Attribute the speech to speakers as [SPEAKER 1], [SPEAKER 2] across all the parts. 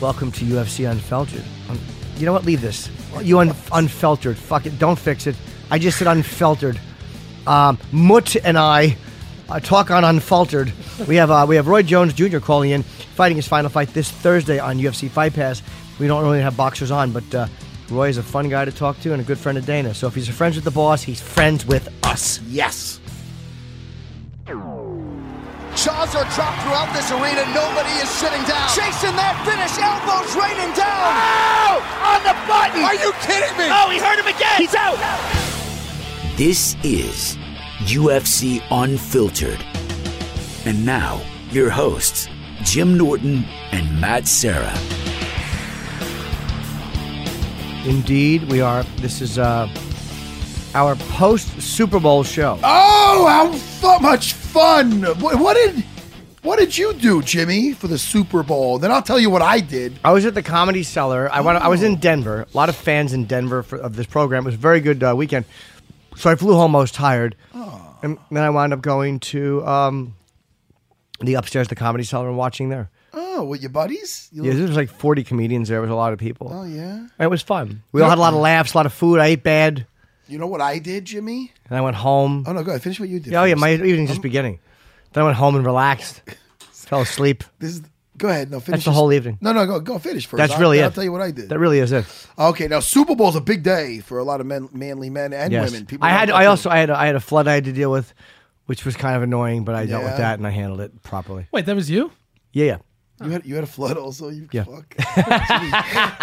[SPEAKER 1] Welcome to UFC Unfiltered. Un- you know what? Leave this. You un- unfiltered. Fuck it. Don't fix it. I just said unfiltered. Um, Mutt and I uh, talk on unfiltered. We have uh, we have Roy Jones Jr. calling in, fighting his final fight this Thursday on UFC Fight Pass. We don't really have boxers on, but uh, Roy is a fun guy to talk to and a good friend of Dana. So if he's friends with the boss, he's friends with us.
[SPEAKER 2] Yes. Jaws are dropped throughout this arena. Nobody is sitting down. Chasing that finish. Elbows raining down.
[SPEAKER 3] On the button!
[SPEAKER 2] Are you kidding me?
[SPEAKER 3] Oh, he hurt him again! He's out!
[SPEAKER 4] This is UFC Unfiltered. And now, your hosts, Jim Norton and Matt Sarah.
[SPEAKER 1] Indeed, we are. This is uh, our post Super Bowl show.
[SPEAKER 2] Oh, how fu- much fun! What, what did what did you do, Jimmy, for the Super Bowl? Then I'll tell you what I did.
[SPEAKER 1] I was at the Comedy Cellar. I went. I
[SPEAKER 2] Oh.
[SPEAKER 1] was in Denver. A lot of fans in Denver for, of this program. It was a very good uh, weekend. So I flew home. I was tired,
[SPEAKER 2] Oh.
[SPEAKER 1] and then I wound up going to um, the upstairs, the Comedy Cellar, and watching there.
[SPEAKER 2] Oh, with your buddies? You
[SPEAKER 1] Yeah, there was like forty comedians there. It was a lot of people.
[SPEAKER 2] Oh, yeah.
[SPEAKER 1] And it was fun. We all had a lot of laughs, a lot of food. I ate bad,
[SPEAKER 2] You know what I did, Jimmy?
[SPEAKER 1] and I went home.
[SPEAKER 2] Oh no, go ahead. Finish what you did.
[SPEAKER 1] Yeah, oh yeah,
[SPEAKER 2] first.
[SPEAKER 1] my evening's just beginning. Then I went home and relaxed, fell asleep.
[SPEAKER 2] This is. Go ahead. No, finish.
[SPEAKER 1] the
[SPEAKER 2] this-
[SPEAKER 1] whole evening.
[SPEAKER 2] No, no, go go finish first.
[SPEAKER 1] That's
[SPEAKER 2] I'll-
[SPEAKER 1] really
[SPEAKER 2] then
[SPEAKER 1] it.
[SPEAKER 2] I'll tell you what I did.
[SPEAKER 1] That really is it.
[SPEAKER 2] Okay, now Super Bowl's a big day for a lot of men, manly men and
[SPEAKER 1] Yes.
[SPEAKER 2] women.
[SPEAKER 1] I had.
[SPEAKER 2] don't
[SPEAKER 1] I
[SPEAKER 2] know.
[SPEAKER 1] also. I had. I had a flood I had to deal with, which was kind of annoying, but I dealt with
[SPEAKER 2] Yeah.
[SPEAKER 1] that and I handled it properly.
[SPEAKER 5] Wait, that was you?
[SPEAKER 1] Yeah, yeah.
[SPEAKER 2] You had you had a flood also. You
[SPEAKER 1] Yeah.
[SPEAKER 2] fuck. Jimmy,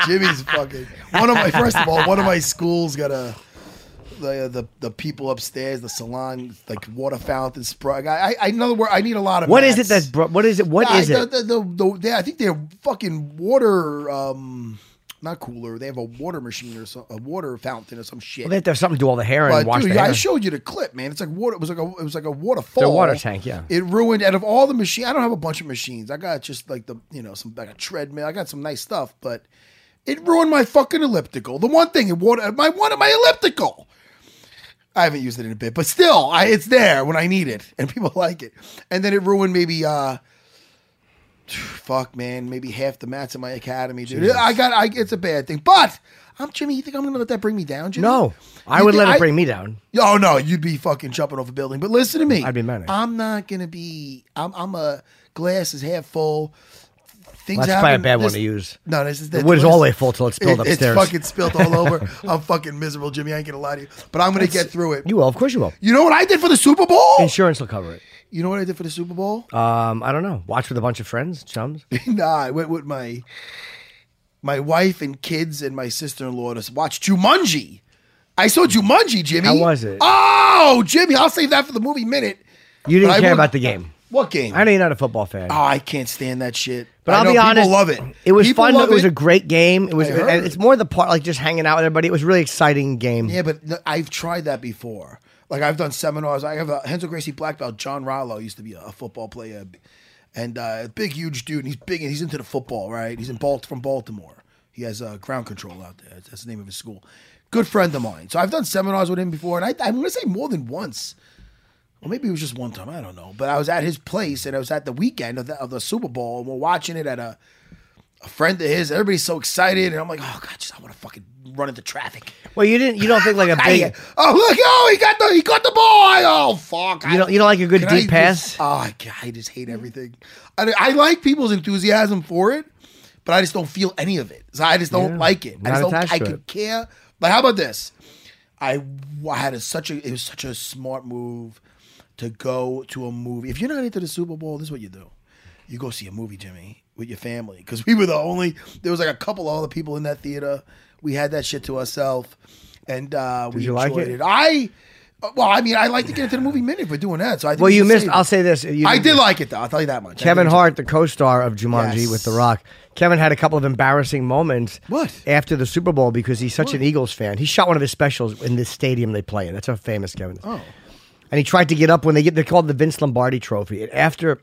[SPEAKER 2] Jimmy's fucking. One of my first of all, one of my schools got a the the, the people upstairs, the salon, like water fountain sprung. I I, I in other words, I need a lot of.
[SPEAKER 1] What is it
[SPEAKER 2] mats.
[SPEAKER 1] that? Bro- what is it? What
[SPEAKER 2] I-
[SPEAKER 1] is
[SPEAKER 2] the,
[SPEAKER 1] it?
[SPEAKER 2] The, the, the, they- I think they're fucking water. Um, not cooler. They have a water machine or so, a water fountain or some shit.
[SPEAKER 1] Well, they have to have something to do all the hair and
[SPEAKER 2] But
[SPEAKER 1] wash
[SPEAKER 2] dude,
[SPEAKER 1] the hair.
[SPEAKER 2] I showed you the clip, man. It's like water. It was like a. It was like a waterfall.
[SPEAKER 1] Their water tank, yeah.
[SPEAKER 2] It ruined out of all the machine. I don't have a bunch of machines. I got just like the you know some like a treadmill. I got some nice stuff, but it ruined my fucking elliptical. The one thing it water my one of my elliptical. I haven't used it in a bit, but still, I it's there when I need it, and people like it. And then it ruined maybe. uh Fuck man, maybe half the mats in my academy, dude. I got, I it's a bad thing, but I'm Jimmy. You think I'm gonna let that bring me down, Jimmy?
[SPEAKER 1] no, I
[SPEAKER 2] You
[SPEAKER 1] would
[SPEAKER 2] thi-
[SPEAKER 1] let
[SPEAKER 2] I-
[SPEAKER 1] it bring me down.
[SPEAKER 2] Oh no, you'd be fucking jumping off a building. But listen to me.
[SPEAKER 1] I'd be mad at you.
[SPEAKER 2] I'm not gonna be. I'm. I'm a glass is half full. Things
[SPEAKER 1] Well, that's
[SPEAKER 2] happen.
[SPEAKER 1] probably a bad one
[SPEAKER 2] This-
[SPEAKER 1] to use.
[SPEAKER 2] No, this is
[SPEAKER 1] The wood is all the way full till it's spilled
[SPEAKER 2] it-
[SPEAKER 1] upstairs.
[SPEAKER 2] It's fucking spilled all over. I'm fucking miserable, Jimmy. I ain't gonna lie to you, but I'm gonna get through it.
[SPEAKER 1] You will, of course you will.
[SPEAKER 2] You know what I did for the Super Bowl?
[SPEAKER 1] Insurance will cover it.
[SPEAKER 2] You know what I did for the Super Bowl?
[SPEAKER 1] Um, I don't know. Watch with a bunch of friends, chums.
[SPEAKER 2] nah, I went with my my wife and kids and my sister in law to watch Jumanji. I saw Jumanji, Jimmy.
[SPEAKER 1] How was it?
[SPEAKER 2] Oh, Jimmy, I'll save that for the movie minute.
[SPEAKER 1] You
[SPEAKER 2] But
[SPEAKER 1] didn't
[SPEAKER 2] I
[SPEAKER 1] care
[SPEAKER 2] will-
[SPEAKER 1] about the game.
[SPEAKER 2] What game?
[SPEAKER 1] I know you're not a football fan.
[SPEAKER 2] Oh, I can't stand that shit.
[SPEAKER 1] But
[SPEAKER 2] I
[SPEAKER 1] I'll
[SPEAKER 2] know
[SPEAKER 1] be honest,
[SPEAKER 2] People love it.
[SPEAKER 1] It was
[SPEAKER 2] People
[SPEAKER 1] fun.
[SPEAKER 2] love
[SPEAKER 1] It was
[SPEAKER 2] it.
[SPEAKER 1] a great game. It was,
[SPEAKER 2] I
[SPEAKER 1] and
[SPEAKER 2] heard.
[SPEAKER 1] it's more the part like just hanging out with everybody. It was a really exciting game.
[SPEAKER 2] Yeah, but th- I've tried that before. Like I've done seminars. I have a Hensel Gracie black belt. John Rollo used to be a football player, and uh, a big, huge dude. And he's big and he's into the football. Right? He's in Balt from Baltimore. He has uh, ground control out there. That's the name of his school. Good friend of mine. So I've done seminars with him before, and I, I'm going to say more than once. Well, maybe it was just one time. I don't know. But I was at his place, and I was at the weekend of the, of the Super Bowl, and we're watching it at a a friend of his. Everybody's so excited, and I'm like, oh god, just I want to fucking run into traffic.
[SPEAKER 1] Well, you didn't. You don't think like a
[SPEAKER 2] I-
[SPEAKER 1] big.
[SPEAKER 2] oh look! Oh, he got the he caught the ball. I- oh fuck!
[SPEAKER 1] You don't. You don't like a good
[SPEAKER 2] Can I
[SPEAKER 1] deep pass.
[SPEAKER 2] just- oh, I, ca- I just hate everything. I, I like people's enthusiasm for it, but I just don't feel any of it. So I just don't
[SPEAKER 1] Yeah,
[SPEAKER 2] like it.
[SPEAKER 1] not
[SPEAKER 2] I just don't.
[SPEAKER 1] attached
[SPEAKER 2] I
[SPEAKER 1] to
[SPEAKER 2] could
[SPEAKER 1] it.
[SPEAKER 2] care. But how about this? I, w- I had a, such a it was such a smart move to go to a movie. If you're not into the Super Bowl, this is what you do: you go see a movie, Jimmy, with your family. Because we were the only there was like a couple other people in that theater. We had that shit to ourselves, and uh, we
[SPEAKER 1] you like
[SPEAKER 2] enjoyed
[SPEAKER 1] it?
[SPEAKER 2] it. I. uh, Well, I mean, I like to get into the movie minute for doing that. So I think
[SPEAKER 1] Well,
[SPEAKER 2] we
[SPEAKER 1] you
[SPEAKER 2] should
[SPEAKER 1] missed.
[SPEAKER 2] save
[SPEAKER 1] I'll
[SPEAKER 2] it.
[SPEAKER 1] say this. You
[SPEAKER 2] I
[SPEAKER 1] didn't-
[SPEAKER 2] did like it though. I'll tell you that much. I
[SPEAKER 1] Kevin
[SPEAKER 2] did.
[SPEAKER 1] Hart, the co-star of Jumanji
[SPEAKER 2] Yes.
[SPEAKER 1] with The Rock, Kevin had a couple of embarrassing moments.
[SPEAKER 2] What?
[SPEAKER 1] after the Super Bowl because he's such an Eagles fan. He shot one of his specials in this stadium they play in. That's how famous Kevin is.
[SPEAKER 2] Oh.
[SPEAKER 1] and he tried to get up when they get. They're called the Vince Lombardi Trophy. And after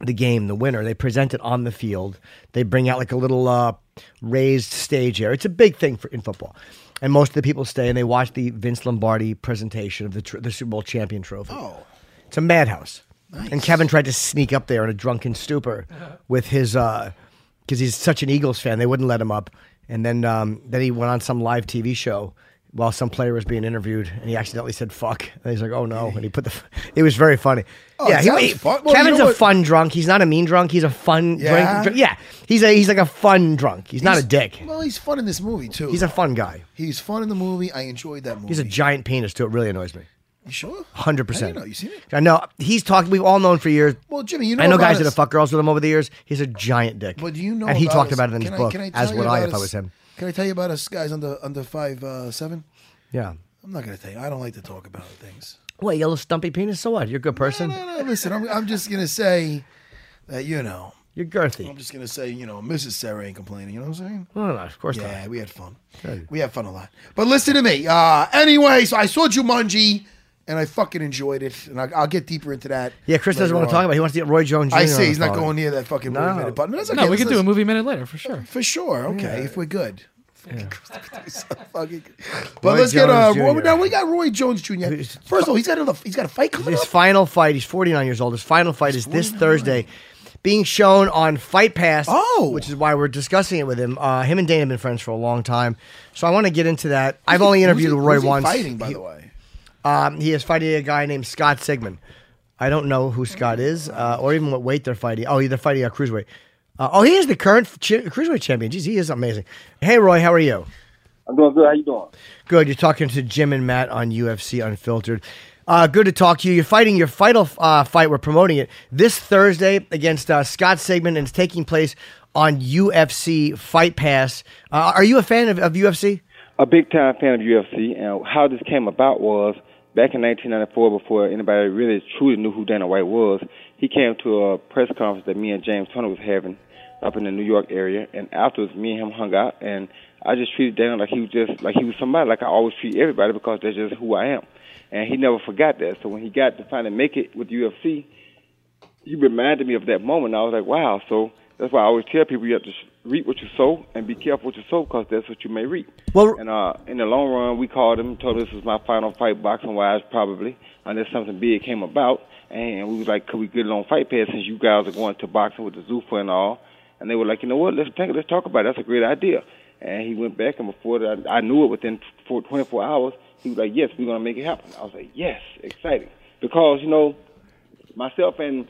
[SPEAKER 1] the game, the winner, they present it on the field. They bring out like a little uh, raised stage area. It's a big thing for in football. And most of the people stay and they watch the Vince Lombardi presentation of the, tr- the Super Bowl champion trophy.
[SPEAKER 2] Oh.
[SPEAKER 1] It's a madhouse. And Kevin tried to sneak up there in a drunken stupor with his uh, because he's such an Eagles fan. They wouldn't let him up. And then um, then he went on some live TV show while some player was being interviewed, and he accidentally said "fuck." And he's like, "Oh no!" And he put the. It was very funny.
[SPEAKER 2] Oh,
[SPEAKER 1] yeah,
[SPEAKER 2] it
[SPEAKER 1] he,
[SPEAKER 2] sounds
[SPEAKER 1] he-
[SPEAKER 2] fun. Well, you
[SPEAKER 1] Kevin's
[SPEAKER 2] know
[SPEAKER 1] a
[SPEAKER 2] what-
[SPEAKER 1] fun drunk. He's not a mean drunk. He's a fun
[SPEAKER 2] Yeah?
[SPEAKER 1] drunk. Dr- yeah, he's a he's like a fun drunk. He's, not a dick.
[SPEAKER 2] Well, he's fun in this movie too.
[SPEAKER 1] He's a fun guy.
[SPEAKER 2] he's fun in the movie. I enjoyed that movie.
[SPEAKER 1] He's a giant penis too. It really annoys me.
[SPEAKER 2] You sure?
[SPEAKER 1] Hundred
[SPEAKER 2] I
[SPEAKER 1] percent.
[SPEAKER 2] didn't know you seen it.
[SPEAKER 1] I know he's talked. We've all known for years.
[SPEAKER 2] Well, Jimmy, you know
[SPEAKER 1] I know
[SPEAKER 2] about
[SPEAKER 1] guys that have
[SPEAKER 2] us-
[SPEAKER 1] fucked girls with him over the years. He's a giant dick.
[SPEAKER 2] But do you know?
[SPEAKER 1] and he
[SPEAKER 2] about
[SPEAKER 1] talked
[SPEAKER 2] us-
[SPEAKER 1] about it in his
[SPEAKER 2] can I-
[SPEAKER 1] book,
[SPEAKER 2] can I tell
[SPEAKER 1] as
[SPEAKER 2] you
[SPEAKER 1] would I
[SPEAKER 2] about
[SPEAKER 1] if I
[SPEAKER 2] us-
[SPEAKER 1] was him.
[SPEAKER 2] Can I tell you about us guys under under five uh, seven?
[SPEAKER 1] Yeah.
[SPEAKER 2] I'm not gonna tell you. I don't like to talk about things.
[SPEAKER 1] What yellow stumpy penis? So what? You're a good person.
[SPEAKER 2] No, no, no. Listen, I'm, I'm just gonna say that you know.
[SPEAKER 1] You're girthy.
[SPEAKER 2] I'm just gonna say you know, Mrs. Sarah ain't complaining. You know what I'm saying?
[SPEAKER 1] No, no, of course
[SPEAKER 2] Yeah,
[SPEAKER 1] not.
[SPEAKER 2] we had fun.
[SPEAKER 1] Good.
[SPEAKER 2] We had fun a lot. But listen to me. Uh, anyway, so I saw Jumanji, and I fucking enjoyed it. And I, I'll get deeper into that.
[SPEAKER 1] Yeah, Chris doesn't
[SPEAKER 2] later
[SPEAKER 1] want to talk
[SPEAKER 2] on.
[SPEAKER 1] about. it. He wants to get Roy Jones. Jr.
[SPEAKER 2] I
[SPEAKER 1] on
[SPEAKER 2] see. He's
[SPEAKER 1] the
[SPEAKER 2] not
[SPEAKER 1] phone.
[SPEAKER 2] going near that fucking
[SPEAKER 1] No,
[SPEAKER 2] movie minute button. That's okay.
[SPEAKER 5] No, we
[SPEAKER 2] Let's-
[SPEAKER 5] could do a movie minute later for sure.
[SPEAKER 2] For sure. Okay, if we're good. Fucking- but
[SPEAKER 1] Roy
[SPEAKER 2] let's get uh,
[SPEAKER 1] Jones
[SPEAKER 2] Roy,
[SPEAKER 1] Jr..
[SPEAKER 2] now we got Roy Jones Jr. First of all, he's got another, he's got a fight coming
[SPEAKER 1] His
[SPEAKER 2] up.
[SPEAKER 1] final fight. He's 49 years old. His final fight is this Thursday, being shown on Fight Pass.
[SPEAKER 2] Oh.
[SPEAKER 1] which is why we're discussing it with him. Uh, him and Dana have been friends for a long time, so I want to get into that. I've only interviewed
[SPEAKER 2] Who's he-
[SPEAKER 1] Roy
[SPEAKER 2] who's he
[SPEAKER 1] once.
[SPEAKER 2] Fighting by
[SPEAKER 1] He-
[SPEAKER 2] the way.
[SPEAKER 1] Um, he is fighting a guy named Scott Sigmund. I don't know who Scott is, uh, or even what weight they're fighting. Oh, they're fighting a cruiserweight. Uh, oh, he is the current ch- cruiserweight champion. Jeez, he is amazing. Hey, Roy, how are you?
[SPEAKER 6] I'm doing good. How you doing?
[SPEAKER 1] Good. You're talking to Jim and Matt on UFC Unfiltered. Uh, good to talk to you. You're fighting your final uh, fight. We're promoting it this Thursday against uh, Scott Sigmund, and it's taking place on UFC Fight Pass. Uh, are you a fan of, of UFC?
[SPEAKER 6] A big time fan of UFC, and how this came about was back in 1994, before anybody really truly knew who Dana White was. He came to a press conference that me and James Turner was having up in the New York area, and afterwards, me and him hung out, and I just treated Dana like he was just like he was somebody, like I always treat everybody because that's just who I am. And he never forgot that. So when he got to finally make it with UFC, you reminded me of that moment. I was like, wow. So that's why I always tell people you have to sh- reap what you sow and be careful what you sow because that's what you may reap.
[SPEAKER 1] Well-
[SPEAKER 6] and uh, in the long run, we called him, told him this was my final fight, boxing wise, probably, unless something big came about. And we was like, could we get it on Fight Pass since you guys are going to boxing with the Zuffa and all? And they were like, you know what? Let's think, let's talk about it. That's a great idea. And he went back, and before that, I knew it within four, 24 hours. He was like, yes, we're going to make it happen. I was like, yes, exciting. Because, you know, myself and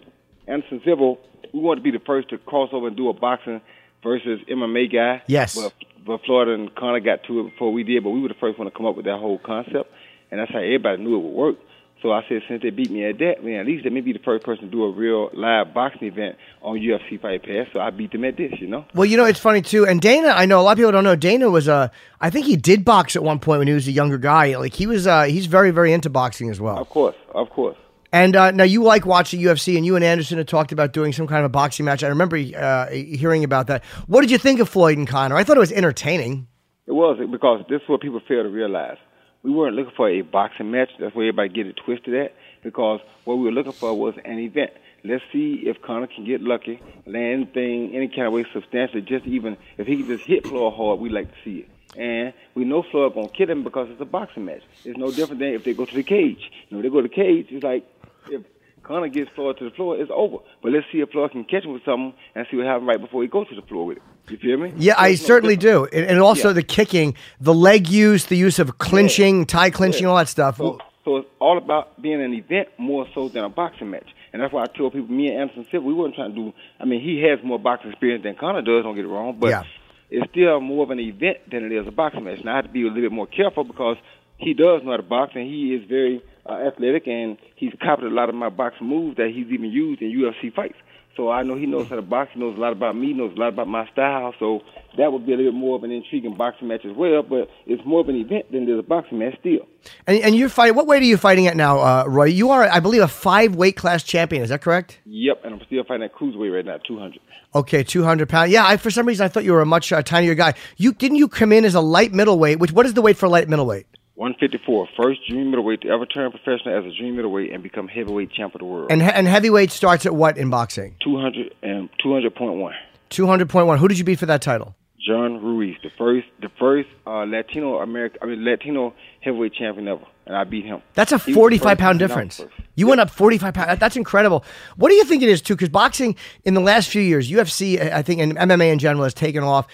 [SPEAKER 6] Anderson Silva, we wanted to be the first to cross over and do a boxing versus MMA guy.
[SPEAKER 1] Yes.
[SPEAKER 6] But, but Florida and Connor got to it before we did, but we were the first one to come up with that whole concept, and that's how everybody knew it would work. So I said, since they beat me at that, man, at least they may be the first person to do a real live boxing event on UFC Fight Pass. So I beat them at this, you know.
[SPEAKER 1] Well, you know, it's funny too. And Dana, I know a lot of people don't know. Dana was a, I think he did box at one point when he was a younger guy. Like he was, uh, he's very, very into boxing as well.
[SPEAKER 6] Of course, of course.
[SPEAKER 1] And uh, now you like watching UFC, and you and Anderson had talked about doing some kind of a boxing match. I remember uh, hearing about that. What did you think of Floyd and Connor? I thought it was entertaining.
[SPEAKER 6] It was because this is what people fail to realize. We weren't looking for a boxing match. That's where everybody get it twisted at. Because what we were looking for was an event. Let's see if Connor can get lucky, land thing any kind of way substantially. Just even if he can just hit Floyd hard, we like to see it. And we know Floyd gonna kill him because it's a boxing match. It's no different than if they go to the cage. You know, they go to the cage. It's like if Connor gets Floyd to the floor, it's over. But let's see if Floyd can catch him with something and see what happens right before he goes to the floor with it. You feel me?
[SPEAKER 1] Yeah, I
[SPEAKER 6] There's no
[SPEAKER 1] certainly
[SPEAKER 6] difference.
[SPEAKER 1] do. And, and also
[SPEAKER 6] Yeah.
[SPEAKER 1] the kicking, the leg use, the use of clinching, tie clinching, all that stuff.
[SPEAKER 6] So, so it's all about being an event more so than a boxing match. And that's why I told people, me and Anderson Silva, we weren't trying to do. I mean, he has more boxing experience than Connor does. Don't get it wrong, but
[SPEAKER 1] Yeah.
[SPEAKER 6] it's still more of an event than it is a boxing match. Now I have to be a little bit more careful because he does know how to box and he is very uh, athletic and he's copied a lot of my boxing moves that he's even used in UFC fights. So I know he knows how to box. He knows a lot about me. Knows a lot about my style. So that would be a little bit more of an intriguing boxing match as well. But it's more of an event than it is a boxing match still.
[SPEAKER 1] And, and you're fighting. What weight are you fighting at now, uh, Roy? You are, I believe, a five weight class champion. Is that correct?
[SPEAKER 6] Yep, and I'm still fighting that cruiserweight right now, 200.
[SPEAKER 1] Okay, two hundred pound. Yeah, I for some reason I thought you were a much uh, tinier guy. You didn't you come in as a light middleweight? Which what is the weight for light middleweight?
[SPEAKER 6] 154, first junior middleweight to ever turn professional as a junior middleweight and become heavyweight champ of the world.
[SPEAKER 1] And he- and heavyweight starts at what in boxing?
[SPEAKER 6] 200 and 200.1.
[SPEAKER 1] Two hundred point one. Who did you beat for that title?
[SPEAKER 6] John Ruiz, the first, the first uh, Latino American, I mean Latino heavyweight champion ever, and I beat him.
[SPEAKER 1] That's a
[SPEAKER 6] He was the first
[SPEAKER 1] 45 pound
[SPEAKER 6] knocked
[SPEAKER 1] difference.
[SPEAKER 6] first.
[SPEAKER 1] You went up 45 pounds. That's incredible. What do you think it is, too? Because boxing in the last few years, UFC, I I think, and MMA in general has taken off.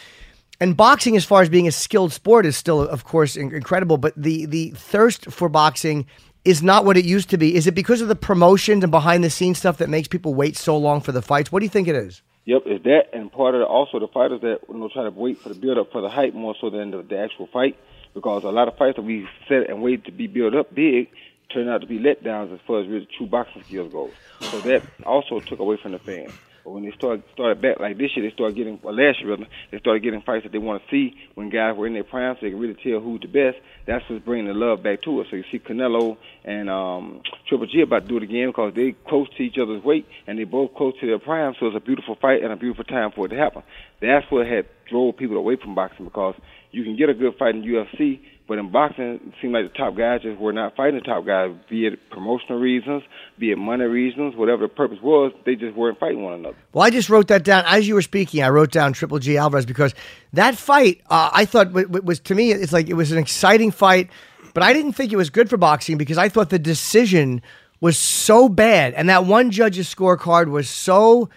[SPEAKER 1] And boxing, as far as being a skilled sport, is still, of course, in- incredible. But the, the thirst for boxing is not what it used to be. Is it because of the promotions and behind the scenes stuff that makes people wait so long for the fights? What do you think it is?
[SPEAKER 6] Yep, it's that, and part of the, also the fighters that you know try to wait for the build up for the hype more so than the, the actual fight, because a lot of fights that we set and wait to be built up big turn out to be letdowns as far as real true boxing skills goes. So that also took away from the fans. But when they started started back like this year, they started getting well, last year rather, they started getting fights that they want to see when guys were in their prime, so they could really tell who's the best. That's what's bringing the love back to us. So you see Canelo and um, Triple G about to do it again because they close to each other's weight and they both close to their prime. So it's a beautiful fight and a beautiful time for it to happen. That's what had drove people away from boxing because you can get a good fight in UFC, but in boxing, it seemed like the top guys just were not fighting the top guys, be it promotional reasons, be it money reasons, whatever the purpose was, they just weren't fighting one another.
[SPEAKER 1] Well, I just wrote that down as you were speaking. I wrote down Triple G Alvarez because that fight, uh, I thought w- w- was to me, it's like it was an exciting fight, but I didn't think it was good for boxing because I thought the decision was so bad, and that one judge's scorecard was so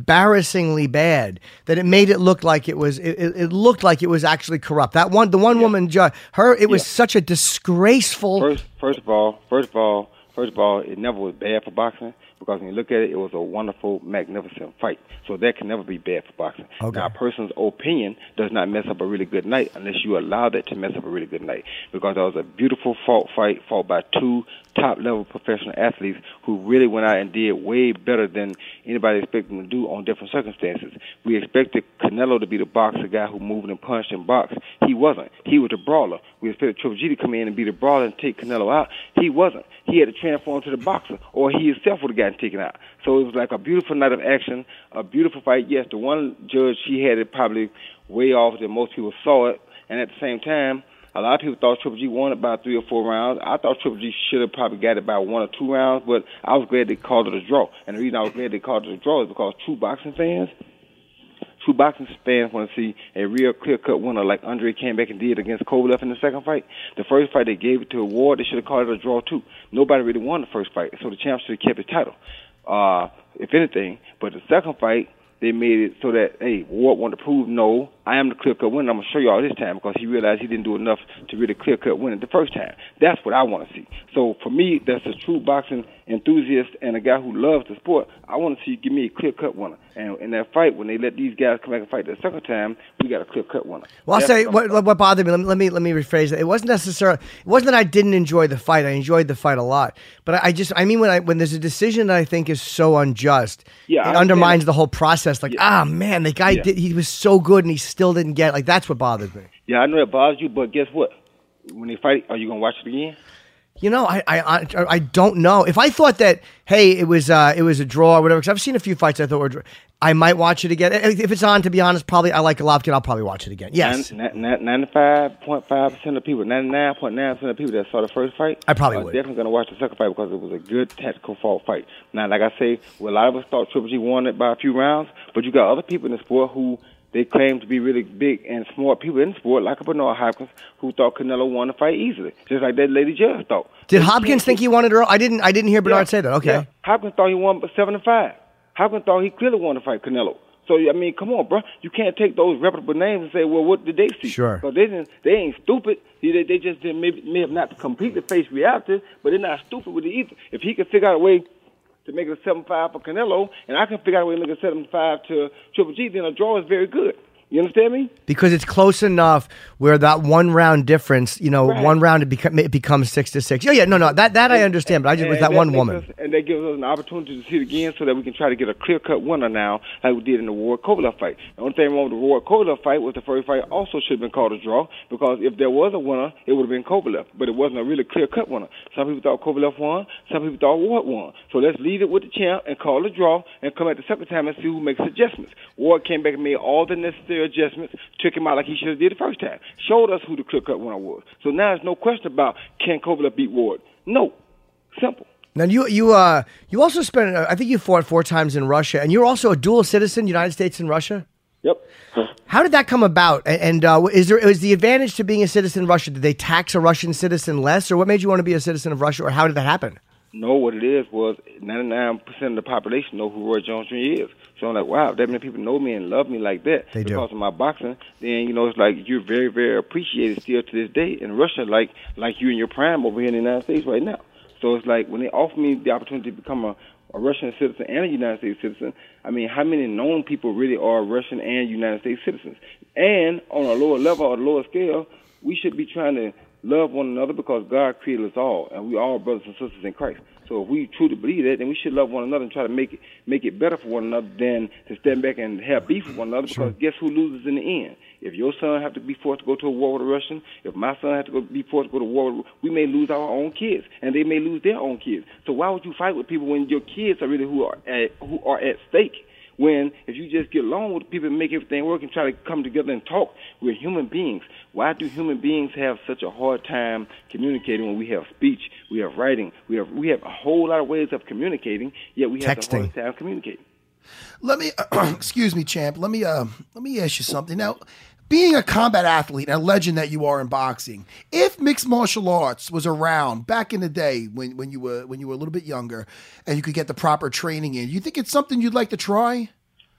[SPEAKER 1] embarrassingly bad that it made it look like it was it, it it looked like it was actually corrupt. That one, the one woman judge, her, it was such a disgraceful.
[SPEAKER 6] First, first of all, first of all, first of all, it never was bad for boxing because when you look at it, it was a wonderful, magnificent fight. So that can never be bad for boxing. Now, a person's opinion does not mess up a really good night unless you allow that to mess up a really good night because that was a beautiful fought fight fought by two top level professional athletes who really went out and did way better than anybody expected them to do on different circumstances. We expected Canelo to be the boxer guy who moved and punched and boxed. He wasn't. He was the brawler. We expected Triple G to come in and be the brawler and take Canelo out. He wasn't. He had to transform to the boxer, or he himself would have gotten taken out. So it was like a beautiful night of action, a beautiful fight. Yes, the one judge, she had it probably way off than most people saw it. And at the same time, a lot of people thought Triple G won it by three or four rounds. I thought Triple G should have probably got it by one or two rounds, but I was glad they called it a draw. And the reason I was glad they called it a draw is because true boxing fans, true boxing fans want to see a real clear cut winner like Andre came back and did against Kovalev in the second fight. The first fight they gave it to a war, they should have called it a draw too. Nobody really won the first fight, so the champ should have kept his title. Uh, if anything, but the second fight they made it so that hey, Ward wanted to prove no, I am the clear cut winner. I'm gonna show y'all this time because he realized he didn't do enough to really clear cut win it the first time. That's what I want to see. So for me, that's a true boxing enthusiast and a guy who loves the sport. I want to see you give me a clear cut winner. And in that fight, when they let these guys come back and fight the second time, we got a clear cut winner.
[SPEAKER 1] Well, I'll
[SPEAKER 6] That's
[SPEAKER 1] say
[SPEAKER 6] what I'm
[SPEAKER 1] what, what bothered me. Let me let me let me rephrase that. It wasn't necessarily. It wasn't that I didn't enjoy the fight. I enjoyed the fight a lot, but I, I just I mean when I when there's a decision that I think is so unjust,
[SPEAKER 6] Yeah, I
[SPEAKER 1] it
[SPEAKER 6] understand.
[SPEAKER 1] undermines the whole process. Like, ah, man, the guy
[SPEAKER 6] Yeah.
[SPEAKER 1] did. He was so good, and he still didn't get. it. Like that's what bothered me.
[SPEAKER 6] Yeah, I know that bothers you, but guess what? When they fight, are you gonna watch it again?
[SPEAKER 1] You know, I, I I I don't know. If I thought that, hey, it was uh, it was a draw or whatever, because I've seen a few fights I thought were, dr- I might watch it again. If if it's on, to be honest, probably I like Golovkin. I'll probably watch it again. Yes,
[SPEAKER 6] Ninety-five point five percent of people, ninety-nine point nine percent of people that saw the first fight,
[SPEAKER 1] I probably
[SPEAKER 6] are
[SPEAKER 1] would.
[SPEAKER 6] definitely going to watch the second fight because it was a good tactical fault fight. Now, like I say, well, a lot of us thought Triple G won it by a few rounds, but you got other people in the sport who they claim to be really big and smart people in the sport, like a Bernard Hopkins, who thought Canelo won the fight easily, just like that lady judge thought.
[SPEAKER 1] did Hopkins think he wanted her? I didn't. I didn't hear Bernard say that. Okay.
[SPEAKER 6] Yeah. Hopkins thought he won by seven to five. Hopkins thought he clearly won to fight Canelo. So I mean, come on, bro. You can't take those reputable names and say, "Well, what did they see?"
[SPEAKER 1] Sure.
[SPEAKER 6] Because they didn't. They ain't stupid. See, They, they just didn't maybe, may have not completely faced reality, but they're not stupid with it either. If he could figure out a way to make it a seven five for Canelo, and I can figure out a way to make it a seven five to Triple G, then a draw is very good. You understand me?
[SPEAKER 1] because it's close enough where that one round difference, you know,
[SPEAKER 6] Right.
[SPEAKER 1] one round it, become, it becomes six to six. Yeah, yeah, no, no, that that I understand, but I just with that one
[SPEAKER 6] makes
[SPEAKER 1] woman.
[SPEAKER 6] us- and that gives us an opportunity to see it again so that we can try to get a clear cut winner now, like we did in the Ward Kovalev fight. The only thing wrong with the Ward Kovalev fight was the first fight also should have been called a draw because if there was a winner, it would have been Kovalev, but it wasn't a really clear cut winner. Some people thought Kovalev won, some people thought Ward won. So let's leave it with the champ and call a draw and come at the second time and see who makes adjustments. Ward came back and made all the necessary adjustments, took him out like he should have did the first time, showed us who the clear cut winner was. So now there's no question about can Kovalev beat Ward. No. Simple.
[SPEAKER 1] Now you you uh you also spent uh, I think you fought four times in Russia, and you're also a dual citizen, United States and Russia.
[SPEAKER 6] Yep.
[SPEAKER 1] How did that come about? A- And uh, is there is the advantage to being a citizen of Russia? Did they tax a Russian citizen less, or what made you want to be a citizen of Russia, or how did that happen?
[SPEAKER 6] know what it is was 99% of the population know who Roy Jones Jr. is. So I'm like, wow, that many people know me and love me like that
[SPEAKER 1] They do.
[SPEAKER 6] because of my boxing. Then, you know, it's like you're very, very appreciated still to this day in Russia, like like you in your prime over here in the United States right now. So it's like when they offer me the opportunity to become a, a Russian citizen and a United States citizen, I mean, how many known people really are Russian and United States citizens? And on a lower level or a lower scale, we should be trying to love one another because God created us all, and we all brothers and sisters in Christ. So if we truly believe that, then we should love one another and try to make it make it better for one another than to stand back and have beef with one another. Because guess who loses in the end? If your son have to be forced to go to a war with a Russian, if my son have to go, be forced to go to war, with, we may lose our own kids, and they may lose their own kids. So why would you fight with people when your kids are really who are at, who are at stake? When if you just get along with people and make everything work and try to come together and talk, we're human beings. Why do human beings have such a hard time communicating when we have speech, we have writing, we have we have a whole lot of ways of communicating, yet we have a
[SPEAKER 1] Texting.
[SPEAKER 6] hard time communicating.
[SPEAKER 2] Let me, excuse me, champ. Let me, uh, let me ask you something. Now, being a combat athlete and a legend that you are in boxing, if mixed martial arts was around back in the day when, when you were when you were a little bit younger, and you could get the proper training in, you think it's something you'd like to try?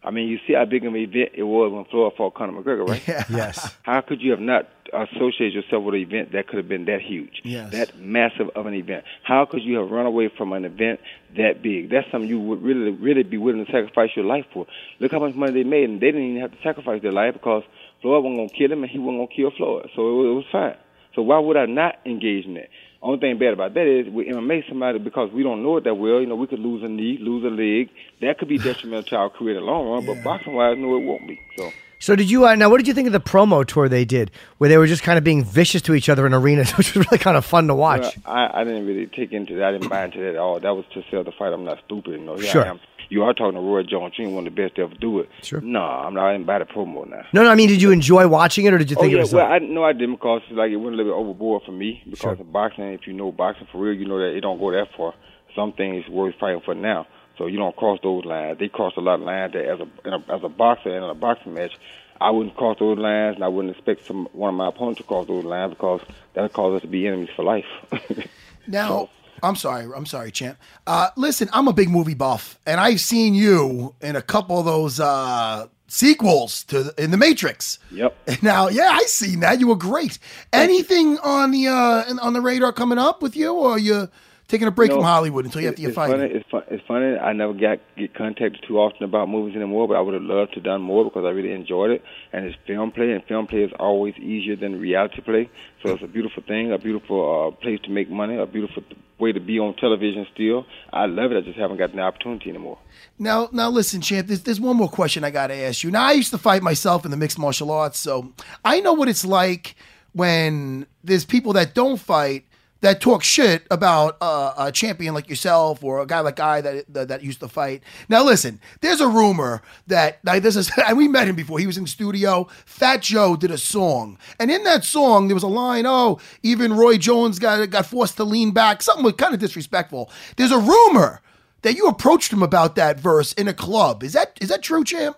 [SPEAKER 6] I mean, you see how big of an event it was when Floyd fought Conor McGregor, right?
[SPEAKER 1] Yes.
[SPEAKER 6] How could you have not associated yourself with an event that could have been that huge,
[SPEAKER 2] Yes.
[SPEAKER 6] that massive of an event? How could you have run away from an event that big? That's something you would really, really be willing to sacrifice your life for. Look how much money they made, and they didn't even have to sacrifice their life because Floyd wasn't going to kill him, and he wasn't going to kill Floyd. So it was, it was fine. So why would I not engage in that? Only thing bad about that is with MMA, somebody because we don't know it that well, you know, we could lose a knee, lose a leg. That could be detrimental to our career in the long run. But boxing wise, no, it won't be. So.
[SPEAKER 1] So did you uh, now? What did you think of the promo tour they did, where they were just kind of being vicious to each other in arenas, which was really kind of fun to watch?
[SPEAKER 6] Well, I, I didn't really take into that. I didn't buy into that at all. That was to sell the fight. I'm not stupid. You know, here
[SPEAKER 1] Sure.
[SPEAKER 6] I am. You are talking to Roy Jones Jr., one of the best to ever do it. Sure. No, I'm not. I didn't buy the promo now.
[SPEAKER 1] no, no. I mean, did you enjoy watching it, or did you
[SPEAKER 6] Oh
[SPEAKER 1] think it
[SPEAKER 6] yeah,
[SPEAKER 1] was? uh,
[SPEAKER 6] well I no I didn't because like it went a little bit overboard for me because of boxing. If you know boxing for real, you know that it don't go that far. Some things worth fighting for now, so you don't cross those lines. They cross a lot of lines that as a, in a as a boxer and in a boxing match, I wouldn't cross those lines, and I wouldn't expect some one of my opponents to cross those lines because that'll cause us to be enemies for life.
[SPEAKER 2] Now, I'm sorry, I'm sorry, champ. Uh, listen, I'm a big movie buff, and I've seen you in a couple of those uh, sequels to in the Matrix.
[SPEAKER 6] Yep.
[SPEAKER 2] Now, yeah, I seen that. You were great. Anything on the uh, in- on the radar coming up with you, or are you taking a break
[SPEAKER 6] No,
[SPEAKER 2] from Hollywood until you
[SPEAKER 6] it-
[SPEAKER 2] after you
[SPEAKER 6] it's
[SPEAKER 2] fight?
[SPEAKER 6] Funny, it's, fun, it's funny. I never got get contacted too often about movies anymore, but I would have loved to done more because I really enjoyed it. And it's film play, and film play is always easier than reality play. So it's a beautiful thing, a beautiful uh, place to make money, a beautiful way to be on television still. I love it. I just haven't gotten the opportunity anymore.
[SPEAKER 2] Now, now listen, champ. There's, there's one more question I got to ask you. Now, I used to fight myself in the mixed martial arts, so I know what it's like when there's people that don't fight that talk shit about uh, a champion like yourself or a guy like I that that, that used to fight. Now, listen. There's a rumor that like, this is, and we met him before. He was in the studio. Fat Joe did a song, and in that song there was a line, "Oh, even Roy Jones got got forced to lean back." Something kind of disrespectful. There's a rumor that you approached him about that verse in a club. Is that is that true, champ?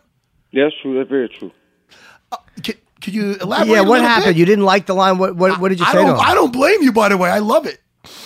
[SPEAKER 6] That's true. That's very true.
[SPEAKER 2] Could, could you elaborate?
[SPEAKER 1] yeah.
[SPEAKER 2] a
[SPEAKER 1] What
[SPEAKER 2] little
[SPEAKER 1] happened?
[SPEAKER 2] bit?
[SPEAKER 1] You didn't like the line. What? What, what did you
[SPEAKER 2] I
[SPEAKER 1] say
[SPEAKER 2] don't.
[SPEAKER 1] to him?
[SPEAKER 2] I don't blame you. By the way, I love it.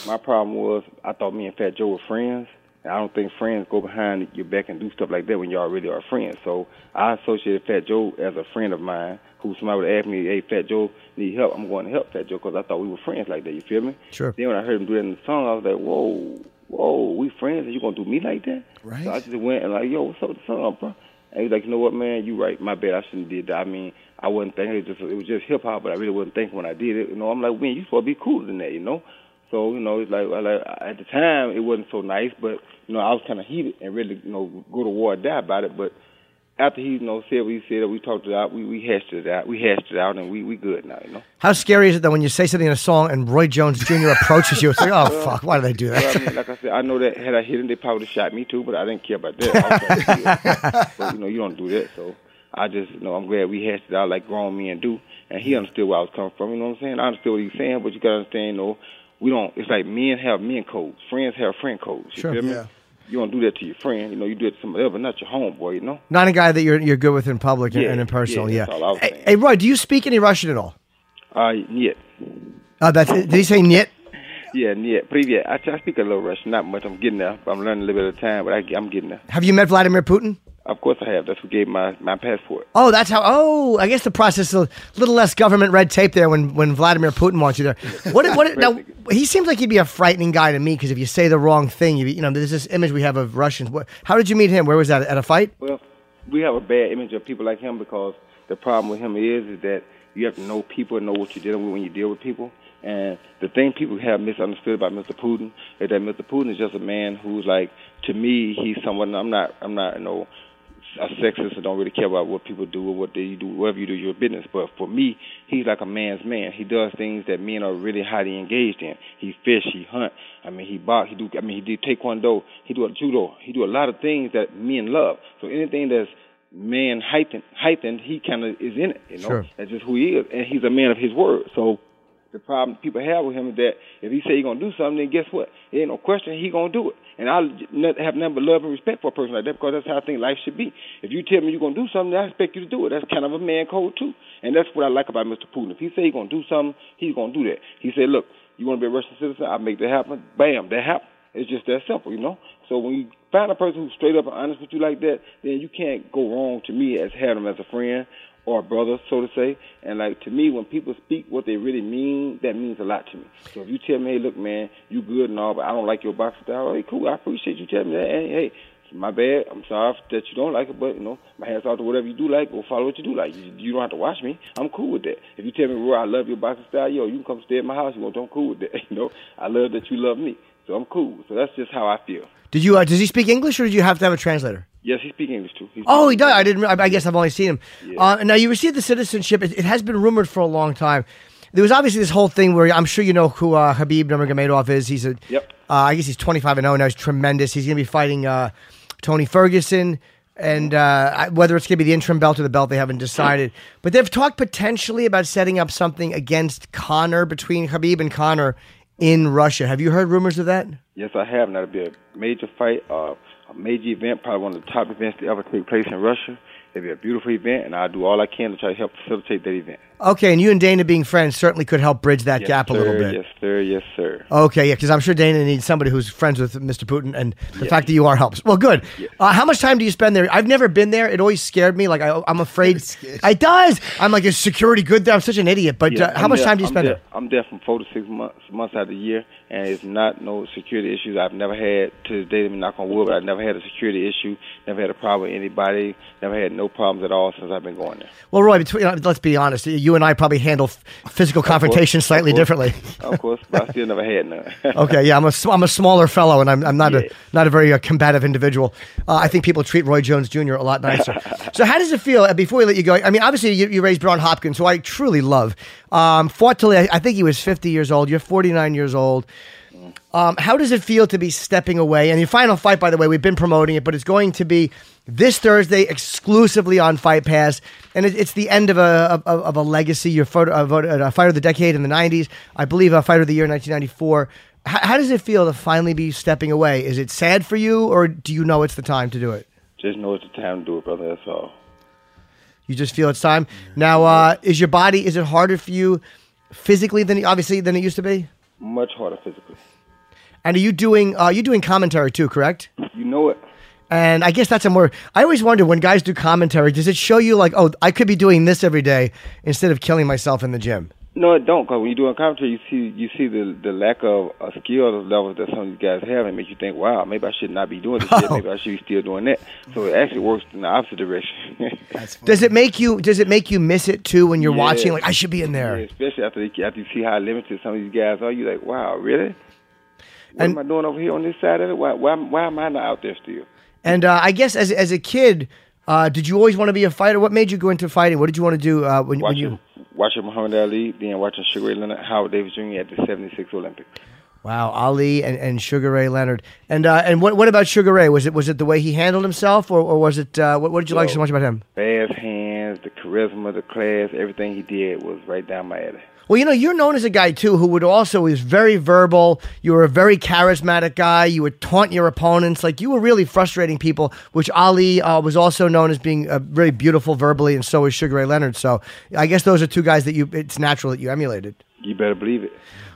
[SPEAKER 6] My problem was I thought me and Fat Joe were friends. And I don't think friends go behind your back and do stuff like that when y'all really are friends. So I associated Fat Joe as a friend of mine who somebody would ask me, hey, Fat Joe, need help? I'm going to help Fat Joe because I thought we were friends like that. You feel me?
[SPEAKER 1] Sure.
[SPEAKER 6] Then when I heard him do that in the song, I was like, whoa, whoa, we friends and you going to do me like that? Right. So I just went and like, yo, what's up with the song, bro? And he's like, you know what, man, you right. My bad. I shouldn't have did that. I mean, I wasn't thinking. It was just, it was just hip hop, but I really wasn't thinking when I did it. You know, I'm like, man, you supposed to be cooler than that, you know? So you know, it's like, I like at the time it wasn't so nice, but you know I was kind of heated and really you know go to war or die about it. But after he you know said what he said, we talked it out, we we hashed it out, we hashed it out, and we we good now, you know.
[SPEAKER 1] How scary is it that when you say something in a song and Roy Jones Jr. approaches you, it's like, oh fuck, why did they do
[SPEAKER 6] Well, I
[SPEAKER 1] that?
[SPEAKER 6] mean, like I said, I know that had I hit him, they probably would have shot me too, but I didn't care about that. I was trying to kill. but you know, you don't do that. So I just, you know, I'm glad we hashed it out like grown men do, and he understood where I was coming from. You know what I'm saying? I understood what he was saying, but you gotta understand, you know, we don't. It's like men have men codes, friends have friend codes. You
[SPEAKER 1] Sure.
[SPEAKER 6] feel me?
[SPEAKER 2] Yeah.
[SPEAKER 6] You don't do that to your friend. You know, you do it to somebody else, but not your homeboy. You know.
[SPEAKER 1] Not a guy that you're you're good with in public and-
[SPEAKER 6] Yeah,
[SPEAKER 1] and in personal.
[SPEAKER 6] yeah,
[SPEAKER 1] Yeah.
[SPEAKER 6] that's all I was
[SPEAKER 1] Hey,
[SPEAKER 6] saying.
[SPEAKER 1] hey, Roy, do you speak any Russian at all?
[SPEAKER 6] Uh, нет.
[SPEAKER 1] Uh, that's it. Did he say nyet?
[SPEAKER 6] Yeah, нет. Привет. I, I speak a little Russian, not much. I'm getting there. I'm learning a little bit at a time, but I, I'm getting there.
[SPEAKER 1] Have you met Vladimir Putin?
[SPEAKER 6] Of course, I have. That's who gave my my passport.
[SPEAKER 1] Oh, that's how. Oh, I guess the process is a little less government red tape there when, when Vladimir Putin wants you there. What? if- What? if- now he seems like he'd be a frightening guy to me because if you say the wrong thing, you you know, there's this image we have of Russians. What, how did you meet him? Where was that? At a fight?
[SPEAKER 6] Well, we have a bad image of people like him because the problem with him is is that you have to know people and know what you're dealing with when you deal with people. And the thing people have misunderstood about Mr. Putin is that Mr. Putin is just a man who's like, to me, he's someone. I'm not. I'm not. You know, a sexist and don't really care about what people do or what they do, whatever you do, your business. But for me, he's like a man's man. He does things that men are really highly engaged in. He fish, he hunt. I mean, he box. He do. I mean, he did taekwondo. He do a judo. He do a lot of things that men love. So anything that's man heightened, heightened, he kind of is in it. You know,
[SPEAKER 1] Sure.
[SPEAKER 6] that's just who he is, and he's a man of his word. So the problem people have with him is that if he say he gonna do something, then guess what? There ain't no question he gonna do it. And I have nothing but love and respect for a person like that because that's how I think life should be. If you tell me you're gonna do something, I expect you to do it. That's kind of a man code too. And that's what I like about Mr. Putin. If he say he gonna do something, he's gonna do that. He said, look, you wanna be a Russian citizen? I make that happen. Bam, that happened. It's just that simple, you know. So when you find a person who's straight up and honest with you like that, then you can't go wrong to me as having them as a friend or a brother, so to say. And like to me, when people speak what they really mean, that means a lot to me. So if you tell me, hey, look, man, you good and all, but I don't like your boxing style. Hey, cool, I appreciate you telling me that. Hey, hey. it's My bad. I'm sorry that you don't like it, but you know, my hands off to whatever you do like. Go follow what you do like. You, you don't have to watch me. I'm cool with that. If you tell me, Roy, I love your boxing style, yo, you can come stay at my house. You want? I'm cool with that. You know, I love that you love me, so I'm cool. So that's just how I feel.
[SPEAKER 1] Did you? Uh, does he speak English or did you have to have a translator?
[SPEAKER 6] Yes, he speaks English too. He
[SPEAKER 1] Oh,
[SPEAKER 6] speak
[SPEAKER 1] he does. I didn't. I I guess I've only seen him. Uh, now you received the citizenship. It, it has been rumored for a long time. There was obviously this whole thing where I'm sure you know who uh, Habib Nurmagomedov is. He's a.
[SPEAKER 6] Yep.
[SPEAKER 1] Uh, I guess he's 25 and 0 now. He's tremendous. He's going to be fighting uh, Tony Ferguson, and uh, I- whether it's going to be the interim belt or the belt, they haven't decided. But they've talked potentially about setting up something against Connor between Habib and Connor in Russia. Have you heard rumors of that?
[SPEAKER 6] Yes, I have. and That'll be a major fight, uh, a major event, probably one of the top events to ever take place in Russia. It'll be a beautiful event, and I'll do all I can to try to help facilitate that event.
[SPEAKER 1] Okay, and you and Dana being friends certainly could help bridge that
[SPEAKER 6] Yes,
[SPEAKER 1] gap a
[SPEAKER 6] sir,
[SPEAKER 1] little bit.
[SPEAKER 6] Yes, sir. Yes, sir.
[SPEAKER 1] Okay, yeah, because I'm sure Dana needs somebody who's friends with Mr. Putin, and the fact that you are helps. Well, good. Uh, how much time do you spend there? I've never been there. It always scared me. Like I, I'm afraid. it does. I'm like, is security good there? I'm such an idiot. But
[SPEAKER 6] Yeah,
[SPEAKER 1] uh, how
[SPEAKER 6] I'm
[SPEAKER 1] much
[SPEAKER 6] there-
[SPEAKER 1] time do you
[SPEAKER 6] I'm
[SPEAKER 1] spend
[SPEAKER 6] there-
[SPEAKER 1] there?
[SPEAKER 6] I'm there from four to six months, months out of the year, and it's not no security issues. I've never had to this day. I'm knock on wood, but I've never had a security issue. Never had a problem with anybody. Never had no problems at all since I've been going there.
[SPEAKER 1] Well, Roy, between, uh, let's be honest. You and I probably handle f- physical confrontation
[SPEAKER 6] Of course,
[SPEAKER 1] slightly
[SPEAKER 6] of course,
[SPEAKER 1] differently.
[SPEAKER 6] of course, but I still never had none.
[SPEAKER 1] Okay, yeah, I'm a, sm- I'm a smaller fellow, and I'm, I'm not
[SPEAKER 6] Yeah.
[SPEAKER 1] a not a very uh, combative individual. Uh, I think people treat Roy Jones Jr. a lot nicer. so, how does it feel? uh, Before we let you go, I mean, obviously you, you raised Braun Hopkins, who I truly love. Um, fought till I, I think he was 50 years old. You're 49 years old. Um, how does it feel to be stepping away? And your final fight, by the way, we've been promoting it, but it's going to be this Thursday exclusively on Fight Pass, and it, it's the end of a of, of a legacy. Your photo, a, vote- a fighter of the decade in the '90s, I believe, a fighter of the year in 1994. How, how does it feel to finally be stepping away? Is it sad for you, or do you know it's the time to do it?
[SPEAKER 6] Just know it's the time to do it, brother. That's all.
[SPEAKER 1] You just feel it's time now. Uh, is your body? Is it harder for you physically than obviously than it used to be?
[SPEAKER 6] Much harder physically.
[SPEAKER 1] And are you doing? Uh, you doing commentary too? Correct.
[SPEAKER 6] You know it.
[SPEAKER 1] And I guess that's a more. I always wonder when guys do commentary, does it show you like, oh, I could be doing this every day instead of killing myself in the gym?
[SPEAKER 6] No, it don't. Because when you're doing commentary, you see you see the the lack of uh, skill levels that some of these guys have, and make you think, wow, maybe I should not be doing this. Yet. Maybe I should be still doing that. So it actually works in the opposite direction.
[SPEAKER 1] Does it make you? Does it make you miss it too when you're
[SPEAKER 6] Yeah.
[SPEAKER 1] watching? Like, I should be in
[SPEAKER 6] Yeah,
[SPEAKER 1] there.
[SPEAKER 6] especially after they, after you see how limited some of these guys are, you're like, wow, really? What
[SPEAKER 1] And-
[SPEAKER 6] am I doing over here on this side of it? Why why why am I not out there still?
[SPEAKER 1] And uh, I guess as as a kid, uh, did you always want to be a fighter? What made you go into fighting? What did you want to do uh, when, when
[SPEAKER 6] Watching
[SPEAKER 1] you?
[SPEAKER 6] watching Muhammad Ali, then watching Sugar Ray Leonard, Howard Davis Jr. at the '76 Olympics.
[SPEAKER 1] Wow, Ali and, and Sugar Ray Leonard. And uh, and what what about Sugar Ray? Was it was it the way he handled himself, or, or was it uh, what, what did you like so much about him?
[SPEAKER 6] Fast hands, hands, the charisma, the class, everything he did was right down my alley.
[SPEAKER 1] Well, you know, you're known as a guy too who would also is very verbal. You were a very charismatic guy. You would taunt your opponents, like you were really frustrating people. Which Ali uh, was also known as being uh, very beautiful verbally, and so is Sugar Ray Leonard. So I guess those are two guys that you. It's natural that you emulated.
[SPEAKER 6] You better believe it.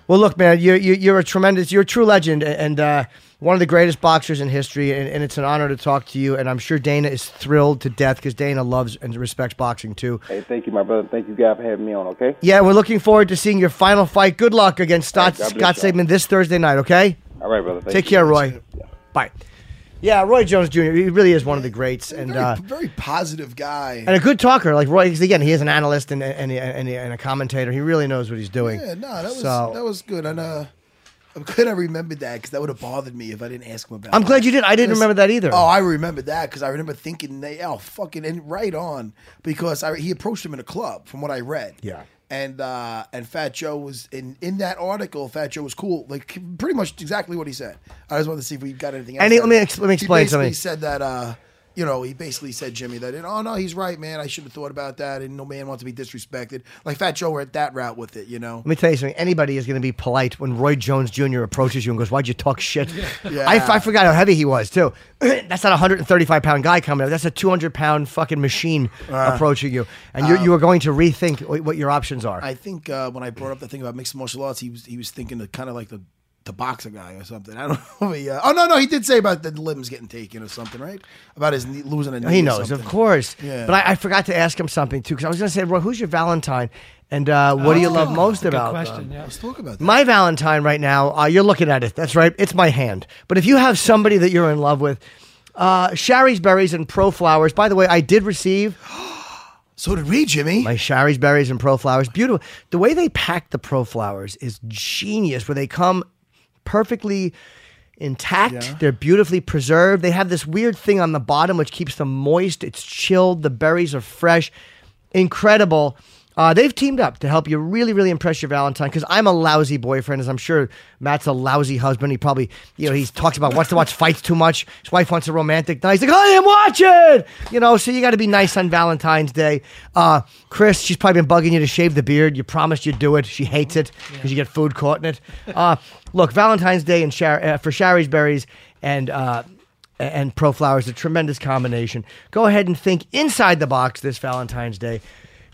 [SPEAKER 1] Well, look, man, you're you, you're a tremendous, you're a true legend, a- and uh, one of the greatest boxers in history. And, and it's an honor to talk to you. And I'm sure Dana is thrilled to death because Dana loves and respects boxing too.
[SPEAKER 6] Hey, thank you, my brother. Thank you, guys, for having me on. Okay.
[SPEAKER 1] Yeah, we're looking forward to seeing your final fight. Good luck against Scott,
[SPEAKER 6] Thank you. God
[SPEAKER 1] Scott
[SPEAKER 6] bless you.
[SPEAKER 1] Sigmund this Thursday night, okay?
[SPEAKER 6] All right, brother. Thank
[SPEAKER 1] Take
[SPEAKER 6] you.
[SPEAKER 1] care, Roy. Bye. Yeah, Roy Jones Jr. He really is one of the greats, and
[SPEAKER 2] very,
[SPEAKER 1] uh,
[SPEAKER 2] very positive guy.
[SPEAKER 1] and a good talker. Like Roy, 'cause again, he is an analyst and and, and and a commentator. He really knows what he's doing.
[SPEAKER 2] Yeah, no, that was
[SPEAKER 1] So-
[SPEAKER 2] that was good. And uh, I'm glad I remembered that because that would have bothered me if I didn't ask him about.
[SPEAKER 1] I'm
[SPEAKER 2] it.
[SPEAKER 1] glad you did. I didn't remember that either.
[SPEAKER 2] Oh, I remembered that because I remember thinking they oh fucking and right on because I, he approached him in a club from what I read.
[SPEAKER 1] Yeah.
[SPEAKER 2] And uh, and Fat Joe was in in that article. Fat Joe was cool, like pretty much exactly what he said. I just wanted to see if we got anything. else
[SPEAKER 1] And he-
[SPEAKER 2] out
[SPEAKER 1] let me
[SPEAKER 2] of it.
[SPEAKER 1] ex- let me explain
[SPEAKER 2] he
[SPEAKER 1] something.
[SPEAKER 2] basically said that uh, you know he basically said Jimmy that oh no he's right man I should have thought about that and no man wants to be disrespected like Fat Joe went that route with it you know
[SPEAKER 1] Let me tell you something. Anybody is going to be polite when Roy Jones Jr. approaches you and goes, "Why'd you talk shit?" I, f- I forgot how heavy he was too. That's not a 135 pound guy coming up. That's a 200 pound fucking machine approaching you, and you you are going to rethink wh- what your options are.
[SPEAKER 2] I think uh, when I brought up the thing about mixed martial arts, he was he was thinking of kind of like the the boxer guy or something. I don't know. if he, uh, oh no, no, he did say about the limbs getting taken or something, right? About his knee, losing a knee.
[SPEAKER 1] He
[SPEAKER 2] or
[SPEAKER 1] knows, of
[SPEAKER 2] something.
[SPEAKER 1] course.
[SPEAKER 2] Yeah.
[SPEAKER 1] But I, I forgot to ask him something too, because I was going to say, Roy, who's your Valentine, and uh, what do you love most
[SPEAKER 5] Good
[SPEAKER 1] about? them?
[SPEAKER 5] question. yeah.
[SPEAKER 2] Let's talk about that.
[SPEAKER 1] My Valentine right now, uh, you're looking at it. That's right. It's my hand. But if you have somebody that you're in love with, uh, Sherry's Berries and Pro Flowers. By the way, I did receive
[SPEAKER 2] so did we, Jimmy.
[SPEAKER 1] my Sherry's Berries and Pro Flowers. Beautiful. The way they pack the Pro Flowers is genius, where they come perfectly intact. They're beautifully preserved. They have this weird thing on the bottom which keeps them moist. It's chilled. The berries are fresh. Incredible. Uh, they've teamed up to help you really, really impress your Valentine because I'm a lousy boyfriend, as I'm sure Matt's a lousy husband. He probably, you know, he talks about wants to watch fights too much. His wife wants a romantic night. He's like, I am watching, you know. So you got to be nice on Valentine's Day. Uh, Chris, she's probably been bugging you to shave the beard. You promised you'd do it. She hates it because you get food caught in it. Uh, look, Valentine's Day and Shar- uh, for Sherry's berries and. Uh, and Pro Flowers, a tremendous combination. Go ahead and think inside the box this Valentine's Day.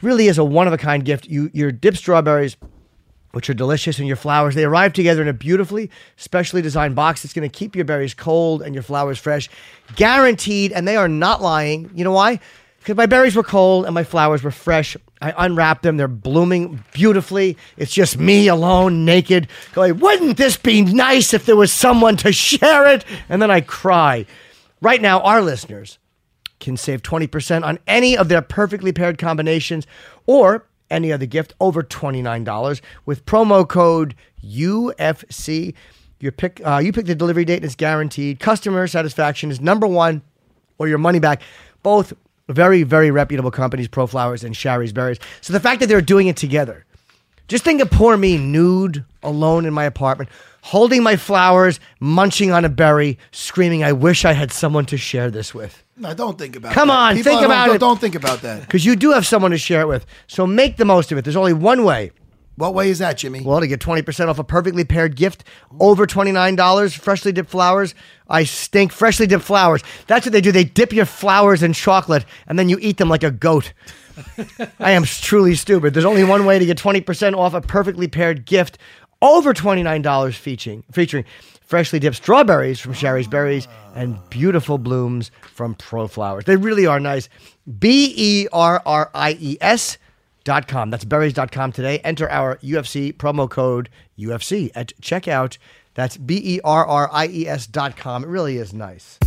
[SPEAKER 1] Really is a one of a kind gift. You your dip strawberries, which are delicious, and your flowers, they arrive together in a beautifully specially designed box that's going to keep your berries cold and your flowers fresh. Guaranteed, and they are not lying. You know why? Because my berries were cold and my flowers were fresh. I unwrapped them. They're blooming beautifully. It's just me alone, naked, going, wouldn't this be nice if there was someone to share it? And then I cry. Right now, our listeners can save 20% on any of their perfectly paired combinations or any other gift over $29 with promo code UFC. Your pick, uh, you pick the delivery date and it's guaranteed. Customer satisfaction is number one or your money back. Both very, very reputable companies, Pro Flowers and Sherry's Berries. So the fact that they're doing it together, just think of poor me nude, alone in my apartment, holding my flowers, munching on a berry, screaming, I wish I had someone to share this with.
[SPEAKER 2] no, don't think about.
[SPEAKER 1] Come
[SPEAKER 2] that.
[SPEAKER 1] on,
[SPEAKER 2] People
[SPEAKER 1] think
[SPEAKER 2] don't-
[SPEAKER 1] about
[SPEAKER 2] don't-
[SPEAKER 1] it.
[SPEAKER 2] Don't think about that.
[SPEAKER 1] because you do have someone to share it with. So make the most of it. There's only one way.
[SPEAKER 2] What way is that, Jimmy?
[SPEAKER 1] Well, to get 20% off a perfectly paired gift over $29, freshly dipped flowers. I stink. Freshly dipped flowers. That's what they do. They dip your flowers in chocolate and then you eat them like a goat. I am truly stupid. There's only one way to get 20% off a perfectly paired gift over $29 featuring, featuring freshly dipped strawberries from Sherry's Berries and beautiful blooms from Pro Flowers. They really are nice. B E R R I E S dot com. That's berries.com today. Enter our UFC promo code UFC at checkout. That's B E R R I E S dot com. It really is nice.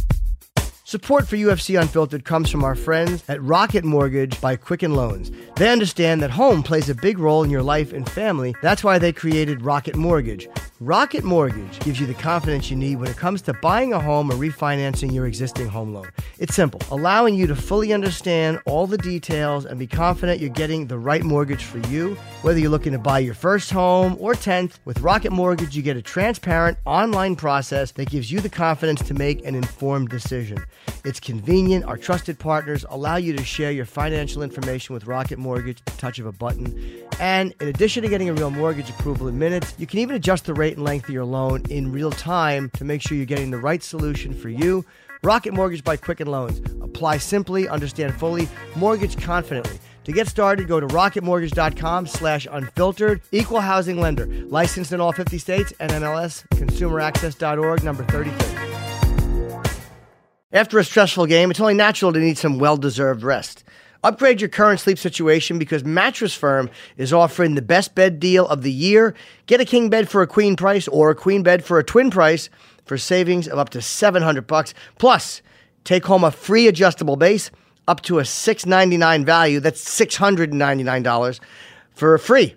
[SPEAKER 1] Support for UFC Unfiltered comes from our friends at Rocket Mortgage by Quicken Loans. They understand that home plays a big role in your life and family. That's why they created Rocket Mortgage. Rocket Mortgage gives you the confidence you need when it comes to buying a home or refinancing your existing home loan. It's simple, allowing you to fully understand all the details and be confident you're getting the right mortgage for you. Whether you're looking to buy your first home or 10th, with Rocket Mortgage, you get a transparent online process that gives you the confidence to make an informed decision. It's convenient. Our trusted partners allow you to share your financial information with Rocket Mortgage at the touch of a button. And in addition to getting a real mortgage approval in minutes, you can even adjust the rate and length of your loan in real time to make sure you're getting the right solution for you. Rocket Mortgage by Quicken Loans. Apply simply, understand fully, mortgage confidently. To get started, go to rocketmortgage.com slash unfiltered. Equal housing lender. Licensed in all 50 states and MLS. ConsumerAccess.org, number 33. After a stressful game, it's only natural to need some well deserved rest. Upgrade your current sleep situation because Mattress Firm is offering the best bed deal of the year. Get a king bed for a queen price or a queen bed for a twin price for savings of up to 700 bucks. Plus, take home a free adjustable base up to a 699 value. That's $699 for free.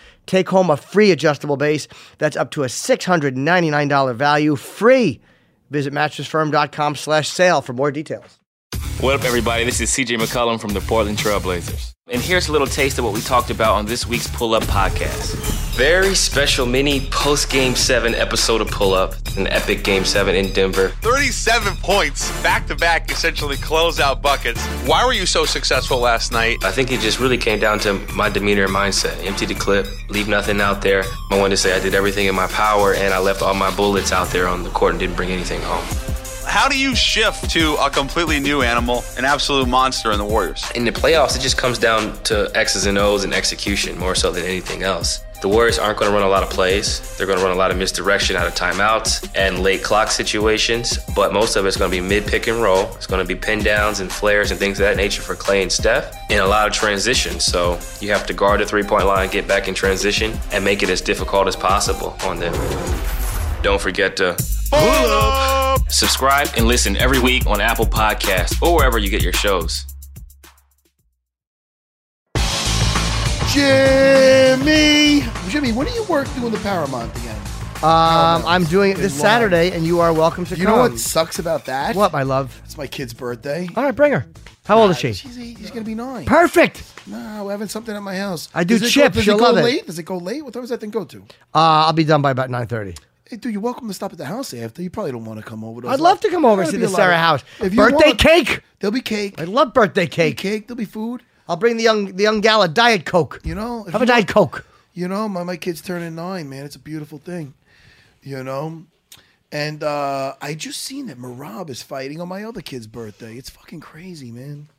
[SPEAKER 1] Take home a free adjustable base that's up to a $699 value free. Visit mattressfirm.com slash sale for more details.
[SPEAKER 5] What up, everybody? This is CJ McCollum from the Portland Trailblazers. And here's a little taste of what we talked about on this week's Pull Up Podcast.
[SPEAKER 7] Very special mini post game seven episode of Pull Up, an epic game seven in Denver.
[SPEAKER 8] 37 points back to back, essentially closeout buckets. Why were you so successful last night?
[SPEAKER 7] I think it just really came down to my demeanor and mindset. Empty the clip, leave nothing out there. I wanted to say I did everything in my power and I left all my bullets out there on the court and didn't bring anything home.
[SPEAKER 8] How do you shift to a completely new animal, an absolute monster in the Warriors?
[SPEAKER 7] In the playoffs, it just comes down to X's and O's and execution more so than anything else. The Warriors aren't going to run a lot of plays. They're going to run a lot of misdirection out of timeouts and late clock situations, but most of it's going to be mid pick and roll. It's going to be pin downs and flares and things of that nature for Clay and Steph, and a lot of transition. So you have to guard the three point line, get back in transition, and make it as difficult as possible on them. Don't forget to
[SPEAKER 8] Pull up!
[SPEAKER 5] Subscribe and listen every week on Apple Podcasts or wherever you get your shows.
[SPEAKER 2] Jimmy, Jimmy, when do you work doing the Paramount again?
[SPEAKER 1] Um, I'm doing it this Saturday, and you are welcome to
[SPEAKER 2] You
[SPEAKER 1] come.
[SPEAKER 2] know what sucks about that?
[SPEAKER 1] What, my love?
[SPEAKER 2] It's my kid's birthday.
[SPEAKER 1] All right, bring her. How old is she?
[SPEAKER 2] She's eight. He's gonna be nine.
[SPEAKER 1] Perfect.
[SPEAKER 2] No, we're having something at my house.
[SPEAKER 1] I do
[SPEAKER 2] Does it
[SPEAKER 1] chips.
[SPEAKER 2] Go, does
[SPEAKER 1] You'll
[SPEAKER 2] it go
[SPEAKER 1] love it.
[SPEAKER 2] late? Does it go late? What time does that thing go to?
[SPEAKER 1] Uh, I'll be done by about 9.30.
[SPEAKER 2] Hey, dude, you're welcome to stop at the house after. You probably don't want to come over. To us.
[SPEAKER 1] I'd love to come over and
[SPEAKER 2] That'd
[SPEAKER 1] see
[SPEAKER 2] be
[SPEAKER 1] the
[SPEAKER 2] a lot
[SPEAKER 1] Sarah
[SPEAKER 2] of-
[SPEAKER 1] house.
[SPEAKER 2] If you
[SPEAKER 1] Birthday
[SPEAKER 2] want,
[SPEAKER 1] cake.
[SPEAKER 2] There'll be cake.
[SPEAKER 1] I love birthday
[SPEAKER 2] There'll be
[SPEAKER 1] cake.
[SPEAKER 2] cake. There'll be food.
[SPEAKER 1] I'll bring the young the young gal a Diet Coke.
[SPEAKER 2] You know, if
[SPEAKER 1] Have
[SPEAKER 2] you
[SPEAKER 1] a Diet Coke.
[SPEAKER 2] you know, my, my kid's turning nine, man. It's a beautiful thing, you know. And uh, I just seen that Marab is fighting on my other kid's birthday. It's fucking crazy, man.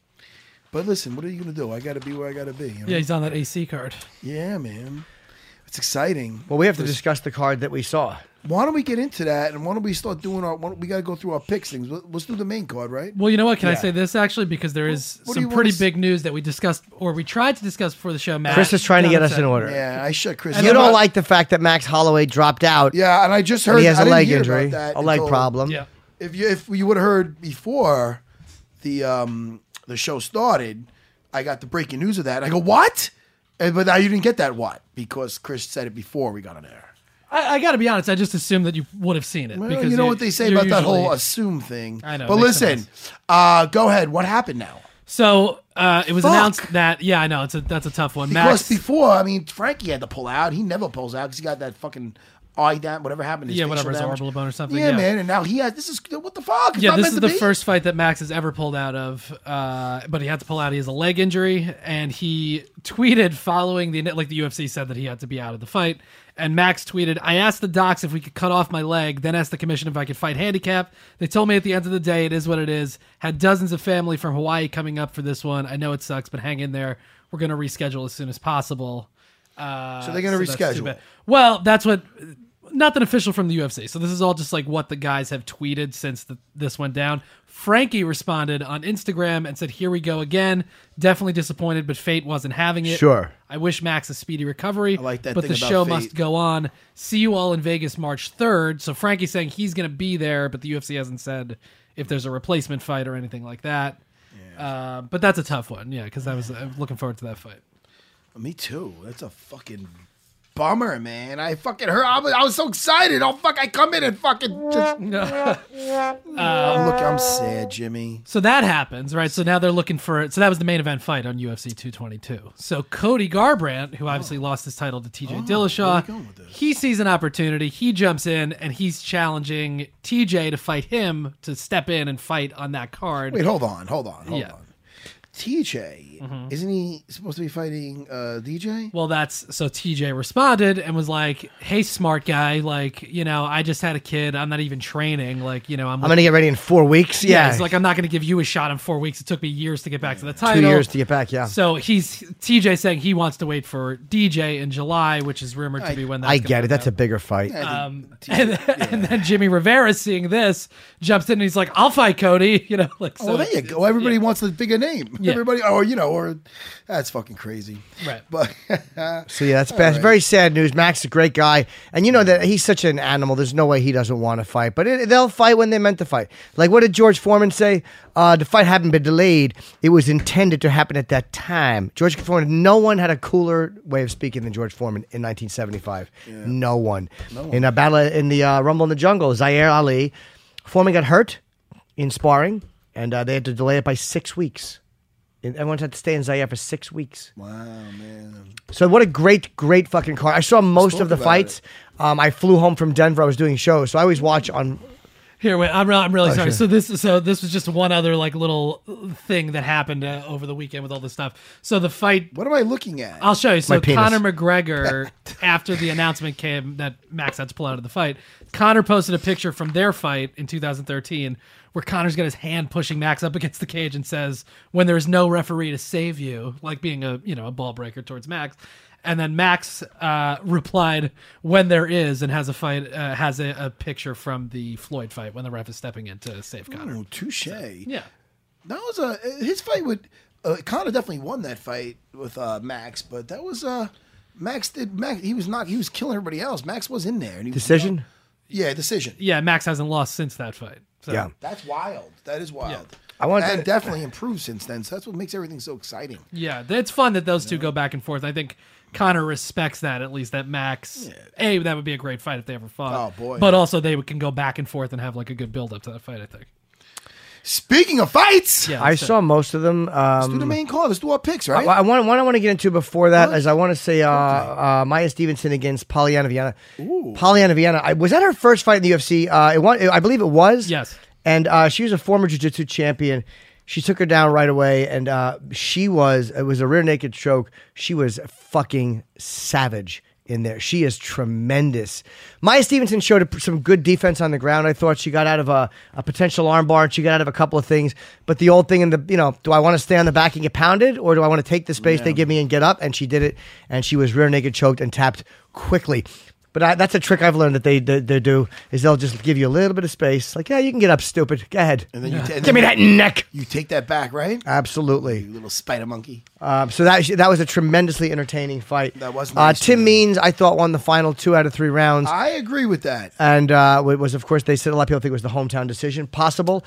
[SPEAKER 2] But listen, what are you gonna do? I gotta be where I gotta be. you know?
[SPEAKER 9] Yeah, he's on that AC card.
[SPEAKER 2] yeah, man. It's exciting.
[SPEAKER 1] Well, we have to discuss the card that we saw.
[SPEAKER 2] Why don't we get into that? And why don't we start doing our? Why don't, we gotta go through our picks things. Let- Let's do the main card, right?
[SPEAKER 9] Well, you know what? Can I say this actually? Because there is
[SPEAKER 2] What do you
[SPEAKER 9] some
[SPEAKER 2] wanna
[SPEAKER 9] pretty
[SPEAKER 2] s-
[SPEAKER 9] big news that we discussed or we tried to discuss before the show. Matt,
[SPEAKER 1] Chris is trying to get us in
[SPEAKER 9] Johnson.
[SPEAKER 1] order.
[SPEAKER 2] Yeah, I shut Chris.
[SPEAKER 9] And
[SPEAKER 1] You
[SPEAKER 9] I'm
[SPEAKER 1] don't
[SPEAKER 9] not-
[SPEAKER 1] like the fact that Max Holloway dropped out.
[SPEAKER 2] Yeah, and I just heard
[SPEAKER 1] and he has
[SPEAKER 2] I
[SPEAKER 1] a
[SPEAKER 2] didn't
[SPEAKER 1] leg
[SPEAKER 2] hear about
[SPEAKER 1] injury,
[SPEAKER 2] that
[SPEAKER 1] a leg
[SPEAKER 2] until-
[SPEAKER 1] problem.
[SPEAKER 9] Yeah.
[SPEAKER 2] if you if you would have heard before the um the show started, I got the breaking news of that. I go what? And, but now you didn't get that what because Chris said it before we got on air.
[SPEAKER 9] I, I got to be honest. I just assumed that you would have seen it.
[SPEAKER 2] Well,
[SPEAKER 9] because
[SPEAKER 2] you know what they say
[SPEAKER 9] you're
[SPEAKER 2] about that whole
[SPEAKER 9] usually-
[SPEAKER 2] assume thing.
[SPEAKER 9] I know,
[SPEAKER 2] But
[SPEAKER 9] it makes
[SPEAKER 2] listen,
[SPEAKER 9] sense.
[SPEAKER 2] uh, go ahead. What happened now?
[SPEAKER 9] So uh, it was
[SPEAKER 2] Fuck.
[SPEAKER 9] announced that. Yeah, I know. It's a, that's a tough one.
[SPEAKER 2] Because
[SPEAKER 9] Max,
[SPEAKER 2] before, I mean, Frankie had to pull out. He never pulls out because he got that fucking eye down, whatever happened. to his
[SPEAKER 9] Yeah,
[SPEAKER 2] facial
[SPEAKER 9] whatever, his
[SPEAKER 2] damage.
[SPEAKER 9] orbital bone or something,
[SPEAKER 2] Yeah,
[SPEAKER 9] yeah.
[SPEAKER 2] man. And now he has. This is what the fuck. It's
[SPEAKER 9] yeah,
[SPEAKER 2] not
[SPEAKER 9] this
[SPEAKER 2] meant
[SPEAKER 9] is
[SPEAKER 2] to
[SPEAKER 9] the
[SPEAKER 2] be.
[SPEAKER 9] first fight that Max has ever pulled out of, uh, but he had to pull out. He has a leg injury, and he tweeted following the like the UFC said that he had to be out of the fight. And Max tweeted, "I asked the docs if we could cut off my leg, then asked the commission if I could fight handicap. They told me at the end of the day, it is what it is. Had dozens of family from Hawaii coming up for this one. I know it sucks, but hang in there. We're gonna reschedule as soon as possible." Uh,
[SPEAKER 2] So they're gonna
[SPEAKER 9] that's too
[SPEAKER 2] reschedule.
[SPEAKER 9] bad. Well, that's what. nothing official from the UFC. So this is all just like what the guys have tweeted since the, this went down. Frankie responded on Instagram and said, "Here we go again. Definitely disappointed, but fate wasn't having it.
[SPEAKER 1] Sure.
[SPEAKER 9] I wish Max a speedy recovery. I
[SPEAKER 2] like that
[SPEAKER 9] But
[SPEAKER 2] thing
[SPEAKER 9] the
[SPEAKER 2] about
[SPEAKER 9] show
[SPEAKER 2] fate.
[SPEAKER 9] must go on. See you all in Vegas March third. So Frankie's saying he's going to be there, but the UFC hasn't said if there's a replacement fight or anything like that. Uh, but that's a tough one, yeah, because I was uh, looking forward to that fight.
[SPEAKER 2] Me too. That's a fucking bummer, man. I fucking heard. I was, I was so excited. Oh fuck! I come in and fucking just.
[SPEAKER 9] Uh,
[SPEAKER 2] Oh, look, I'm sad, Jimmy.
[SPEAKER 9] So that happens, right? So now they're looking for. So that was the main event fight on UFC 222. So Cody Garbrandt, who obviously
[SPEAKER 1] Oh.
[SPEAKER 9] lost his title to TJ Dillashaw, he sees an opportunity. He jumps in and he's challenging TJ to fight him to step in and fight on that card.
[SPEAKER 2] Wait, hold on, hold on, hold
[SPEAKER 9] Yeah. Mm-hmm.
[SPEAKER 2] on. TJ, isn't he supposed to be fighting uh, DJ?
[SPEAKER 9] Well, that's so TJ responded and was like, "Hey, smart guy, like you know, I just had a kid. I'm not even training. Like you know, I'm,
[SPEAKER 1] I'm gonna get ready in four weeks. Yeah,
[SPEAKER 9] It's like I'm not going to give you a shot in four weeks. It took me years to get back to the
[SPEAKER 1] two
[SPEAKER 9] title.
[SPEAKER 1] years to get back. Yeah,
[SPEAKER 9] So he's TJ saying he wants to wait for DJ in July, which is rumored to be when that's
[SPEAKER 1] I
[SPEAKER 9] gonna
[SPEAKER 1] get it.
[SPEAKER 9] come
[SPEAKER 1] That's a
[SPEAKER 9] out.
[SPEAKER 1] bigger fight.
[SPEAKER 9] Um, and, and then Jimmy Rivera, seeing this, jumps in and he's like, "I'll fight Cody," you know, like so.
[SPEAKER 2] oh, there you
[SPEAKER 9] it's-
[SPEAKER 2] go. Everybody wants the bigger name.
[SPEAKER 9] Yeah.
[SPEAKER 2] Everybody, or you know, or that's fucking crazy.
[SPEAKER 9] Right.
[SPEAKER 2] But oh,
[SPEAKER 1] So yeah, that's bad. Very sad news. Max is a great guy, and you know that he's such an animal. There's no way he doesn't want to fight, but it, they'll fight when they're meant to fight. Like what did George Foreman say? Uh, the fight hadn't been delayed; it was intended to happen at that time. George Foreman. No one had a cooler way of speaking than George Foreman in 1975. No, one. In a battle in the uh, Rumble in the Jungle, Zaire Ali, Foreman got hurt in sparring, and uh, they had to delay it by six weeks. And everyone had to stay in Zaire for six weeks.
[SPEAKER 2] wow, man.
[SPEAKER 1] So what a great, great fucking car! I saw most
[SPEAKER 2] Spoke
[SPEAKER 1] of the
[SPEAKER 2] about
[SPEAKER 1] fights. Um, I flew home from Denver. I was doing shows, so I always watch on.
[SPEAKER 9] Here, wait, I'm, re- I'm
[SPEAKER 1] Oh,
[SPEAKER 9] really sorry. So this, so this was just one other like little thing that happened uh, over the weekend with all this stuff. So the fight
[SPEAKER 2] What am I looking at?
[SPEAKER 9] I'll show you. So
[SPEAKER 1] My penis.
[SPEAKER 9] Conor McGregor, after the announcement came that Max had to pull out of the fight, Conor posted a picture from their fight in 2013 where Conor's got his hand pushing Max up against the cage and says, "When there's no referee to save you," like being a you know a ball breaker towards Max. And then Max uh, replied, "When there is," and has a fight, uh, has a, a picture from the Floyd fight when the ref is stepping in to save Conor.
[SPEAKER 2] Oh, touche.
[SPEAKER 9] Yeah.
[SPEAKER 2] That was a his fight with uh, Connor definitely won that fight with uh, Max, but that was uh, Max did Max he was not he was killing everybody else. Max was in there and he was-
[SPEAKER 1] Decision?
[SPEAKER 2] yeah, decision.
[SPEAKER 9] Yeah, Max hasn't lost since that fight. So.
[SPEAKER 1] Yeah.
[SPEAKER 2] That's wild. That is wild.
[SPEAKER 1] I wanted
[SPEAKER 2] and
[SPEAKER 1] to-
[SPEAKER 2] definitely improved since then. So that's what makes everything so exciting.
[SPEAKER 9] Yeah, th- it's fun that those two go back and forth. I think Connor respects that at least that Max. A that would be a great fight if they ever fought.
[SPEAKER 2] Oh, boy.
[SPEAKER 9] But also they can go back and forth and have like a good build up to that fight. I think.
[SPEAKER 2] Speaking of fights,
[SPEAKER 9] Yeah,
[SPEAKER 1] I
[SPEAKER 9] that's it.
[SPEAKER 1] saw most of them.
[SPEAKER 2] do the
[SPEAKER 1] Um,
[SPEAKER 2] main call. Let's do our picks,
[SPEAKER 1] I,
[SPEAKER 2] right?
[SPEAKER 1] I want one. I want to get into before that is I want to say uh, uh, Maya Stevenson against Pollyanna Vienna. Pollyanna Vienna. I, was that her first fight in the UFC? Uh, it won, I believe it was.
[SPEAKER 9] Yes.
[SPEAKER 1] And uh, she was a former jiu-jitsu champion. She took her down right away, and uh, she was it was a rear naked choke. She was fucking savage in there. She is tremendous. Maya Stevenson showed a, some good defense on the ground. I thought she got out of a, a potential armbar and she got out of a couple of things. But the old thing in the you know, do I want to stay on the back and get pounded, or do I want to take the space they give me and get up? And she did it, and she was rear naked choked and tapped quickly. But I, that's a trick I've learned that they, they they do is they'll just give you a little bit of space. Like, yeah, you can get up, stupid. Go ahead.
[SPEAKER 2] and then you ta- and
[SPEAKER 1] give me
[SPEAKER 2] then
[SPEAKER 1] that neck.
[SPEAKER 2] You take that back, right?
[SPEAKER 1] Absolutely.
[SPEAKER 2] You little spider monkey.
[SPEAKER 1] Um, so that that was a tremendously entertaining fight.
[SPEAKER 2] That was
[SPEAKER 1] uh,
[SPEAKER 2] nice, Ah.
[SPEAKER 1] Tim
[SPEAKER 2] yeah.
[SPEAKER 1] Means. I thought won the final two out of three rounds,
[SPEAKER 2] I agree with that.
[SPEAKER 1] and uh, it was of course they said a lot of people think it was the hometown decision. Possible.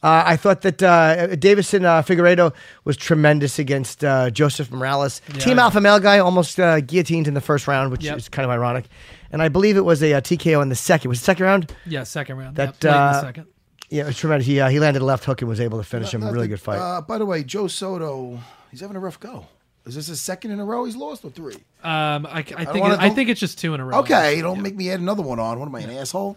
[SPEAKER 1] Uh, I thought that uh, Davison uh, Figueredo was tremendous against uh, Joseph Morales. Team Alpha Male guy almost uh, guillotined in the first round, which
[SPEAKER 9] Yep.
[SPEAKER 1] is kind of ironic. And I believe it was a, uh TKO in the second. Was it second round?
[SPEAKER 9] Yeah, second round.
[SPEAKER 1] That,
[SPEAKER 9] yeah, late in the
[SPEAKER 1] uh,
[SPEAKER 9] second.
[SPEAKER 1] Yeah, it was tremendous. He uh, he landed a left hook and was able to finish him. Really good fight.
[SPEAKER 2] Uh, by the way, Joe Soto, he's having a rough go. Is this his second in a row he's lost or three?
[SPEAKER 9] Um, I, I think it- I,
[SPEAKER 2] wanna- don't-
[SPEAKER 9] think it's just two in a row.
[SPEAKER 2] Okay, don't make me add another one on. What am I, an asshole?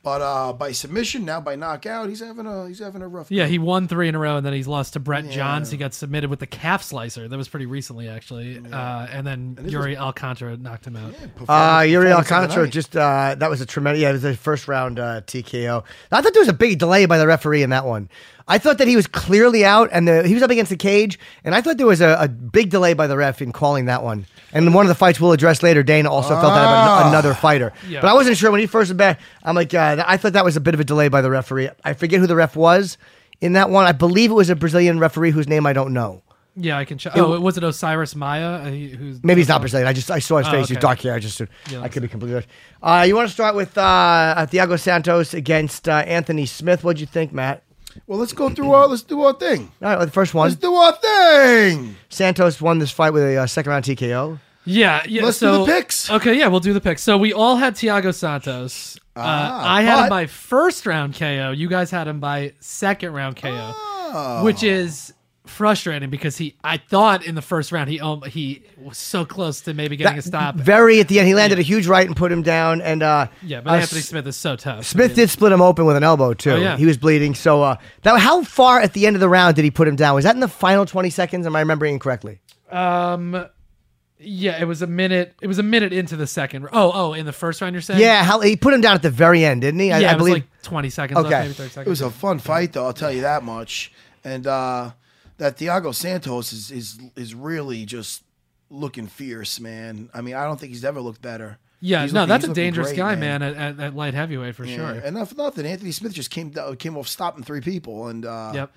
[SPEAKER 2] But uh, by submission, now by knockout, he's having a he's having a rough.
[SPEAKER 9] Yeah, he won three in a row, and then he's lost to Brett Johns. He got submitted with the calf slicer. That was pretty recently, actually. Uh, and then Yuri Alcantara knocked him out.
[SPEAKER 1] Uh, Yuri
[SPEAKER 2] performance of the
[SPEAKER 1] Alcantara
[SPEAKER 2] night.
[SPEAKER 1] just uh, that was a tremendous. Yeah, it was a first round uh, TKO. I thought there was a big delay by the referee in that one. I thought that he was clearly out, and the, he was up against the cage, and I thought there was a, a big delay by the ref in calling that one. And one of the fights we'll address later, Dana also felt that about
[SPEAKER 2] Ah.
[SPEAKER 1] an- another fighter.
[SPEAKER 9] Yeah.
[SPEAKER 1] But I wasn't sure when he first was back. I'm like, uh, th- I thought that was a bit of a delay by the referee. I forget who the ref was in that one. I believe it was a Brazilian referee whose name I don't know.
[SPEAKER 9] Yeah, I can check. Oh, was it Osiris Maya? Uh, he- Who's
[SPEAKER 1] Maybe he's not Brazilian. I just I saw his face. He's
[SPEAKER 9] Oh, okay.
[SPEAKER 1] dark hair. I just I
[SPEAKER 9] that's
[SPEAKER 1] could be completely. Right. Uh, you want to start with uh, Thiago Santos against uh, Anthony Smith? What'd you think, Matt?
[SPEAKER 2] Well, let's go through our let's do our thing.
[SPEAKER 1] All right, well, the first one.
[SPEAKER 2] Let's do our thing.
[SPEAKER 1] Santos won this fight with a uh, second round TKO.
[SPEAKER 9] Yeah, yeah.
[SPEAKER 2] Let's do
[SPEAKER 9] so,
[SPEAKER 2] the picks.
[SPEAKER 9] Okay, yeah, we'll do the picks. So we all had Thiago Santos. uh, I had
[SPEAKER 2] Ah, but-
[SPEAKER 9] him by first round KO. You guys had him by second round KO,
[SPEAKER 2] Oh.
[SPEAKER 9] which is frustrating because he. I thought in the first round he um, he was so close to maybe getting a stop.
[SPEAKER 1] Very at the end, he landed a huge right and put him down. And uh,
[SPEAKER 9] yeah, but
[SPEAKER 1] uh,
[SPEAKER 9] Anthony
[SPEAKER 1] S-
[SPEAKER 9] Smith is so tough.
[SPEAKER 1] Smith did split him open with an elbow too.
[SPEAKER 9] Oh, yeah.
[SPEAKER 1] He was bleeding. So uh, that how far at the end of the round did he put him down? Was that in the final twenty seconds? Am I remembering incorrectly?
[SPEAKER 9] Um, Yeah, it was a minute. It was a minute into the second. r- Oh, oh, in the first round, you're saying?
[SPEAKER 1] Yeah, how, he put him down at the very end, didn't he? I,
[SPEAKER 9] yeah,
[SPEAKER 1] I
[SPEAKER 9] it was
[SPEAKER 1] believe.
[SPEAKER 9] like 20 seconds.
[SPEAKER 1] Okay.
[SPEAKER 9] left, maybe 30 seconds.
[SPEAKER 2] It was a fun fight, though. I'll tell you that much. And uh, that Thiago Santos is is is really just looking fierce, man. I mean, I don't think he's ever looked better.
[SPEAKER 9] yeah,
[SPEAKER 2] He's
[SPEAKER 9] no,
[SPEAKER 2] looking-
[SPEAKER 9] that's
[SPEAKER 2] he's
[SPEAKER 9] a
[SPEAKER 2] looking
[SPEAKER 9] dangerous
[SPEAKER 2] great,
[SPEAKER 9] guy, man, at, at, at light heavyweight for
[SPEAKER 2] Yeah,
[SPEAKER 9] sure.
[SPEAKER 2] And not for nothing, Anthony Smith just came down, came off stopping three people, and uh,
[SPEAKER 9] yep.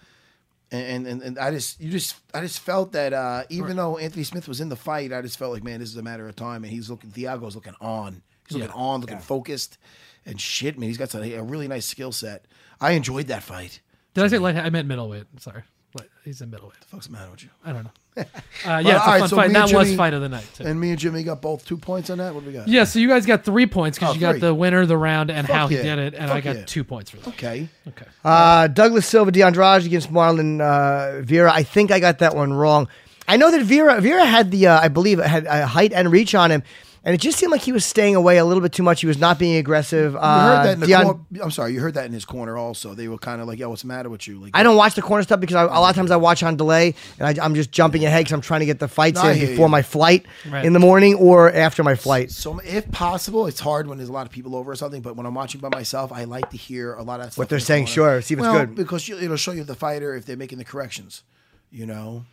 [SPEAKER 2] and, and and I just you just I just felt that uh, even though Anthony Smith was in the fight, I just felt like man, this is a matter of time, and he's looking. Thiago's looking on. He's looking on, looking focused, and shit, man, he's got some, a really nice skill set. I enjoyed that fight.
[SPEAKER 9] Did I say light? I meant middleweight. Sorry, Light- he's in middleweight.
[SPEAKER 2] Fuck's the matter with you?
[SPEAKER 9] I don't know. Uh, yeah, it's a
[SPEAKER 2] all right,
[SPEAKER 9] fun
[SPEAKER 2] so
[SPEAKER 9] fight.
[SPEAKER 2] me
[SPEAKER 9] That
[SPEAKER 2] and
[SPEAKER 9] was
[SPEAKER 2] Jimmy-
[SPEAKER 9] fight of the night. Too.
[SPEAKER 2] And me and Jimmy got both two points on that. What do we got?
[SPEAKER 9] yeah, so you guys got three points because
[SPEAKER 2] Oh,
[SPEAKER 9] you got
[SPEAKER 2] three.
[SPEAKER 9] the winner, the round, and
[SPEAKER 2] Fuck
[SPEAKER 9] how he
[SPEAKER 2] yeah.
[SPEAKER 9] did it, and I
[SPEAKER 2] Fuck
[SPEAKER 9] got
[SPEAKER 2] yeah.
[SPEAKER 9] two points for that.
[SPEAKER 2] Okay.
[SPEAKER 9] Okay.
[SPEAKER 1] Uh, Douglas Silva de Andrade against Marlon uh, Vera. I think I got that one wrong. I know that Vera Vera had the uh, I believe had uh, height and reach on him, and it just seemed like he was staying away a little bit too much. He was not being aggressive.
[SPEAKER 2] You
[SPEAKER 1] Uh,
[SPEAKER 2] heard that in the
[SPEAKER 1] Deon-
[SPEAKER 2] corner. I'm sorry, you heard that in his corner also. They were kind of like, "Yo, what's the matter with you?" Like,
[SPEAKER 1] I don't watch the corner stuff because I, a lot of times I watch on delay and I, I'm just jumping ahead because I'm trying to get the fights
[SPEAKER 2] No, I
[SPEAKER 1] in
[SPEAKER 2] hear
[SPEAKER 1] before
[SPEAKER 2] you.
[SPEAKER 1] my flight
[SPEAKER 9] Right.
[SPEAKER 1] in the morning or after my flight.
[SPEAKER 2] So if possible, it's hard when there's a lot of people over or something. But when I'm watching by myself, I like to hear a lot of that stuff
[SPEAKER 1] What they're
[SPEAKER 2] in the
[SPEAKER 1] saying,
[SPEAKER 2] corner.
[SPEAKER 1] sure, see if it's
[SPEAKER 2] well,
[SPEAKER 1] good.
[SPEAKER 2] because you, it'll show you the fighter if they're making the corrections. You know,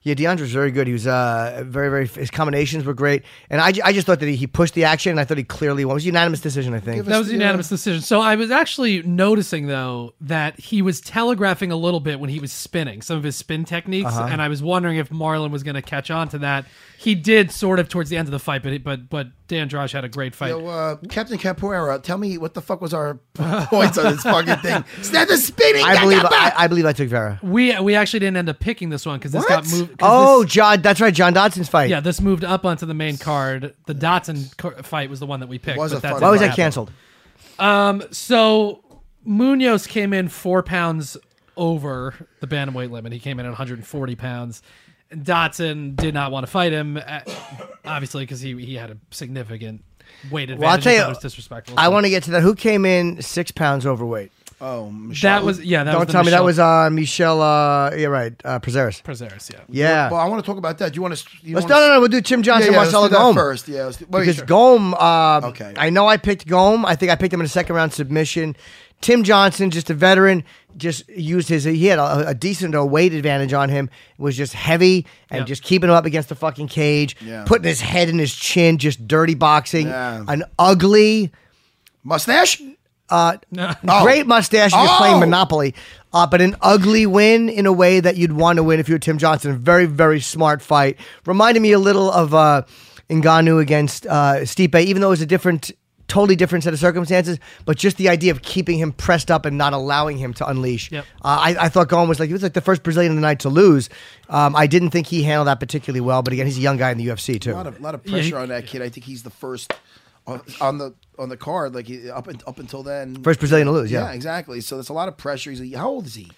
[SPEAKER 1] Yeah, DeAndre's very good. He was uh, very, very. His combinations were great, and I, ju- I just thought that he, he pushed the action, and I thought he clearly won. It was a unanimous decision, I think.
[SPEAKER 2] Give us-
[SPEAKER 9] That was a
[SPEAKER 2] Yeah.
[SPEAKER 9] unanimous decision. So I was actually noticing though that he was telegraphing a little bit when he was spinning some of his spin techniques,
[SPEAKER 2] Uh-huh.
[SPEAKER 9] and I was wondering if Marlon was going to catch on to that. He did sort of towards the end of the fight, but but but Dan Drosh had a great fight.
[SPEAKER 2] so, uh, Captain Capoeira, tell me what the fuck was our points on this fucking thing? Snap the spinning.
[SPEAKER 1] I believe I,
[SPEAKER 2] gagaba!
[SPEAKER 1] I believe I took Vera.
[SPEAKER 9] We we actually didn't end up picking this one because this got
[SPEAKER 2] What?
[SPEAKER 9] moved. 'cause
[SPEAKER 1] Oh,
[SPEAKER 9] this-
[SPEAKER 1] John, that's right, John Dodson's fight.
[SPEAKER 9] yeah, this moved up onto the main card. The Dotson car- fight was the one that we picked.
[SPEAKER 2] was
[SPEAKER 9] but
[SPEAKER 2] a
[SPEAKER 9] that
[SPEAKER 2] fun
[SPEAKER 9] didn't
[SPEAKER 1] Why was that
[SPEAKER 9] happen.
[SPEAKER 1] canceled?
[SPEAKER 9] So Munoz came in four pounds over the bantamweight limit. He came in at 140 pounds. Dotson did not want to fight him, uh, obviously, because he, he had a significant weight advantage.
[SPEAKER 1] Well, I'll tell
[SPEAKER 9] He
[SPEAKER 1] you,
[SPEAKER 9] thought it was disrespectful.
[SPEAKER 1] I want to get to that. Who came in six pounds overweight?
[SPEAKER 2] oh, Michelle.
[SPEAKER 9] That was yeah. That was
[SPEAKER 1] Don't
[SPEAKER 9] the
[SPEAKER 1] tell me that
[SPEAKER 9] Michelle
[SPEAKER 1] was uh, Michelle. Uh, yeah, right, uh, Prezeris.
[SPEAKER 9] Prezeris, yeah.
[SPEAKER 1] Yeah.
[SPEAKER 2] Well, I want to talk about that. Do you want to?
[SPEAKER 1] Let's, no, no, no. We'll do Tim Johnson,
[SPEAKER 2] Yeah, yeah, let's
[SPEAKER 1] Marcelo
[SPEAKER 2] do that
[SPEAKER 1] Gome.
[SPEAKER 2] first. Yeah, let's do- wait,
[SPEAKER 1] because
[SPEAKER 2] sure.
[SPEAKER 1] Gome. Uh,
[SPEAKER 2] Okay.
[SPEAKER 1] I know I picked Gome. I think I picked him in a second round submission. Tim Johnson, just a veteran, just used his. He had a, a decent uh, weight advantage on him. Was just heavy and
[SPEAKER 9] Yep.
[SPEAKER 1] just keeping him up against the fucking cage,
[SPEAKER 2] Yeah.
[SPEAKER 1] putting his head in his chin, just dirty boxing.
[SPEAKER 2] Yeah.
[SPEAKER 1] An ugly,
[SPEAKER 2] mustache.
[SPEAKER 1] great mustache. If you're playing
[SPEAKER 2] Oh.
[SPEAKER 1] Monopoly, uh, but an ugly win in a way that you'd want to win if you were Tim Johnson. Very, very smart fight. Reminded me a little of uh, Ngannou against uh, Stipe, even though it was a different, totally different set of circumstances. But just the idea of keeping him pressed up and not allowing him to unleash.
[SPEAKER 9] Yep.
[SPEAKER 1] Uh, I, I thought Gone was like he was like the first Brazilian of the night to lose. Um, I didn't think he handled that particularly well. But again, he's a young guy in the UFC too.
[SPEAKER 2] A lot of, lot of
[SPEAKER 9] Yeah, he-
[SPEAKER 2] pressure on that kid. I think he's the first on, on the on the card. Like he- up and, up until then,
[SPEAKER 1] First Brazilian to lose.
[SPEAKER 2] Yeah,
[SPEAKER 1] Yeah,
[SPEAKER 2] exactly. So that's a lot of pressure. He's how old is he?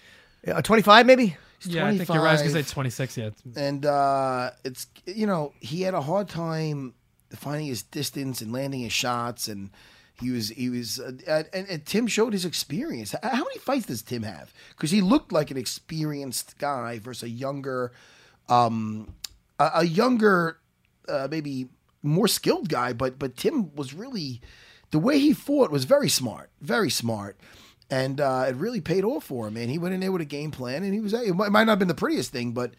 [SPEAKER 1] Uh, twenty five maybe.
[SPEAKER 9] Yeah, I think you're right. I was gonna
[SPEAKER 2] 25.
[SPEAKER 9] say 26. Yeah,
[SPEAKER 2] And uh, it's you know he had a hard time finding his distance and landing his shots, and he was he was uh, and, and, and Tim showed his experience. H- How many fights does Tim have? Because he looked like an experienced guy versus a younger, um, a, a younger, uh, maybe more skilled guy. But but Tim was really the way he fought was very smart, very smart. And uh, it really paid off for him, man. He went in there with a game plan, and he was. It might it might not have been the prettiest thing, but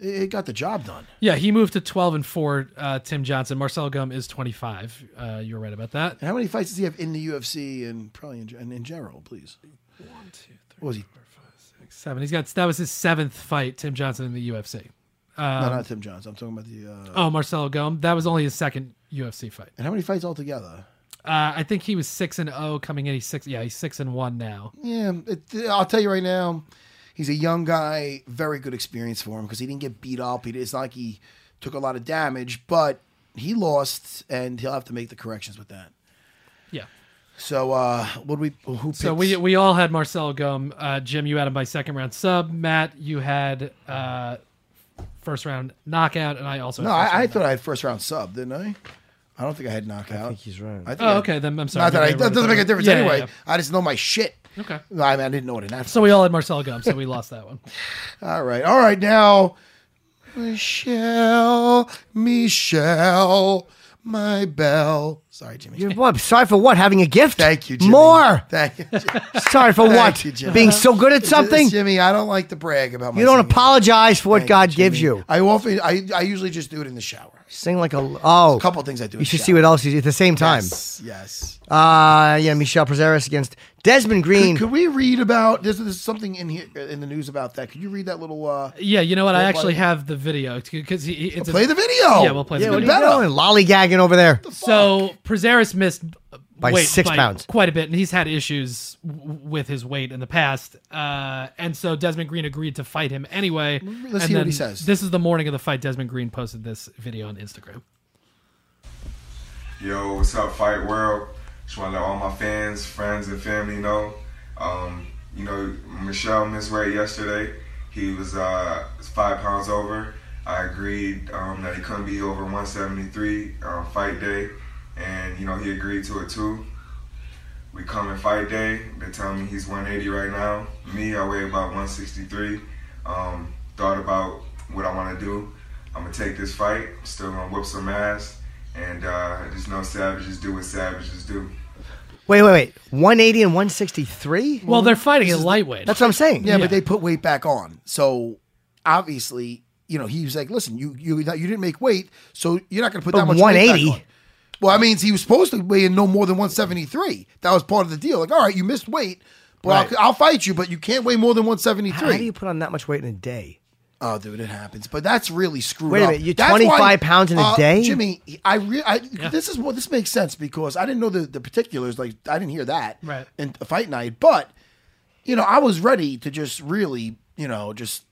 [SPEAKER 2] It, it got the job done.
[SPEAKER 9] Yeah, he moved to 12 and 4, uh, Tim Johnson. Marcel Gum is 25. Uh, you're right about that.
[SPEAKER 2] And how many fights does he have in the UFC and probably in, and in general, please? What was he?
[SPEAKER 9] Seven. He's got, that was his seventh fight, Tim Johnson, in the UFC.
[SPEAKER 2] no, not Tim Johnson. I'm talking about the. Uh,
[SPEAKER 9] Oh, Marcelo Gum. That was only his second UFC fight.
[SPEAKER 2] and how many fights altogether?
[SPEAKER 9] Uh, I think he was 6 and 0 coming in. He's 6. Yeah, he's 6 and 1 now.
[SPEAKER 2] Yeah, it, I'll tell you right now, he's a young guy. Very good experience for him because he didn't get beat up. He, it's not like he took a lot of damage, but he lost, and he'll have to make the corrections with that.
[SPEAKER 9] Yeah.
[SPEAKER 2] So, uh, what do we? Who picks?
[SPEAKER 9] So we we all had Marcelo Gum. Uh, Jim, you had him by second round sub. Matt, you had uh, first round knockout, and I also
[SPEAKER 2] no,
[SPEAKER 9] had first
[SPEAKER 2] I, I
[SPEAKER 9] round
[SPEAKER 2] thought I had first round sub, didn't I? I don't think I had knockout. I
[SPEAKER 1] think he's right.
[SPEAKER 2] think
[SPEAKER 9] knockout.
[SPEAKER 2] I-
[SPEAKER 9] Oh, okay. Then I'm sorry.
[SPEAKER 2] Not that I,
[SPEAKER 9] Maybe wrote
[SPEAKER 2] that
[SPEAKER 9] it
[SPEAKER 2] doesn't make a
[SPEAKER 9] down.
[SPEAKER 2] difference
[SPEAKER 9] Yeah, yeah,
[SPEAKER 2] anyway.
[SPEAKER 9] yeah.
[SPEAKER 2] I just know my shit.
[SPEAKER 9] Okay.
[SPEAKER 2] No, I, mean, I didn't know it in that.
[SPEAKER 9] So we all had Marcelo Gum. So we lost that one.
[SPEAKER 2] All right, all right now. Michelle, Michelle, my bell. Sorry, Jimmy.
[SPEAKER 1] You're what? Sorry for what? Having a gift?
[SPEAKER 2] Thank you, Jimmy.
[SPEAKER 1] More.
[SPEAKER 2] Thank you. Jimmy.
[SPEAKER 1] Sorry for
[SPEAKER 2] Thank
[SPEAKER 1] what?
[SPEAKER 2] you, Jimmy.
[SPEAKER 1] Being so good at something?
[SPEAKER 2] Jimmy, I don't like to brag about my
[SPEAKER 1] You don't
[SPEAKER 2] singing.
[SPEAKER 1] apologize for what
[SPEAKER 2] Thank
[SPEAKER 1] God
[SPEAKER 2] Jimmy.
[SPEAKER 1] gives you.
[SPEAKER 2] I often I, I usually just do it in the shower.
[SPEAKER 1] Sing like a oh.
[SPEAKER 2] A couple things I do.
[SPEAKER 1] You should see what else he's at the same time.
[SPEAKER 2] Yes. yes.
[SPEAKER 1] Uh yeah, Michelle Prezeris against Desmond Green.
[SPEAKER 2] Could we read about there's, there's something in here in the news about that? Could you read that little uh
[SPEAKER 9] Yeah, you know what? I
[SPEAKER 2] Well,
[SPEAKER 9] actually
[SPEAKER 2] why-
[SPEAKER 9] have the video because he, he- it's a-
[SPEAKER 2] play the video?
[SPEAKER 9] Yeah, we'll play the
[SPEAKER 1] yeah,
[SPEAKER 9] video.
[SPEAKER 1] what are you
[SPEAKER 2] better.
[SPEAKER 1] doing? Lollygagging over there.
[SPEAKER 9] So Prezeris missed
[SPEAKER 1] By
[SPEAKER 9] weight
[SPEAKER 1] six pounds.
[SPEAKER 9] quite a bit, and he's had issues w- with his weight in the past. Uh, and so Desmond Green agreed to fight him anyway.
[SPEAKER 2] Let's
[SPEAKER 9] and
[SPEAKER 2] hear what
[SPEAKER 9] then
[SPEAKER 2] he says.
[SPEAKER 9] This is the morning of the fight. Desmond Green posted this video on Instagram.
[SPEAKER 10] Yo, what's up, Fight World? Just want to let all my fans, friends, and family know. Um, you know, Michelle missed weight yesterday. He was uh, five pounds over. I agreed um, that he couldn't be over 173 um, fight day, and you know he agreed to it too. We come in fight day. They tell me he's 180 right now. Me, I weigh about 163. Um, thought about what I want to do. I'm gonna take this fight. Still gonna whoop some ass. And uh, just know savages do what savages do.
[SPEAKER 1] Wait, wait, wait. 180 and 163?
[SPEAKER 9] Well, they're fighting at lightweight.
[SPEAKER 1] That's what I'm saying.
[SPEAKER 2] Yeah,
[SPEAKER 9] Yeah.
[SPEAKER 2] but they put weight back on. So obviously, you know, he was like, "Listen, you you you didn't make weight, so you're not going to put
[SPEAKER 1] But
[SPEAKER 2] that much weight back
[SPEAKER 1] 180?
[SPEAKER 2] on." Well, I mean, he was supposed to weigh in no more than 173. That was part of the deal. Like, all right, you missed weight, but
[SPEAKER 1] Right.
[SPEAKER 2] I'll, I'll fight you, but you can't weigh more than
[SPEAKER 1] How, how do
[SPEAKER 2] 173.
[SPEAKER 1] you put on that much weight in a day?
[SPEAKER 2] oh, dude, it happens. But that's really screwed
[SPEAKER 1] Wait a
[SPEAKER 2] up.
[SPEAKER 1] minute, you're
[SPEAKER 2] That's
[SPEAKER 1] 25 pounds in a
[SPEAKER 2] uh,
[SPEAKER 1] day?
[SPEAKER 2] Jimmy. I, re- I this is what this makes sense because I didn't know the the particulars. Like, I didn't hear that
[SPEAKER 9] Right.
[SPEAKER 2] in fight night, but you know, I was ready to just really, you know, just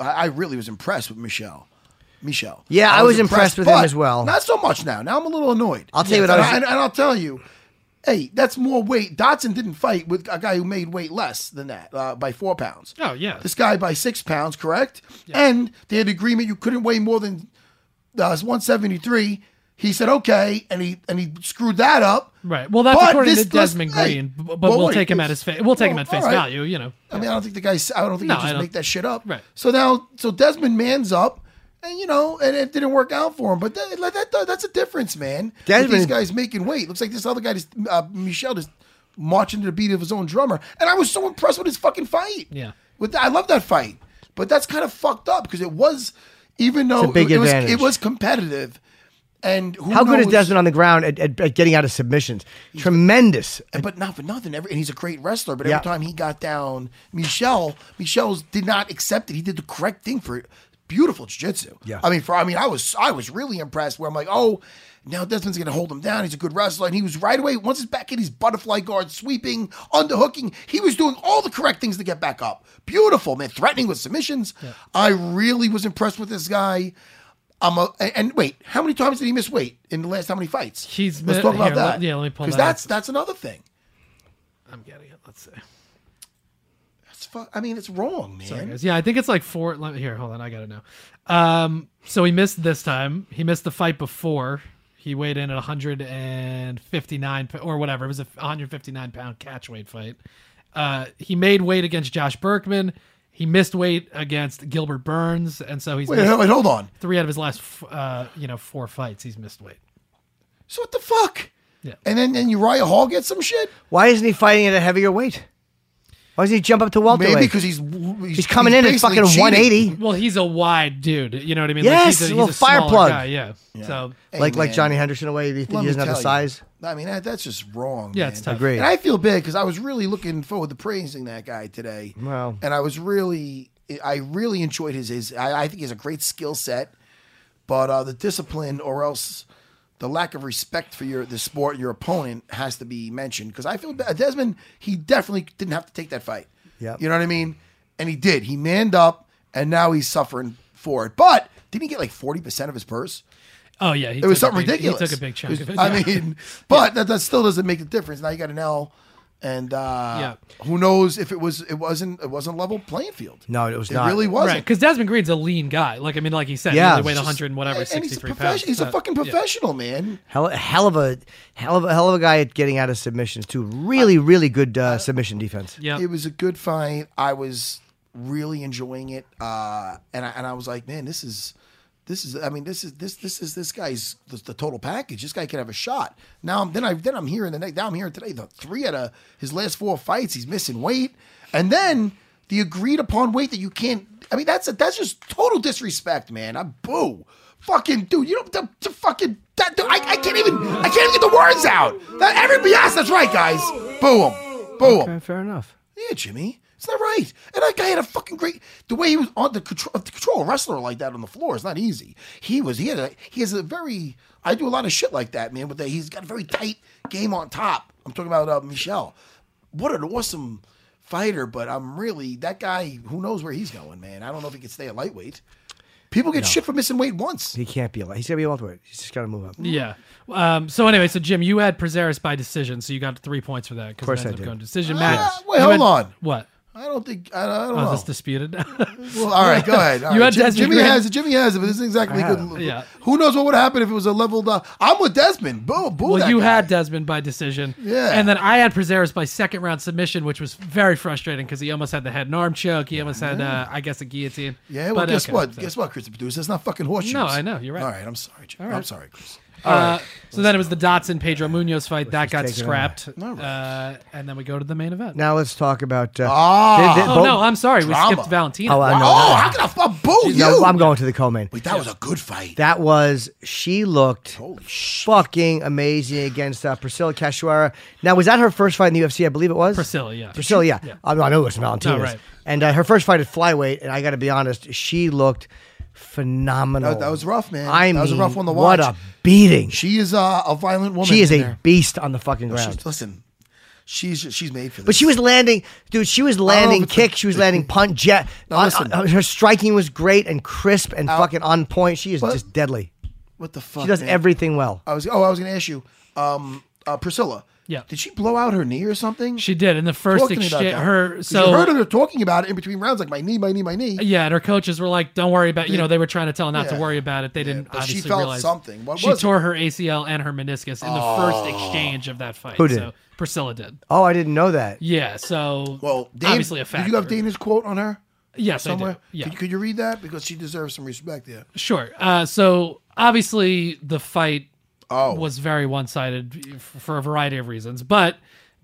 [SPEAKER 2] I, I really was impressed with Michelle. Michelle.
[SPEAKER 1] Yeah, I was impressed with him
[SPEAKER 2] but
[SPEAKER 1] as well.
[SPEAKER 2] Not so much now. Now I'm a little annoyed.
[SPEAKER 1] I'll tell you what I
[SPEAKER 2] and
[SPEAKER 1] was-
[SPEAKER 2] and, and I'll tell you, hey, that's more weight. Dotson didn't fight with a guy who made weight less than that uh, by four pounds.
[SPEAKER 9] Oh, yeah.
[SPEAKER 2] This guy by six pounds, correct? And they had agreement you couldn't weigh more than uh, 173. He said okay, and he and he screwed that up.
[SPEAKER 9] Right. Well, that's
[SPEAKER 2] But
[SPEAKER 9] according
[SPEAKER 2] this-
[SPEAKER 9] to Desmond
[SPEAKER 2] hey,
[SPEAKER 9] Green, b- but
[SPEAKER 2] well,
[SPEAKER 9] we'll
[SPEAKER 2] wait,
[SPEAKER 9] take him at his
[SPEAKER 2] it's-
[SPEAKER 9] face. We'll take him
[SPEAKER 2] well,
[SPEAKER 9] at face
[SPEAKER 2] all right.
[SPEAKER 9] value. You know.
[SPEAKER 2] I mean, I don't think the guys. I don't think
[SPEAKER 9] No,
[SPEAKER 2] you
[SPEAKER 9] I
[SPEAKER 2] just
[SPEAKER 9] don't-
[SPEAKER 2] make that shit up.
[SPEAKER 9] Right.
[SPEAKER 2] So now, so Desmond mans up, and you know, and it didn't work out for him. But that, like, that that's a difference, man. With
[SPEAKER 1] Desmond-
[SPEAKER 2] these guys making weight. Looks like this other guy, just uh, Michelle, just marching to the beat of his own drummer. And I was so impressed with his fucking fight.
[SPEAKER 9] Yeah.
[SPEAKER 2] With I love that fight, but that's kind of fucked up because it was, even though
[SPEAKER 1] a big
[SPEAKER 2] it, it was,
[SPEAKER 1] advantage.
[SPEAKER 2] it was competitive. And who
[SPEAKER 1] How good is
[SPEAKER 2] knows-
[SPEAKER 1] Desmond on the ground at, at, at getting out of submissions? Tremendous.
[SPEAKER 2] And- but not for nothing. Every, and he's a great wrestler. But
[SPEAKER 1] Yeah.
[SPEAKER 2] every time he got down, Michelle, Michelle's did not accept it. He did the correct thing for it. Beautiful jiu-jitsu.
[SPEAKER 1] Yeah.
[SPEAKER 2] I mean, for I mean, I was I was really impressed. Where I'm like, oh, now Desmond's gonna hold him down. He's a good wrestler, and he was right away. Once his back in, he's butterfly guard, sweeping, underhooking. He was doing all the correct things to get back up. Beautiful man, threatening with submissions. I really was impressed with this guy. I'm a, and- and wait, how many times did he miss weight in the last how many fights?
[SPEAKER 9] He's
[SPEAKER 2] let's
[SPEAKER 9] mi-
[SPEAKER 2] talk about
[SPEAKER 9] here,
[SPEAKER 2] that.
[SPEAKER 9] let- yeah, let me pull
[SPEAKER 2] because
[SPEAKER 9] that up.
[SPEAKER 2] that's that's another thing.
[SPEAKER 9] I'm getting it. Let's see.
[SPEAKER 2] It's fu- I mean, it's wrong, man.
[SPEAKER 9] Sorry, guys. Yeah, I think it's like four. Let me, here, hold on. I gotta know. Um, so he missed this time. He missed the fight before. He weighed in at 159 p- or whatever. It was a 159 pound catch weight fight. Uh, he made weight against Josh Berkman. He missed weight against Gilbert Burns, and so he's
[SPEAKER 2] Wait,
[SPEAKER 9] missed
[SPEAKER 2] wait, wait, hold on.
[SPEAKER 9] three out of his last, f- uh, you know, four fights. He's missed weight.
[SPEAKER 2] So what the fuck?
[SPEAKER 9] Yeah.
[SPEAKER 2] And then then Uriah Hall gets some shit.
[SPEAKER 1] Why isn't he fighting at a heavier weight? Why doesn't he jump up to welterweight?
[SPEAKER 9] Maybe 'cause
[SPEAKER 2] he's
[SPEAKER 1] he's, coming in at fucking 180.
[SPEAKER 9] Well, he's a wide dude. You know what I mean?
[SPEAKER 1] Yes,
[SPEAKER 9] he's
[SPEAKER 1] a
[SPEAKER 9] he's
[SPEAKER 1] little fire
[SPEAKER 9] smaller
[SPEAKER 1] plug.
[SPEAKER 9] guy, yeah. So
[SPEAKER 1] like like Johnny Henderson away. Do you think
[SPEAKER 2] Let
[SPEAKER 1] he
[SPEAKER 2] me
[SPEAKER 1] doesn't have the
[SPEAKER 2] tell you.
[SPEAKER 1] size?
[SPEAKER 2] I mean, that, that's just wrong.
[SPEAKER 1] Yeah,
[SPEAKER 2] man.
[SPEAKER 1] it's tough. Agreed.
[SPEAKER 2] And I feel bad because I was really looking forward to praising that guy today.
[SPEAKER 1] Well.
[SPEAKER 2] and I was really, I really enjoyed his. His, I, I think he has a great skill set, but uh, the discipline, or else the lack of respect for your the sport, and your opponent has to be mentioned. Because I feel bad. Desmond, he definitely didn't have to take that fight.
[SPEAKER 1] Yep.
[SPEAKER 2] you know what I mean. And he did. He manned up, and now he's suffering for it. But didn't he get like forty percent of his purse?
[SPEAKER 9] Oh yeah, he
[SPEAKER 2] it was
[SPEAKER 9] took a
[SPEAKER 2] something
[SPEAKER 9] big- he
[SPEAKER 2] ridiculous.
[SPEAKER 9] took a big chunk
[SPEAKER 2] was-
[SPEAKER 9] of it,
[SPEAKER 2] I
[SPEAKER 9] yeah.
[SPEAKER 2] mean, but that, that still doesn't make a difference. Now you got an L, and uh, who knows if it was it wasn't it wasn't level playing field.
[SPEAKER 1] No, it was
[SPEAKER 2] It
[SPEAKER 1] not.
[SPEAKER 2] really wasn't.
[SPEAKER 9] Right, because Desmond Green's a lean guy. Like I mean, like he said,
[SPEAKER 1] Yeah.
[SPEAKER 9] he only weighed
[SPEAKER 1] Just-
[SPEAKER 9] 100 and whatever,
[SPEAKER 2] And he's a,
[SPEAKER 9] 63
[SPEAKER 2] profession-
[SPEAKER 9] pounds.
[SPEAKER 2] he's a
[SPEAKER 9] So,
[SPEAKER 2] fucking
[SPEAKER 9] yeah.
[SPEAKER 2] professional, man.
[SPEAKER 1] Hell, hell of a hell of a hell of a guy at getting out of submissions too. Really, really good uh, submission defense.
[SPEAKER 2] It was a good fight. I was really enjoying it, uh, and I, and I was like, man, this is. This is, I mean, this is this this is this guy's the, the total package. This guy could have a shot. Now, I'm, then I then I'm hearing the next. Now I'm hearing today the three out of his last four fights, he's missing weight, and then the agreed upon weight that you can't. I mean, that's a, that's just total disrespect, man. I boo, fucking dude. You don't the, the fucking that. Dude, I, I can't even I can't even get the words out. That every yes, that's right, guys. Boo him, boo him.
[SPEAKER 1] fair enough.
[SPEAKER 2] Yeah, Jimmy. It's not right. And that guy had a fucking great the way he was on the control the control a wrestler like that on the floor is not easy. He was he had a he has a very I do a lot of shit like that, man, but that he's got a very tight game on top. I'm talking about uh, Michelle. What an awesome fighter, but I'm really that guy who knows where he's going, man. I don't know if he can stay a lightweight. People get shit for missing weight once.
[SPEAKER 1] He can't be. a He's gonna be a welterweight. He's just gotta move up.
[SPEAKER 9] Yeah. Um, so anyway, so Jim, you had Prezeris by decision, so you got three points for that. Of
[SPEAKER 1] course
[SPEAKER 9] it
[SPEAKER 1] I
[SPEAKER 9] ended up
[SPEAKER 1] did.
[SPEAKER 9] Going decision,
[SPEAKER 2] Ah,
[SPEAKER 9] Matt.
[SPEAKER 2] wait,
[SPEAKER 9] you
[SPEAKER 2] hold
[SPEAKER 9] had-
[SPEAKER 2] on.
[SPEAKER 9] What?
[SPEAKER 2] I don't think I, I don't
[SPEAKER 9] Oh,
[SPEAKER 2] know.
[SPEAKER 9] is this disputed?
[SPEAKER 2] Well, all right, go ahead. All
[SPEAKER 9] you
[SPEAKER 2] right.
[SPEAKER 9] had
[SPEAKER 2] Jim-
[SPEAKER 9] Desmond
[SPEAKER 2] Jimmy
[SPEAKER 9] Green.
[SPEAKER 2] has it. Jimmy has it, but this is exactly
[SPEAKER 9] I had
[SPEAKER 2] good.
[SPEAKER 9] him. Yeah.
[SPEAKER 2] Who knows what would happen if it was a leveled up? I'm with Desmond. Boo, boo.
[SPEAKER 9] Well,
[SPEAKER 2] that
[SPEAKER 9] you
[SPEAKER 2] guy.
[SPEAKER 9] had Desmond by decision.
[SPEAKER 2] Yeah.
[SPEAKER 9] And then I had Prezeris by second round submission, which was very frustrating because he almost had the head and arm choke. He almost had, uh, I guess, a guillotine.
[SPEAKER 2] Yeah, well,
[SPEAKER 9] But,
[SPEAKER 2] guess
[SPEAKER 9] okay,
[SPEAKER 2] what?
[SPEAKER 9] so-
[SPEAKER 2] Guess what, Chris the producer? That's not fucking horseshoes.
[SPEAKER 9] No, I know. You're right.
[SPEAKER 2] All right, I'm sorry, Jim.
[SPEAKER 9] All right.
[SPEAKER 2] I'm sorry, Chris.
[SPEAKER 9] Uh, so then it was the Dotson Pedro Munoz fight that got
[SPEAKER 1] take it
[SPEAKER 9] scrapped, uh, and then we go to the main event.
[SPEAKER 1] Now let's talk about. Uh,
[SPEAKER 2] Ah,
[SPEAKER 1] they- they-
[SPEAKER 9] oh
[SPEAKER 1] both-
[SPEAKER 9] no, I'm sorry, we skipped Valentina.
[SPEAKER 1] Oh, I know.
[SPEAKER 2] Oh, how can I fuck boo you?
[SPEAKER 1] No, I'm going to the co-main.
[SPEAKER 2] Wait, that was a good fight.
[SPEAKER 1] That was she looked fucking amazing against uh, Priscilla Cachoeira. Now was that her first fight in the UFC? I believe it was
[SPEAKER 9] Priscilla, yeah.
[SPEAKER 1] Priscilla, yeah. I, mean, I know it was Valentina,
[SPEAKER 9] Oh, right.
[SPEAKER 1] and uh, her first fight at flyweight. And I got to be honest, she looked phenomenal.
[SPEAKER 2] That, that was rough, man.
[SPEAKER 1] I
[SPEAKER 2] that was
[SPEAKER 1] mean,
[SPEAKER 2] a rough one to
[SPEAKER 1] what
[SPEAKER 2] watch.
[SPEAKER 1] a beating!
[SPEAKER 2] she is uh, a violent woman.
[SPEAKER 1] She is
[SPEAKER 2] in
[SPEAKER 1] a
[SPEAKER 2] there.
[SPEAKER 1] beast on the fucking ground.
[SPEAKER 2] She's, listen, she's she's made for this.
[SPEAKER 1] But she was landing, dude. She was landing
[SPEAKER 2] if it's a-
[SPEAKER 1] kicks. She was landing punt jet.
[SPEAKER 2] Now
[SPEAKER 1] on-
[SPEAKER 2] listen.
[SPEAKER 1] on- her striking was great and crisp and fucking on point. She is
[SPEAKER 2] But-
[SPEAKER 1] just deadly.
[SPEAKER 2] what the fuck?
[SPEAKER 1] She does
[SPEAKER 2] man?
[SPEAKER 1] everything well.
[SPEAKER 2] I was oh, I was going to ask you, um, uh, Priscilla.
[SPEAKER 9] Yeah.
[SPEAKER 2] Did she blow out her knee or something?
[SPEAKER 9] She did in the first
[SPEAKER 2] Talking about
[SPEAKER 9] exchange.
[SPEAKER 2] that.
[SPEAKER 9] Her
[SPEAKER 2] 'Cause
[SPEAKER 9] so
[SPEAKER 2] you heard her talking about it in between rounds, like my knee, my knee, my knee.
[SPEAKER 9] yeah, and her coaches were like, "Don't worry about." You know, they were trying to tell her not to
[SPEAKER 2] Yeah.
[SPEAKER 9] worry about it. They didn't.
[SPEAKER 2] but she
[SPEAKER 9] obviously
[SPEAKER 2] felt
[SPEAKER 9] realize.
[SPEAKER 2] something. What
[SPEAKER 9] she
[SPEAKER 2] was it? Oh.
[SPEAKER 9] tore her ACL and her meniscus in the first exchange of that fight.
[SPEAKER 1] Who did?
[SPEAKER 9] So Priscilla did.
[SPEAKER 1] Oh, I didn't know that.
[SPEAKER 9] Yeah. So
[SPEAKER 2] Well, Dave,
[SPEAKER 9] obviously a
[SPEAKER 2] did
[SPEAKER 9] factor.
[SPEAKER 2] you have Dana's quote on her
[SPEAKER 9] Yes, I do.
[SPEAKER 2] somewhere?
[SPEAKER 9] Yeah.
[SPEAKER 2] Could, could you read that because she deserves some respect there?
[SPEAKER 9] Sure. Uh, so obviously the fight
[SPEAKER 2] Oh.
[SPEAKER 9] was very one-sided f- for a variety of reasons, but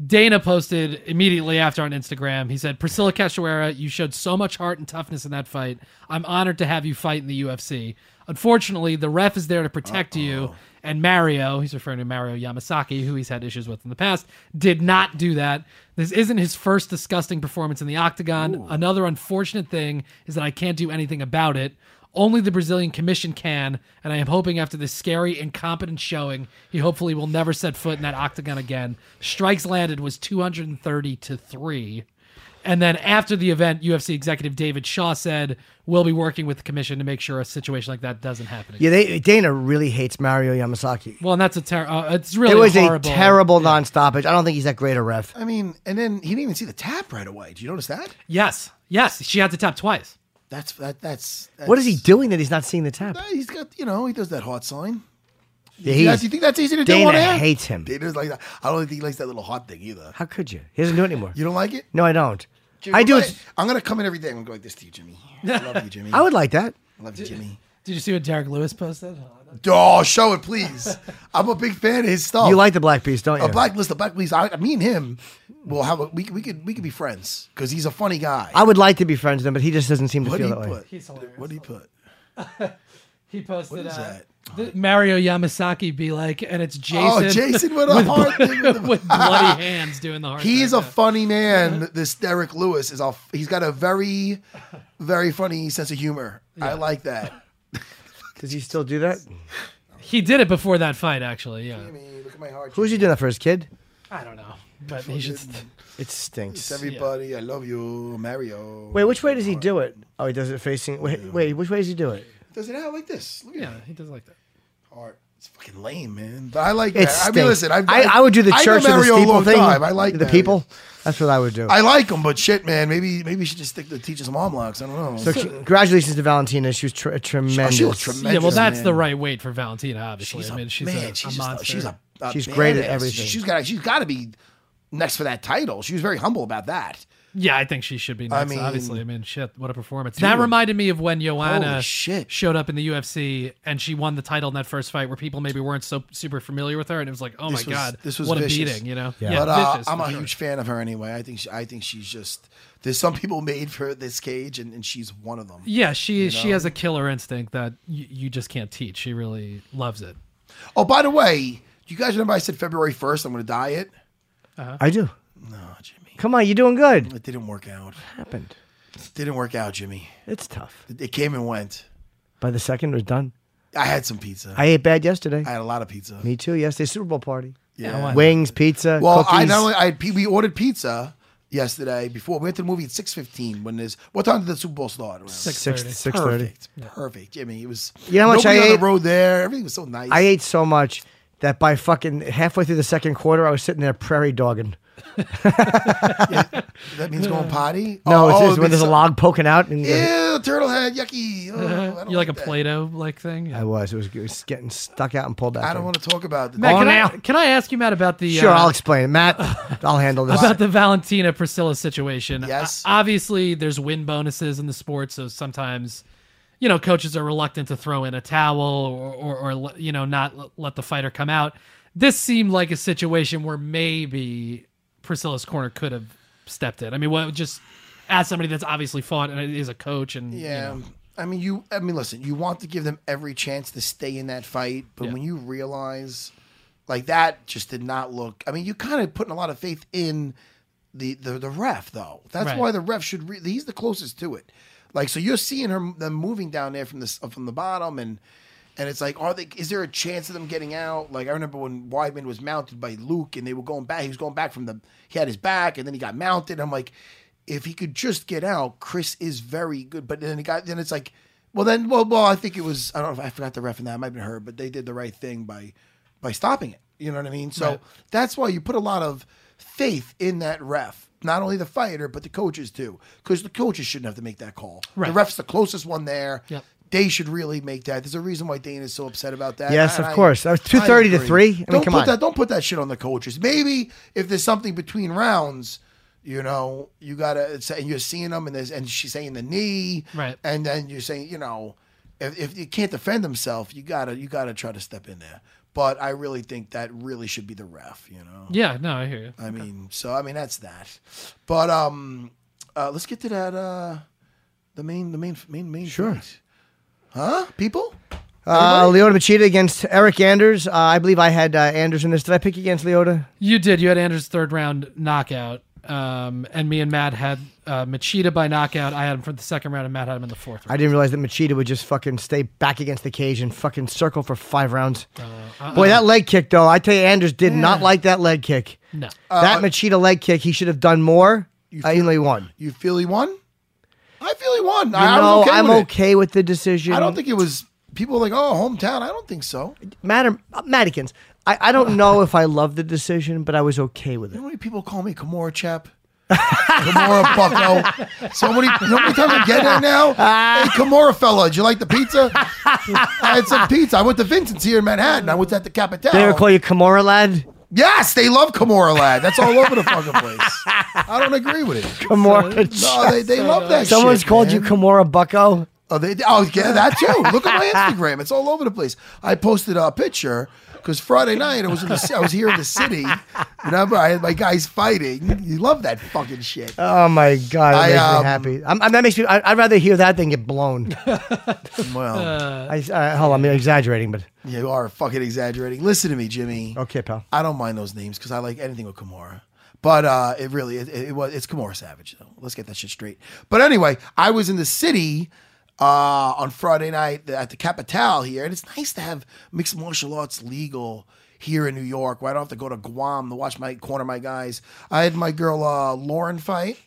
[SPEAKER 9] Dana posted immediately after on Instagram. He said, "Priscilla Cachoeira, you showed so much heart and toughness in that fight. I'm honored to have you fight in the UFC. Unfortunately, the ref is there to protect you, and Mario, he's referring to Mario Yamasaki, who he's had issues with in the past, did not do that. This isn't his first disgusting performance in the octagon. Another unfortunate thing is that I can't do anything about it." Only the Brazilian Commission can, and I am hoping after this scary, incompetent showing, he hopefully will never set foot in that octagon again. Strikes landed was 230 to 3. And then after the event, UFC executive David Shaw said, We'll be working with the commission to make sure a situation like that doesn't happen again.
[SPEAKER 1] Yeah, they, Dana really hates Mario Yamasaki.
[SPEAKER 9] Well, and that's a terrible, uh, it's really
[SPEAKER 1] it was
[SPEAKER 9] horrible.
[SPEAKER 1] a terrible non-stoppage. I don't think he's that great a ref.
[SPEAKER 2] I mean, and then he didn't even see the tap right away. Did you notice that?
[SPEAKER 9] Yes, yes, she had to tap twice.
[SPEAKER 2] That's that. That's, that's
[SPEAKER 1] What is he doing that he's not seeing the tap?
[SPEAKER 2] Uh, He's got you know he does that hot sign.
[SPEAKER 1] Yeah,
[SPEAKER 2] You,
[SPEAKER 1] he's-
[SPEAKER 2] guys- you think that's easy to do on
[SPEAKER 1] Dana
[SPEAKER 2] air?
[SPEAKER 1] hates him.
[SPEAKER 2] Dana's like that. I don't think he likes that little hot thing either.
[SPEAKER 1] How could you? He doesn't do it anymore.
[SPEAKER 2] You don't like it?
[SPEAKER 1] No, I don't.
[SPEAKER 2] Jimmy,
[SPEAKER 1] I do.
[SPEAKER 2] I'm
[SPEAKER 1] It,
[SPEAKER 2] gonna- I'm gonna come in every day. I'm gonna go like this to you, Jimmy. I love you, Jimmy.
[SPEAKER 1] I would like that.
[SPEAKER 2] I love you, Jimmy.
[SPEAKER 9] Did you see what Derek Lewis posted?
[SPEAKER 2] Oh, show it, please. I'm a big fan of his stuff.
[SPEAKER 1] You like the Black Beast, don't you?
[SPEAKER 2] Oh. A black list, a black list. I, me and him will have a, we, we could we could be friends because he's a funny guy.
[SPEAKER 1] I would like to be friends with him, but he just doesn't seem to
[SPEAKER 2] What
[SPEAKER 1] feel
[SPEAKER 2] did he
[SPEAKER 1] that way.
[SPEAKER 2] put?
[SPEAKER 9] He's hilarious.
[SPEAKER 2] What did he put?
[SPEAKER 9] He posted
[SPEAKER 2] What is
[SPEAKER 9] uh,
[SPEAKER 2] that?
[SPEAKER 9] th- Mario Yamasaki be like, and it's Jason.
[SPEAKER 2] Oh, Jason with a heart thing with the-
[SPEAKER 9] with bloody hands doing the heart.
[SPEAKER 2] He's
[SPEAKER 9] thing.
[SPEAKER 2] a funny man. This Derek Lewis is a he's got a very, very funny sense of humor. I like that.
[SPEAKER 1] Does he still do that?
[SPEAKER 9] he did it before that fight, actually. Yeah,
[SPEAKER 2] Look at my heart.
[SPEAKER 1] Who's he doing that for his kid?
[SPEAKER 9] I don't know, but he should.
[SPEAKER 1] It stinks.
[SPEAKER 2] Everybody, I love you, Mario.
[SPEAKER 1] Wait, which way does he do it? Oh, he does it facing. Wait, wait which way does he do it?
[SPEAKER 2] Does it out like this? Look at
[SPEAKER 9] Yeah, he does like that.
[SPEAKER 2] that heart. It's fucking lame, man. But I like
[SPEAKER 1] It
[SPEAKER 2] that. I mean,
[SPEAKER 1] stinks.
[SPEAKER 2] listen, I've,
[SPEAKER 1] I, I would do the
[SPEAKER 2] I know
[SPEAKER 1] church of the
[SPEAKER 2] Mario a
[SPEAKER 1] steeple
[SPEAKER 2] long
[SPEAKER 1] thing.
[SPEAKER 2] time. I like
[SPEAKER 1] the
[SPEAKER 2] Mario.
[SPEAKER 1] people. That's what I would do.
[SPEAKER 2] I like him, but shit, man. Maybe maybe you should just stick to teaching some arm locks. I don't know.
[SPEAKER 1] so, congratulations to Valentina. She was tr-
[SPEAKER 2] Oh,
[SPEAKER 1] tremendous.
[SPEAKER 2] she was tremendous.
[SPEAKER 9] yeah, well, that's
[SPEAKER 2] man.
[SPEAKER 9] the right weight for Valentina. Obviously,
[SPEAKER 2] She's
[SPEAKER 9] I mean,
[SPEAKER 2] a,
[SPEAKER 9] she's
[SPEAKER 2] man,
[SPEAKER 9] a,
[SPEAKER 2] she's
[SPEAKER 9] a
[SPEAKER 2] just a-
[SPEAKER 9] monster.
[SPEAKER 2] she's a, a
[SPEAKER 1] She's great at
[SPEAKER 2] badass.
[SPEAKER 1] everything.
[SPEAKER 2] She's got she's got to be next for that title. She was very humble about that.
[SPEAKER 9] yeah, I think she should be. Next,
[SPEAKER 2] I
[SPEAKER 9] I mean, obviously,
[SPEAKER 2] mean,
[SPEAKER 9] I mean, shit, what a performance! That reminded me of when Joanna
[SPEAKER 2] Holy shit.
[SPEAKER 9] showed up in the UFC and she won the title in that first fight, where people maybe weren't so super familiar with her, and it was like, oh
[SPEAKER 2] This
[SPEAKER 9] my
[SPEAKER 2] was-
[SPEAKER 9] god,
[SPEAKER 2] this was
[SPEAKER 9] what
[SPEAKER 2] vicious.
[SPEAKER 9] a beating, you know? Yeah,
[SPEAKER 2] but uh,
[SPEAKER 9] vicious,
[SPEAKER 2] I'm
[SPEAKER 9] for
[SPEAKER 2] a
[SPEAKER 9] sure.
[SPEAKER 2] huge fan of her anyway. I think she, I think she's just there's some people made for this cage, and, and she's one of them.
[SPEAKER 9] Yeah, she she has a killer instinct that you, you just can't teach. She really loves it.
[SPEAKER 2] Oh, by the way, you guys remember I said February first I'm going to diet.
[SPEAKER 1] I do.
[SPEAKER 2] No, Jimmy,
[SPEAKER 1] Come on, you're doing good. What
[SPEAKER 2] it didn't work out.
[SPEAKER 1] happened?
[SPEAKER 2] didn't work out, Jimmy.
[SPEAKER 1] It's tough.
[SPEAKER 2] It, it came and went.
[SPEAKER 1] By the second, it was done.
[SPEAKER 2] I had some pizza. I,
[SPEAKER 1] I ate bad yesterday.
[SPEAKER 2] had a lot of pizza.
[SPEAKER 1] Me too. Yesterday, Super Bowl party.
[SPEAKER 2] Yeah.
[SPEAKER 1] Wings, pizza.
[SPEAKER 2] Well,
[SPEAKER 1] cookies.
[SPEAKER 2] I not only I had, pi- we ordered pizza yesterday before we went to the movie at six fifteen. When there's what time did the Super Bowl start? Around
[SPEAKER 1] six
[SPEAKER 9] 6:30.
[SPEAKER 1] six thirty.
[SPEAKER 2] perfect, perfect. I mean, it was
[SPEAKER 1] You know how much
[SPEAKER 2] nobody
[SPEAKER 1] I
[SPEAKER 2] on
[SPEAKER 1] ate?
[SPEAKER 2] the road there. Everything was so nice.
[SPEAKER 1] I ate so much that by fucking halfway through the second quarter, I was sitting there prairie dogging.
[SPEAKER 2] That means going potty.
[SPEAKER 1] No, it's,
[SPEAKER 2] oh,
[SPEAKER 1] it's when there's a log poking out. And
[SPEAKER 2] Ew, turtle head, yucky. Oh, I don't
[SPEAKER 9] You like a
[SPEAKER 2] that.
[SPEAKER 9] Play-Doh like thing? Yeah.
[SPEAKER 1] I was. It was, it was getting stuck out and pulled back.
[SPEAKER 2] I don't
[SPEAKER 1] in.
[SPEAKER 2] want to talk about the
[SPEAKER 9] Matt,
[SPEAKER 1] Oh,
[SPEAKER 9] can,
[SPEAKER 1] now.
[SPEAKER 9] I, can I ask you, Matt, about the
[SPEAKER 1] Sure,
[SPEAKER 9] uh,
[SPEAKER 1] I'll explain it. Matt, I'll handle this.
[SPEAKER 9] about the Valentina Priscilla situation?
[SPEAKER 2] Yes.
[SPEAKER 9] O- obviously, there's win bonuses in the sport, so sometimes, you know, coaches are reluctant to throw in a towel or or, or le- you know not l- let the fighter come out. This seemed like a situation where maybe Priscilla's corner could have stepped in. I mean, what just as somebody that's obviously fought and is a coach and you
[SPEAKER 2] Yeah.
[SPEAKER 9] know.
[SPEAKER 2] I mean, you. I mean, listen. You want to give them every chance to stay in that fight, but
[SPEAKER 9] Yeah.
[SPEAKER 2] when you realize, like that, just did not look. I mean, you kind of putting a lot of faith in the the, the ref, though. That's
[SPEAKER 9] Right.
[SPEAKER 2] why the ref should. Re- he's the closest to it. Like, so you're seeing her them moving down there from this from the bottom, and and it's like, are they? Is there a chance of them getting out? Like, I remember when Weidman was mounted by Luke, and they were going back. He was going back from the. He had his back, and then he got mounted. I'm like, if he could just get out, Chris is very good. But then he got. Then it's like, well, then, well, well, I think it was. I don't know. if I forgot the ref in that. It might have been her, but they did the right thing by by stopping it. You know what I mean? So that's why you put a lot of faith in that ref. Not only the fighter, but the coaches too, because the coaches shouldn't have to make that call.
[SPEAKER 9] Right.
[SPEAKER 2] The ref's the closest one there.
[SPEAKER 9] Yep.
[SPEAKER 2] They should really make that. There's a reason why Dana is so upset about that.
[SPEAKER 1] Yes,
[SPEAKER 2] And
[SPEAKER 1] of course. That was 2:30 to
[SPEAKER 2] agree.
[SPEAKER 1] 3. I mean,
[SPEAKER 2] don't
[SPEAKER 1] come
[SPEAKER 2] put
[SPEAKER 1] on.
[SPEAKER 2] that. Don't put that shit on the coaches. Maybe if there's something between rounds, you know, you gotta. it's- And you're seeing them, and there's and she's saying the knee,
[SPEAKER 9] Right.
[SPEAKER 2] And then you're saying, you know, if, if you can't defend himself, you gotta you gotta try to step in there. But I really think that really should be the ref. You know.
[SPEAKER 9] yeah, no, I hear you.
[SPEAKER 2] I mean, so I mean that's that. But um, uh, let's get to that. Uh, the main, the main, main, main. Sure. Huh? People.
[SPEAKER 1] Uh, Leota Machida against Eric Anders. Uh, I believe I had uh, Anders in this. Did I pick against Leota?
[SPEAKER 9] You did. You had Anders' third round knockout. Um, and me and Matt had uh, Machida by knockout. I had him for the second round, and Matt had him in the fourth
[SPEAKER 1] I
[SPEAKER 9] round.
[SPEAKER 1] didn't realize that Machida would just fucking stay back against the cage and fucking circle for five rounds. Boy, that leg kick, though. I tell you, Anders did not like that leg kick.
[SPEAKER 9] no.
[SPEAKER 1] that Machida leg kick, he should have done more. I only won.
[SPEAKER 2] Uh, You feel he won? I feel he won.
[SPEAKER 1] You
[SPEAKER 2] I,
[SPEAKER 1] know,
[SPEAKER 2] I'm okay.
[SPEAKER 1] I'm
[SPEAKER 2] with it.
[SPEAKER 1] okay with the decision.
[SPEAKER 2] I don't think it was. People were like, oh, hometown. I don't think so. You
[SPEAKER 1] Madam uh, Madikins, I, I don't know if I love the decision, but I was okay with it.
[SPEAKER 2] know how many people call me Kimura Chap? Kimura Bucko. So many, you know how many times I get that now? Hey, Kimura fella, did you like the pizza? I had some pizza. I went to Vincent's here in Manhattan. I was at the Capitale.
[SPEAKER 1] They ever call you Kimura lad?
[SPEAKER 2] Yes, they love Kimura Lad. That's all over the fucking place. I don't agree with it.
[SPEAKER 1] Kimura.
[SPEAKER 2] No, they, they love that shit,
[SPEAKER 1] Someone's called
[SPEAKER 2] man.
[SPEAKER 1] you Kimura Bucko.
[SPEAKER 2] Oh, they, oh yeah, that too. Look at my Instagram; it's all over the place. I posted a picture because Friday night I was in the, ci- I was here in the city. Remember, I had my guys fighting. You love that fucking shit.
[SPEAKER 1] Oh my god, that
[SPEAKER 2] I,
[SPEAKER 1] makes
[SPEAKER 2] um,
[SPEAKER 1] me happy. I'm, I'm, that makes me. I, I'd rather hear that than get blown.
[SPEAKER 2] Well,
[SPEAKER 1] I, uh, hold on, I'm exaggerating, but
[SPEAKER 2] you are fucking exaggerating. Listen to me, Jimmy.
[SPEAKER 1] okay, pal.
[SPEAKER 2] I don't mind those names because I like anything with Kimura. But uh, it really it, it was it's Kimura Savage though. Let's get that shit straight. But anyway, I was in the city uh, on Friday night at the Capitale here, and it's nice to have mixed martial arts legal here in New York, where I don't have to go to Guam to watch my corner my guys. I had my girl uh, Lauren fight.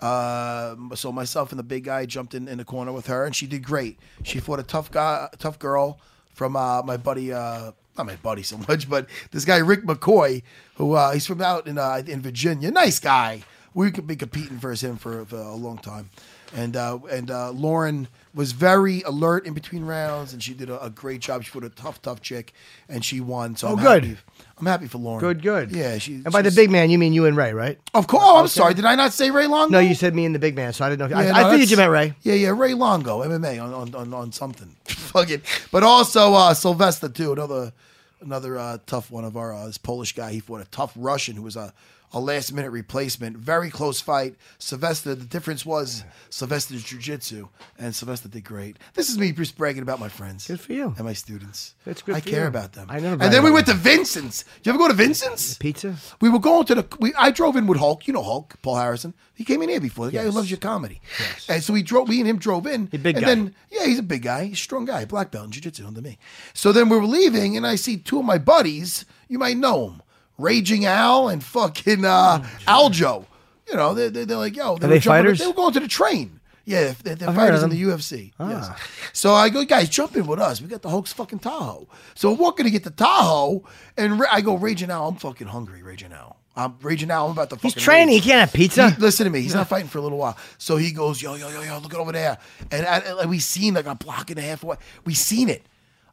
[SPEAKER 2] Uh, so myself and the big guy jumped in, in the corner with her, and she did great. She fought a tough guy, tough girl from uh, my buddy, uh, not my buddy so much, but this guy Rick McCoy, who uh, he's from out in uh, in Virginia. Nice guy. We could be competing versus him for, for a long time, and uh, and uh, Lauren was very alert in between rounds, and she did a, a great job. She fought a tough, tough chick, and she won. So
[SPEAKER 1] Oh,
[SPEAKER 2] I'm
[SPEAKER 1] good.
[SPEAKER 2] Happy. I'm happy for Lauren.
[SPEAKER 1] Good, good.
[SPEAKER 2] Yeah, she.
[SPEAKER 1] And by the
[SPEAKER 2] she's-
[SPEAKER 1] big man, you mean you and Ray, right?
[SPEAKER 2] of course. Oh, I'm sorry. Did I not say Ray Long?
[SPEAKER 1] No, you said me and the big man, so I didn't know. I,
[SPEAKER 2] Yeah,
[SPEAKER 1] I
[SPEAKER 2] no,
[SPEAKER 1] figured you
[SPEAKER 2] that's-
[SPEAKER 1] meant Ray.
[SPEAKER 2] Yeah, yeah, Ray Longo, MMA on on, on, on something. Fucking, but also uh, Sylvester too. Another another uh, tough one of our uh, this Polish guy. He fought a tough Russian who was a a last minute replacement. Very close fight. Sylvester. The difference was Sylvester's jujitsu, and Sylvester did great. This is me just bragging about my friends.
[SPEAKER 1] Good for you.
[SPEAKER 2] And my students.
[SPEAKER 1] That's good
[SPEAKER 2] I
[SPEAKER 1] for
[SPEAKER 2] care
[SPEAKER 1] you.
[SPEAKER 2] about them.
[SPEAKER 1] I never brag
[SPEAKER 2] And then we
[SPEAKER 1] about
[SPEAKER 2] went to Vincent's. Did you ever go to Vincent's?
[SPEAKER 1] Pizza.
[SPEAKER 2] We were going to the. We, I drove in with Hulk. You know Hulk, Paul Harrison. He came in here before. The guy who loves your comedy. And so we drove. We and him drove in.
[SPEAKER 1] He big
[SPEAKER 2] and
[SPEAKER 1] guy.
[SPEAKER 2] Then, yeah, he's a big guy. He's a strong guy. Black belt in jiu-jitsu under me. So then we were leaving, and I see two of my buddies. You might know them, Raging Al and fucking uh, Aljo. You know, they're, they're, they're like, yo, they
[SPEAKER 1] Oh, Are
[SPEAKER 2] were
[SPEAKER 1] they
[SPEAKER 2] jumping-
[SPEAKER 1] fighters?
[SPEAKER 2] They were going to the train. Yeah, they're, they're
[SPEAKER 1] I've heard
[SPEAKER 2] fighters
[SPEAKER 1] of
[SPEAKER 2] in
[SPEAKER 1] them. Ah.
[SPEAKER 2] the UFC. Yes. So I go, guys, jump in with us. We got the Hulk's fucking Tahoe. So we're walking to get the Tahoe, and Ra- I go, Raging Al, I'm fucking hungry, Raging Al. I'm Raging Al, I'm about to fucking
[SPEAKER 1] He's training. He
[SPEAKER 2] rage.
[SPEAKER 1] can't have pizza.
[SPEAKER 2] He- listen to me. He's not fighting for a little while. So he goes, yo, yo, yo, yo, look at over there. And, I, and we seen like a block and a half away. We seen it.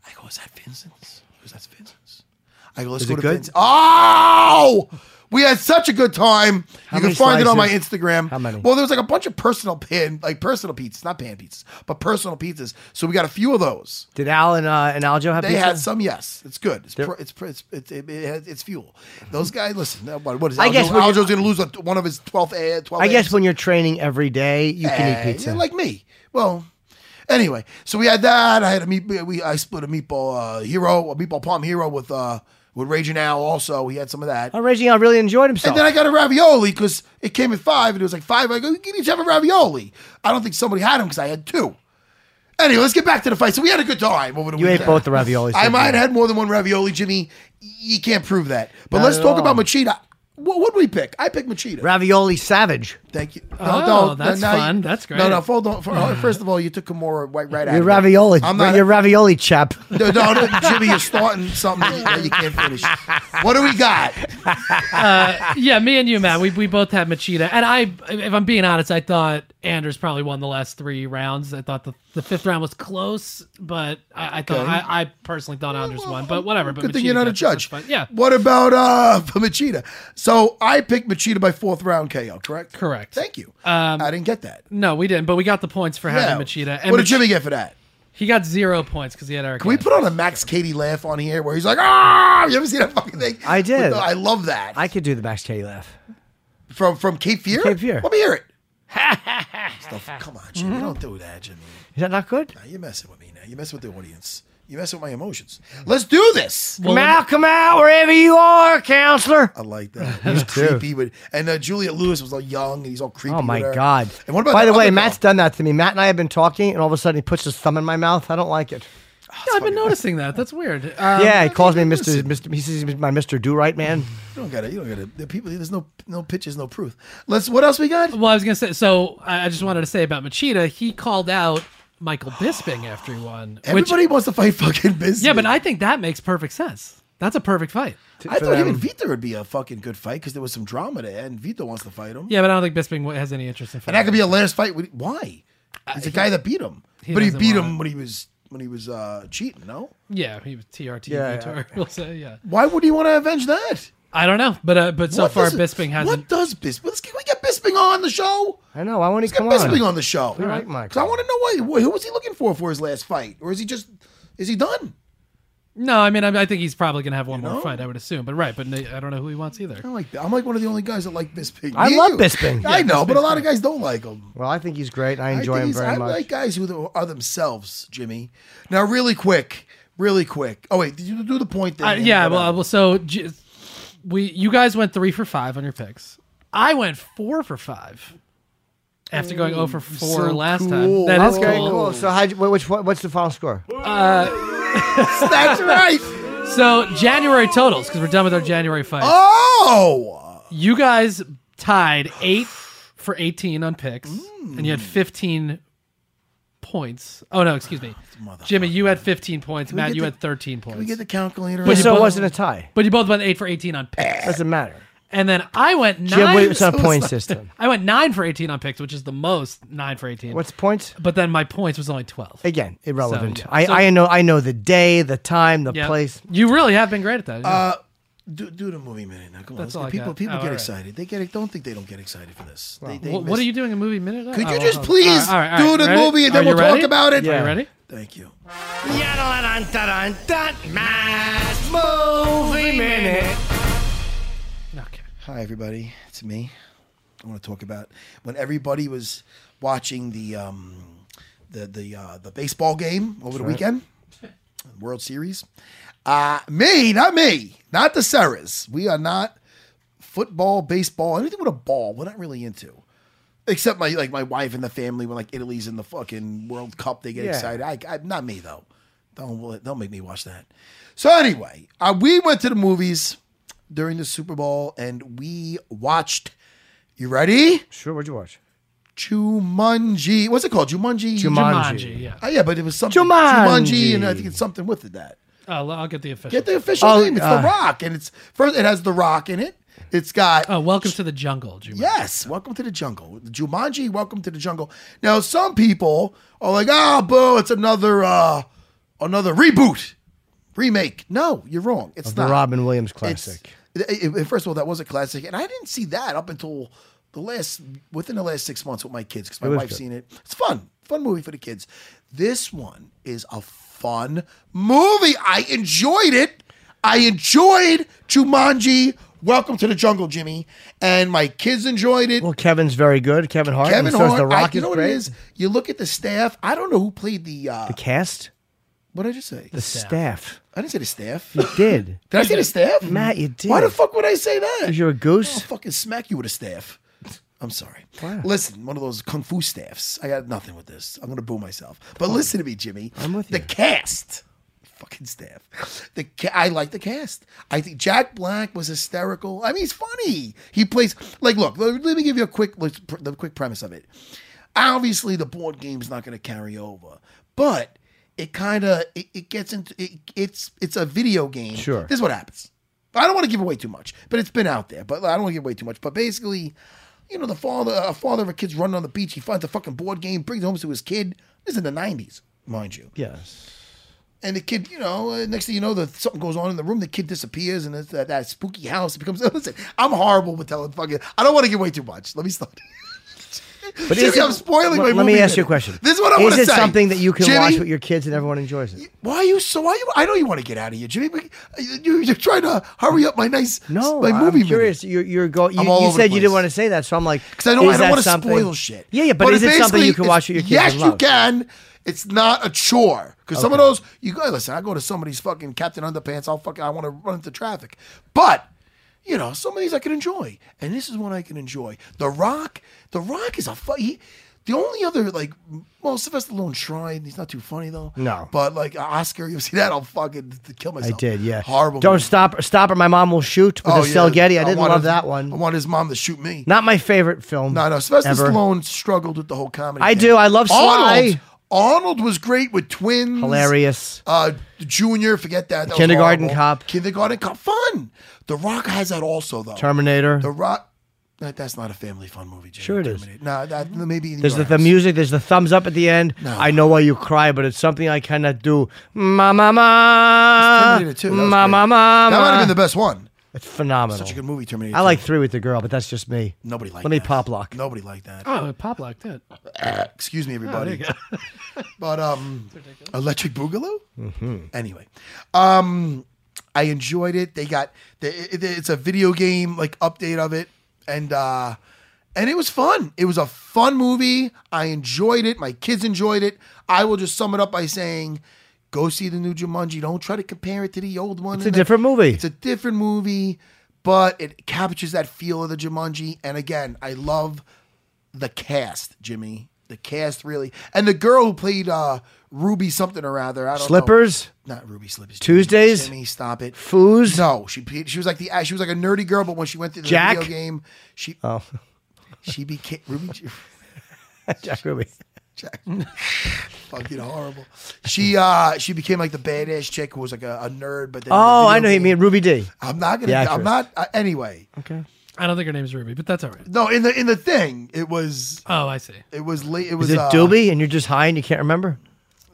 [SPEAKER 2] I go, is that Vincent's? He goes, that's Vincent's. I go, let's
[SPEAKER 1] Is
[SPEAKER 2] go
[SPEAKER 1] it
[SPEAKER 2] to
[SPEAKER 1] good?
[SPEAKER 2] Vincent's. Oh! We had such a good time.
[SPEAKER 1] How
[SPEAKER 2] you can
[SPEAKER 1] many
[SPEAKER 2] find it on my
[SPEAKER 1] slices?
[SPEAKER 2] Instagram.
[SPEAKER 1] How many?
[SPEAKER 2] Well, there was like a bunch of personal pan, like personal pizzas, not pan pizzas, but personal pizzas. So we got a few of those.
[SPEAKER 1] Did Al and uh, and Aljo have
[SPEAKER 2] They
[SPEAKER 1] pizza?
[SPEAKER 2] had some, yes. It's good. It's pro, it's, pro, it's, it's, it, it has, it's fuel. Those guys, listen. What, what is
[SPEAKER 1] I
[SPEAKER 2] Aljo,
[SPEAKER 1] guess when you-
[SPEAKER 2] Aljo's going to lose a, one of his eh, 12 a 12
[SPEAKER 1] I guess
[SPEAKER 2] eggs?
[SPEAKER 1] when you're training every day, you
[SPEAKER 2] Eh,
[SPEAKER 1] can eat
[SPEAKER 2] yeah,
[SPEAKER 1] pizza.
[SPEAKER 2] like me. Well, anyway, so we had that. I had a meat. We I split a meatball uh, hero, a meatball palm hero with uh with Raging Al. Also, he had some of that.
[SPEAKER 1] oh, Reggie, I really enjoyed
[SPEAKER 2] And
[SPEAKER 1] himself.
[SPEAKER 2] then I got a ravioli because it came at five, and it was like five. I go, you can each have a ravioli. I don't think somebody had them because I had two. Anyway, let's get back to the fight. So we had a good time over the
[SPEAKER 1] you
[SPEAKER 2] weekend.
[SPEAKER 1] ate both the raviolis.
[SPEAKER 2] I
[SPEAKER 1] didn't
[SPEAKER 2] might
[SPEAKER 1] you?
[SPEAKER 2] have had more than one ravioli, Jimmy. You can't prove that. But
[SPEAKER 1] Not
[SPEAKER 2] let's
[SPEAKER 1] at
[SPEAKER 2] talk
[SPEAKER 1] all.
[SPEAKER 2] about Machida. What would we pick? I picked Machida.
[SPEAKER 1] ravioli savage.
[SPEAKER 2] Thank you.
[SPEAKER 9] Oh, that's fun. That's
[SPEAKER 2] No, no.
[SPEAKER 9] great.
[SPEAKER 2] Hold on. For- First of all, you took Kimura right, right out.
[SPEAKER 1] You're
[SPEAKER 2] of it.
[SPEAKER 1] ravioli.
[SPEAKER 2] I'm not.
[SPEAKER 1] you're ravioli chap.
[SPEAKER 2] no, no, no, Jimmy, you're starting something that you, that you can't finish. What do we got?
[SPEAKER 9] yeah, me and you, Matt, we, we both had Machida. And I, if I'm being honest, I thought Anders probably won the last three rounds. I thought the, the fifth round was close, but I, I thought, I, I personally thought Anders won, but whatever. But
[SPEAKER 2] Good thing you're
[SPEAKER 9] Machida
[SPEAKER 2] not a
[SPEAKER 9] got the
[SPEAKER 2] judge.
[SPEAKER 9] fifth fight. Yeah,
[SPEAKER 2] What about uh for Machida? So I picked Machida by fourth round KO. Correct.
[SPEAKER 9] Correct. Um,
[SPEAKER 2] Thank you. I didn't get that.
[SPEAKER 9] no, we didn't, but we got the points for
[SPEAKER 2] Yeah.
[SPEAKER 9] having Machida. And
[SPEAKER 2] what did
[SPEAKER 9] Mach-
[SPEAKER 2] Jimmy get for that?
[SPEAKER 9] He got zero points because he had our.
[SPEAKER 2] Can we put on a Max Katie laugh on here where he's like, ah, you ever seen that fucking thing?
[SPEAKER 1] I
[SPEAKER 2] With
[SPEAKER 1] did.
[SPEAKER 2] the- I love that.
[SPEAKER 1] I could do the Max K laugh.
[SPEAKER 2] from from Cape Fear.
[SPEAKER 1] Cape Fear.
[SPEAKER 2] Let me hear it. Stuff. Come on, Jimmy. Don't do that, Jimmy.
[SPEAKER 1] Is that not good?
[SPEAKER 2] You're messing with me now. You're messing with the audience. You're messing with my emotions. Let's do this.
[SPEAKER 1] come out, come out, wherever you are, counselor.
[SPEAKER 2] I like that. He's
[SPEAKER 1] too.
[SPEAKER 2] creepy. With, and uh, Juliet Lewis was all young and he's all creepy.
[SPEAKER 1] Oh my
[SPEAKER 2] with her.
[SPEAKER 1] God!
[SPEAKER 2] And what about
[SPEAKER 1] By the
[SPEAKER 2] other
[SPEAKER 1] way,
[SPEAKER 2] girl?
[SPEAKER 1] Matt's done that to me. Matt and I have been talking, and all of a sudden he puts his thumb in my mouth. I don't like it.
[SPEAKER 9] Yeah, I've been noticing that. That's weird. Um,
[SPEAKER 1] yeah, he calls me Mister. Mister. He says he's my Mister Do Right man.
[SPEAKER 2] You don't got it. You don't got it. The people. There's no no pitches, no proof. Let's. What else we got?
[SPEAKER 9] Well, I was gonna say. So I I just wanted to say about Machida. He called out Michael Bisping after he won. Which,
[SPEAKER 2] Everybody wants to fight fucking business.
[SPEAKER 9] yeah, but I think that makes perfect sense. That's a perfect fight.
[SPEAKER 2] I
[SPEAKER 1] for
[SPEAKER 2] thought him
[SPEAKER 1] them.
[SPEAKER 2] and Vito would be a fucking good fight because there was some drama there, and Vito wants to fight him.
[SPEAKER 9] Yeah, but I don't think Bisping wa- has any interest in
[SPEAKER 2] And that
[SPEAKER 9] fighting.
[SPEAKER 2] could be a last fight. With, why? He's a guy that beat him,
[SPEAKER 9] he
[SPEAKER 2] but he
[SPEAKER 9] doesn't
[SPEAKER 2] beat
[SPEAKER 9] want
[SPEAKER 2] him
[SPEAKER 9] it.
[SPEAKER 2] when he was when he was uh, cheating. No,
[SPEAKER 9] yeah, he was TRT
[SPEAKER 1] Yeah,
[SPEAKER 9] Vitor. We'll say yeah.
[SPEAKER 2] why would he want to avenge that?
[SPEAKER 9] I don't know, but uh, but so
[SPEAKER 2] What
[SPEAKER 9] far
[SPEAKER 2] does-
[SPEAKER 9] Bisping hasn't.
[SPEAKER 2] What does Bisping? Let's get, we get Bisping on the show?
[SPEAKER 1] I know. I want to
[SPEAKER 2] Let's get
[SPEAKER 1] come
[SPEAKER 2] Bisping on.
[SPEAKER 1] on.
[SPEAKER 2] the show.
[SPEAKER 1] You're right, Mike.
[SPEAKER 2] Because I want to know what who was he looking for for his last fight, or is he just is he done?
[SPEAKER 9] No, I mean, I, I think he's probably gonna have one
[SPEAKER 2] know?
[SPEAKER 9] more fight. I would assume, but right, but I don't know who he wants either.
[SPEAKER 2] I like that. I'm like one of the only guys that like Bisping.
[SPEAKER 1] I
[SPEAKER 2] Me and
[SPEAKER 1] love
[SPEAKER 2] you.
[SPEAKER 1] Bisping.
[SPEAKER 2] I
[SPEAKER 1] Yeah,
[SPEAKER 2] know, but
[SPEAKER 1] Bisping's
[SPEAKER 2] a lot of guys don't like him.
[SPEAKER 1] Well, I think he's great. I enjoy
[SPEAKER 2] I
[SPEAKER 1] him
[SPEAKER 2] think he's-
[SPEAKER 1] very
[SPEAKER 2] I
[SPEAKER 1] much.
[SPEAKER 2] like guys who are themselves, Jimmy. Now, really quick, really quick. Oh wait, did you do the point? Thing
[SPEAKER 9] Uh, yeah, well, well, so j- we you guys went three for five on your picks. I went four for five after going zero for four
[SPEAKER 2] Mm, so
[SPEAKER 9] last
[SPEAKER 2] cool.
[SPEAKER 9] time. That is
[SPEAKER 1] okay,
[SPEAKER 9] cool.
[SPEAKER 1] cool.
[SPEAKER 2] Oh.
[SPEAKER 1] So, how, which what, what's the final score?
[SPEAKER 2] that's right.
[SPEAKER 9] So January totals because we're done with our January fight.
[SPEAKER 2] Oh,
[SPEAKER 9] You guys tied eight for eighteen on picks,
[SPEAKER 2] Mm.
[SPEAKER 9] and you had fifteen points. Oh no, excuse me, Jimmy, you had fifteen points.
[SPEAKER 2] we
[SPEAKER 9] Matt,
[SPEAKER 2] get
[SPEAKER 9] you
[SPEAKER 2] the-
[SPEAKER 9] had thirteen points.
[SPEAKER 2] we get the calculator.
[SPEAKER 9] But
[SPEAKER 2] out?
[SPEAKER 9] you
[SPEAKER 1] so
[SPEAKER 9] both-
[SPEAKER 1] it wasn't a tie.
[SPEAKER 9] but you both went eight for eighteen on picks,
[SPEAKER 1] Doesn't matter.
[SPEAKER 9] and then I went nine.
[SPEAKER 1] Jim, wait, it's on a
[SPEAKER 2] so
[SPEAKER 1] point
[SPEAKER 2] it's
[SPEAKER 1] system.
[SPEAKER 9] I went nine for 18 on picks, which is the most nine for 18.
[SPEAKER 1] What's points?
[SPEAKER 9] but then my points was only 12.
[SPEAKER 1] Again, irrelevant.
[SPEAKER 9] yeah.
[SPEAKER 1] I,
[SPEAKER 9] So-
[SPEAKER 1] I know I know the day, the time, the
[SPEAKER 9] Yeah.
[SPEAKER 1] place.
[SPEAKER 9] You really have been great at that.
[SPEAKER 2] Uh,
[SPEAKER 9] yeah.
[SPEAKER 2] do, do the movie minute now. Come on, let's-
[SPEAKER 9] That's all I
[SPEAKER 2] people
[SPEAKER 9] got.
[SPEAKER 2] people
[SPEAKER 9] Oh,
[SPEAKER 2] get
[SPEAKER 9] all right.
[SPEAKER 2] excited. They get don't think they don't get excited for this. They- they
[SPEAKER 9] Wh- what,
[SPEAKER 2] miss-
[SPEAKER 9] are you doing a movie minute?
[SPEAKER 2] Could you
[SPEAKER 9] Oh,
[SPEAKER 2] just
[SPEAKER 9] oh,
[SPEAKER 2] please
[SPEAKER 9] all right, all right,
[SPEAKER 2] do the
[SPEAKER 9] ready?
[SPEAKER 2] movie and then
[SPEAKER 9] Are you
[SPEAKER 2] we'll talk
[SPEAKER 9] ready?
[SPEAKER 2] about it?
[SPEAKER 9] Are you ready?
[SPEAKER 2] Thank you.
[SPEAKER 9] Okay.
[SPEAKER 2] Hi everybody, it's me. I want to talk about when everybody was watching the um, the the uh, the baseball game over the weekend, World Series. Uh, me, not me, not the Serras. We are not football, baseball, anything with a ball. We're not really into. Except my like my wife and the family when like Italy's in the fucking World Cup, they get
[SPEAKER 1] Yeah.
[SPEAKER 2] excited. I, I not me though. Don't don't make me watch that. So anyway, uh, we went to the movies during the Super Bowl and we watched. You ready?
[SPEAKER 1] Sure, what'd you watch?
[SPEAKER 2] Jumanji. What's it called? Jumanji.
[SPEAKER 1] Jumanji.
[SPEAKER 9] Jumanji, yeah.
[SPEAKER 2] Oh, yeah, but it was something.
[SPEAKER 1] Jumanji.
[SPEAKER 2] Jumanji, and I think it's something with it that.
[SPEAKER 9] Oh, I'll get the official.
[SPEAKER 2] Get the official
[SPEAKER 1] Oh,
[SPEAKER 2] name. It's
[SPEAKER 1] uh,
[SPEAKER 2] The Rock, and it's first. It has The Rock in it. It's got
[SPEAKER 9] oh, welcome to the jungle, Jimmy.
[SPEAKER 2] Yes, welcome to the jungle. Jumanji, welcome to the jungle. Now, some people are like, "Oh, boo, it's another uh another reboot, remake." No, you're wrong. It's
[SPEAKER 1] Of the
[SPEAKER 2] not
[SPEAKER 1] Robin Williams
[SPEAKER 2] It's-
[SPEAKER 1] classic.
[SPEAKER 2] it- it- first of all, that was a classic, and I didn't see that up until the last within the last six months with my kids because my
[SPEAKER 1] It was
[SPEAKER 2] wife's
[SPEAKER 1] good.
[SPEAKER 2] seen it. It's fun, fun movie for the kids. This one is a fun movie. I enjoyed it. I enjoyed Jumanji. Welcome to the jungle, Jimmy. And my kids enjoyed it.
[SPEAKER 1] Well, Kevin's very good. Kevin Hart.
[SPEAKER 2] Kevin
[SPEAKER 1] and so is
[SPEAKER 2] Hart,
[SPEAKER 1] The Rock
[SPEAKER 2] I, you
[SPEAKER 1] is
[SPEAKER 2] know what
[SPEAKER 1] great.
[SPEAKER 2] it is? You look at the staff. I don't know who played the. Uh,
[SPEAKER 1] The cast,
[SPEAKER 2] what did I just say?
[SPEAKER 1] the staff.
[SPEAKER 2] I didn't say the staff.
[SPEAKER 1] You
[SPEAKER 2] did
[SPEAKER 1] did.
[SPEAKER 2] I say the staff?
[SPEAKER 1] Matt, you did.
[SPEAKER 2] Why the fuck would I say that?
[SPEAKER 1] 'Cause you're a goose.
[SPEAKER 2] I'll fucking smack you with a staff. I'm sorry. Listen, one of those kung fu staffs. I got nothing with this. I'm gonna boo myself. But listen to me, Jimmy. I'm
[SPEAKER 1] with
[SPEAKER 2] the
[SPEAKER 1] you.
[SPEAKER 2] cast. Fucking staff. The ca- I like the cast. I think Jack Black was hysterical. I mean, he's funny. He plays like look. Let, let me give you a quick let's pr- the quick premise of it. Obviously, the board game's not going to carry over, but it kind of it, it gets into it, it's it's a video game.
[SPEAKER 1] Sure.
[SPEAKER 2] This is what happens. I don't want to give away too much, but it's been out there. But I don't want to give away too much. But basically, you know, the father, a father of a kid's running on the beach. He finds a fucking board game, brings it home to his kid. This is in the '90s, mind you.
[SPEAKER 1] Yes.
[SPEAKER 2] And the kid, you know, uh, next thing you know, the, something goes on in the room. The kid disappears, and it's that, that spooky house becomes. Listen, I'm horrible with telling fucking. I don't want to give away too much. Let me stop. But
[SPEAKER 1] is it-
[SPEAKER 2] I'm spoiling my
[SPEAKER 1] let, let me
[SPEAKER 2] movie
[SPEAKER 1] ask you a
[SPEAKER 2] minute.
[SPEAKER 1] question.
[SPEAKER 2] This is what I
[SPEAKER 1] Is
[SPEAKER 2] want to
[SPEAKER 1] it
[SPEAKER 2] say.
[SPEAKER 1] something that you can
[SPEAKER 2] Jimmy,
[SPEAKER 1] watch with your kids and everyone enjoys it?
[SPEAKER 2] why are you so? Why are you? I know you want to get out of here, Jimmy. But you, you're trying to hurry up my nice
[SPEAKER 1] No,
[SPEAKER 2] my
[SPEAKER 1] I'm
[SPEAKER 2] movie. minute.
[SPEAKER 1] curious. You're, you're go, you
[SPEAKER 2] I'm all
[SPEAKER 1] you
[SPEAKER 2] over
[SPEAKER 1] said
[SPEAKER 2] the
[SPEAKER 1] you didn't
[SPEAKER 2] place.
[SPEAKER 1] want to say that, so I'm like,
[SPEAKER 2] Because I don't, I
[SPEAKER 1] is
[SPEAKER 2] don't
[SPEAKER 1] that
[SPEAKER 2] want to
[SPEAKER 1] something-
[SPEAKER 2] spoil shit.
[SPEAKER 1] Yeah, yeah, but, is it something
[SPEAKER 2] basically-
[SPEAKER 1] you can watch with your kids?
[SPEAKER 2] Yes,
[SPEAKER 1] and
[SPEAKER 2] you
[SPEAKER 1] love?
[SPEAKER 2] can. It's not a chore because some of those you go listen. I go to somebody's fucking Captain Underpants. I'll fucking I want to run into traffic, but you know some of these I can enjoy, and this is one I can enjoy. The Rock, The Rock is a fu- he The only other like, well, Sylvester Stallone tried. He's not too funny though.
[SPEAKER 1] No.
[SPEAKER 2] but like Oscar, you see that? I'll fucking kill
[SPEAKER 1] I
[SPEAKER 2] myself.
[SPEAKER 1] did, yeah.
[SPEAKER 2] Horrible.
[SPEAKER 1] Don't
[SPEAKER 2] movie.
[SPEAKER 1] stop, stop, or my mom will shoot with
[SPEAKER 2] Oh,
[SPEAKER 1] a Cell
[SPEAKER 2] yeah.
[SPEAKER 1] Getty. I didn't
[SPEAKER 2] want
[SPEAKER 1] love
[SPEAKER 2] his-
[SPEAKER 1] that
[SPEAKER 2] I
[SPEAKER 1] one.
[SPEAKER 2] want his mom to shoot me.
[SPEAKER 1] Not my favorite film.
[SPEAKER 2] No, no. Sylvester
[SPEAKER 1] ever.
[SPEAKER 2] Stallone struggled with the whole comedy.
[SPEAKER 1] I
[SPEAKER 2] thing.
[SPEAKER 1] do. I love Sly.
[SPEAKER 2] Arnold. Arnold was great with twins.
[SPEAKER 1] Hilarious.
[SPEAKER 2] Uh, Junior, forget that. That was
[SPEAKER 1] Kindergarten
[SPEAKER 2] horrible.
[SPEAKER 1] Cop.
[SPEAKER 2] Kindergarten Cop, fun. The Rock has that also though.
[SPEAKER 1] Terminator.
[SPEAKER 2] The Rock. that- that's not a family fun movie. Jimmy.
[SPEAKER 1] Sure it is.
[SPEAKER 2] Terminator. No, that maybe. in
[SPEAKER 1] There's the,
[SPEAKER 2] your
[SPEAKER 1] the
[SPEAKER 2] house.
[SPEAKER 1] music. There's the thumbs up at the end. I know why you cry, but it's something I cannot do. Ma ma ma.
[SPEAKER 2] Terminator Two. that was
[SPEAKER 1] Ma
[SPEAKER 2] great.
[SPEAKER 1] Ah, ma ma.
[SPEAKER 2] That might
[SPEAKER 1] ma.
[SPEAKER 2] have been the best one.
[SPEAKER 1] It's phenomenal.
[SPEAKER 2] Such a good movie, Terminator
[SPEAKER 1] I like
[SPEAKER 2] 2.
[SPEAKER 1] three with the girl, but that's just me.
[SPEAKER 2] Nobody liked
[SPEAKER 1] Let me
[SPEAKER 2] that.
[SPEAKER 1] pop lock.
[SPEAKER 2] Nobody liked that.
[SPEAKER 9] Oh, it pop locked it.
[SPEAKER 2] Excuse me,
[SPEAKER 9] Oh, there
[SPEAKER 2] everybody.
[SPEAKER 9] you
[SPEAKER 2] but um, Electric Boogaloo.
[SPEAKER 1] Mm-hmm.
[SPEAKER 2] Anyway, um, I enjoyed it. They got the, it, it's a video game like update of it, and uh, and it was fun. It was a fun movie. I enjoyed it. My kids enjoyed it. I will just sum it up by saying. Go see the new Jumanji. Don't try to compare it to the old one.
[SPEAKER 1] It's a
[SPEAKER 2] And the-
[SPEAKER 1] different movie.
[SPEAKER 2] It's a different movie, but it captures that feel of the Jumanji. And again, I love the cast, Jimmy. The cast really, and the girl who played uh, Ruby something or rather. I don't
[SPEAKER 1] Slippers?
[SPEAKER 2] know. not Ruby Slippers. Jimmy.
[SPEAKER 1] Tuesdays?
[SPEAKER 2] Jimmy, stop it.
[SPEAKER 1] Foos?
[SPEAKER 2] No, she she was like the she was like a nerdy girl, but when she went to the
[SPEAKER 1] Jack?
[SPEAKER 2] video game, she
[SPEAKER 1] Oh,
[SPEAKER 2] she became Ruby.
[SPEAKER 1] Jack Ruby.
[SPEAKER 2] Jack. Fucking horrible. She uh she became like the badass chick who was like a, a nerd, but then in the
[SPEAKER 1] Oh, I
[SPEAKER 2] video
[SPEAKER 1] know you
[SPEAKER 2] game-
[SPEAKER 1] mean Ruby D.
[SPEAKER 2] I'm not gonna.
[SPEAKER 1] The actress.
[SPEAKER 2] I'm not. Uh, anyway,
[SPEAKER 1] Okay.
[SPEAKER 9] I don't think her name's Ruby, but that's all right.
[SPEAKER 2] no. In the in the thing, it was
[SPEAKER 9] Oh, I see.
[SPEAKER 2] it was late. It was
[SPEAKER 1] Is it
[SPEAKER 2] uh,
[SPEAKER 1] Doobie and you're just high and you can't remember?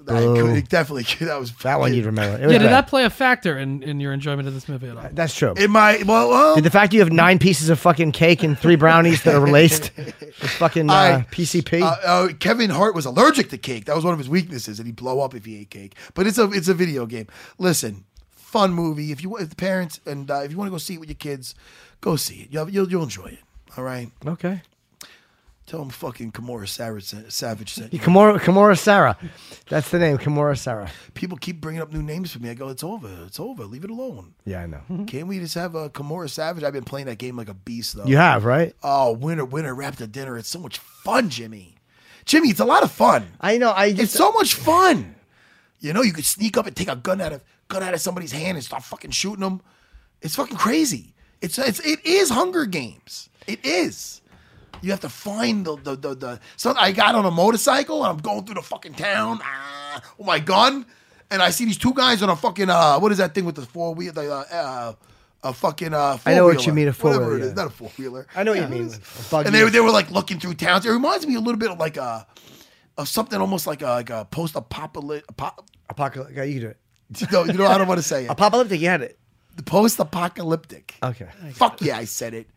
[SPEAKER 2] I could, it definitely. That was
[SPEAKER 1] That one you'd remember. It was
[SPEAKER 9] Yeah, did
[SPEAKER 1] bad.
[SPEAKER 9] that play a factor in, in your enjoyment of this movie at all?
[SPEAKER 1] That's true.
[SPEAKER 2] In my well, well
[SPEAKER 1] Did the fact you have nine pieces of fucking cake and three brownies that are laced with fucking uh,
[SPEAKER 2] I-
[SPEAKER 1] PCP?
[SPEAKER 2] uh, uh, Kevin Hart was allergic to cake. That was one of his weaknesses, and he'd blow up if he ate cake. But it's a it's a video game. Listen, fun movie. If you if the parents and uh, if you want to go see it with your kids, go see it. You'll you'll, you'll enjoy it. All right.
[SPEAKER 1] okay.
[SPEAKER 2] Tell them fucking Kamora Savage sent, Savage sent. you.
[SPEAKER 1] Kimura, Kimura Sarah. That's the name, Kimura Sarah.
[SPEAKER 2] People keep bringing up new names for me. I go, it's over. It's over. Leave it alone.
[SPEAKER 1] Yeah, I know.
[SPEAKER 2] Can't we just have a Kamora Savage? I've been playing that game like a beast though.
[SPEAKER 1] You have, right?
[SPEAKER 2] Oh, winner, winner, wrap the dinner. It's so much fun, Jimmy. Jimmy, it's a lot of fun.
[SPEAKER 1] I know. I
[SPEAKER 2] It's
[SPEAKER 1] just,
[SPEAKER 2] so much fun. You know, you could sneak up and take a gun out of gun out of somebody's hand and start fucking shooting them. It's fucking crazy. It's it's it is Hunger Games. It is. You have to find the the the, the so I got on a motorcycle and I'm going through the fucking town ah, with my gun, and I see these two guys on a fucking uh what is that thing with the four wheel the uh, uh a fucking uh four
[SPEAKER 1] I know what you mean, a
[SPEAKER 2] whatever
[SPEAKER 1] four-wheeler,
[SPEAKER 2] it is
[SPEAKER 1] yeah.
[SPEAKER 2] not a four wheeler
[SPEAKER 1] I know what you mean. Buggy.
[SPEAKER 2] and they, they were like looking through towns. It reminds me a little bit of like a of something almost like a, like a post apocalyptic.
[SPEAKER 1] Apocalyptic. You can do it.
[SPEAKER 2] No, you know I don't want to say it.
[SPEAKER 1] Apocalyptic, you had it.
[SPEAKER 2] Post apocalyptic.
[SPEAKER 1] Okay.
[SPEAKER 2] Fuck yeah, I said it.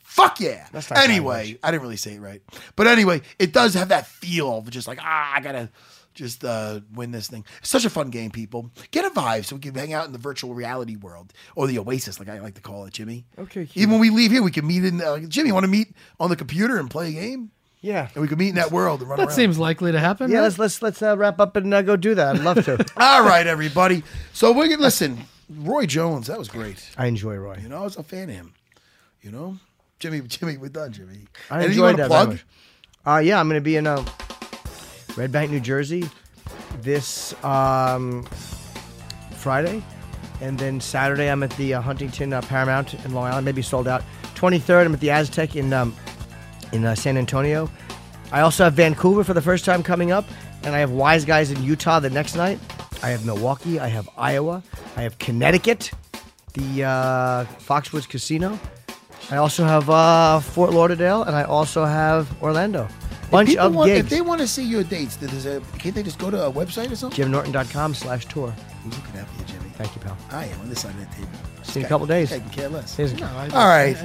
[SPEAKER 2] Fuck yeah.
[SPEAKER 1] That's not
[SPEAKER 2] Anyway, I didn't really say it right, but anyway, it does have that feel of just like ah, I gotta just uh, win this thing. Such a fun game, people. Get a vibe so we can hang out in the virtual reality world or the oasis, like I like to call it, Jimmy.
[SPEAKER 1] Okay,
[SPEAKER 2] Even when we leave here, we can meet in. Uh, Jimmy, want to meet on the computer and play a game?
[SPEAKER 1] Yeah.
[SPEAKER 2] and we could meet in that world and run
[SPEAKER 9] That
[SPEAKER 2] around.
[SPEAKER 9] seems likely to happen.
[SPEAKER 1] Yeah,
[SPEAKER 9] right?
[SPEAKER 1] let's let's let's uh, wrap up and uh, go do that. I'd love to.
[SPEAKER 2] All right, everybody. So we can listen. Roy Jones, that was great.
[SPEAKER 1] I enjoy Roy.
[SPEAKER 2] You know, I was a fan of him. You know, Jimmy, Jimmy, we're done, Jimmy.
[SPEAKER 1] I
[SPEAKER 2] Anything you
[SPEAKER 1] enjoyed
[SPEAKER 2] wanna
[SPEAKER 1] that very much. Uh, yeah, I'm going to be in uh, Red Bank, New Jersey this um, Friday. And then Saturday, I'm at the uh, Huntington uh, Paramount in Long Island, maybe sold out. 23rd, I'm at the Aztec in, um, in uh, San Antonio. I also have Vancouver for the first time coming up. And I have Wise Guys in Utah the next night. I have Milwaukee. I have Iowa. I have Connecticut, the uh, Foxwoods Casino. I also have uh, Fort Lauderdale, and I also have Orlando. Bunch
[SPEAKER 2] People
[SPEAKER 1] of
[SPEAKER 2] want-
[SPEAKER 1] gigs.
[SPEAKER 2] If they want to see your dates, then there's a, can't they just go to a website or something?
[SPEAKER 1] JimNorton.com slash tour.
[SPEAKER 2] I'm looking out for you, Jimmy.
[SPEAKER 1] Thank you, pal.
[SPEAKER 2] I am on this side of the table.
[SPEAKER 1] See you in a couple days.
[SPEAKER 2] I can care less.
[SPEAKER 1] Here's-
[SPEAKER 2] All right.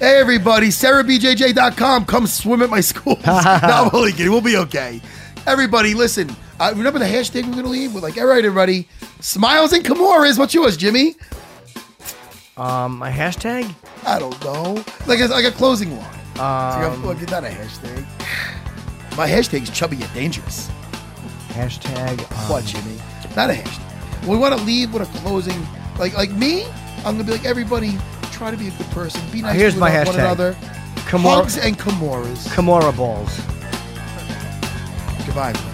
[SPEAKER 2] Hey, everybody. SarahBJJ.com. Come swim at my school. no, I'm only kidding. We'll be okay. Everybody, listen. Uh, remember the hashtag we're going to leave? We're like, all right, everybody. Smiles and Kimuras. What's yours, Jimmy?
[SPEAKER 1] um, my hashtag?
[SPEAKER 2] I don't know. Like a, like a closing line. Um, like a, not a hashtag. My hashtag is chubby and dangerous.
[SPEAKER 1] Hashtag. Um,
[SPEAKER 2] What, Jimmy? Not a hashtag. We want to leave with a closing. Like like me, I'm gonna be like everybody. Try to be a good person. Be nice
[SPEAKER 1] Here's
[SPEAKER 2] to
[SPEAKER 1] my
[SPEAKER 2] one
[SPEAKER 1] hashtag.
[SPEAKER 2] another.
[SPEAKER 1] Kimura-
[SPEAKER 2] Hugs and Kimuras.
[SPEAKER 1] Kimura balls.
[SPEAKER 2] Goodbye. everybody.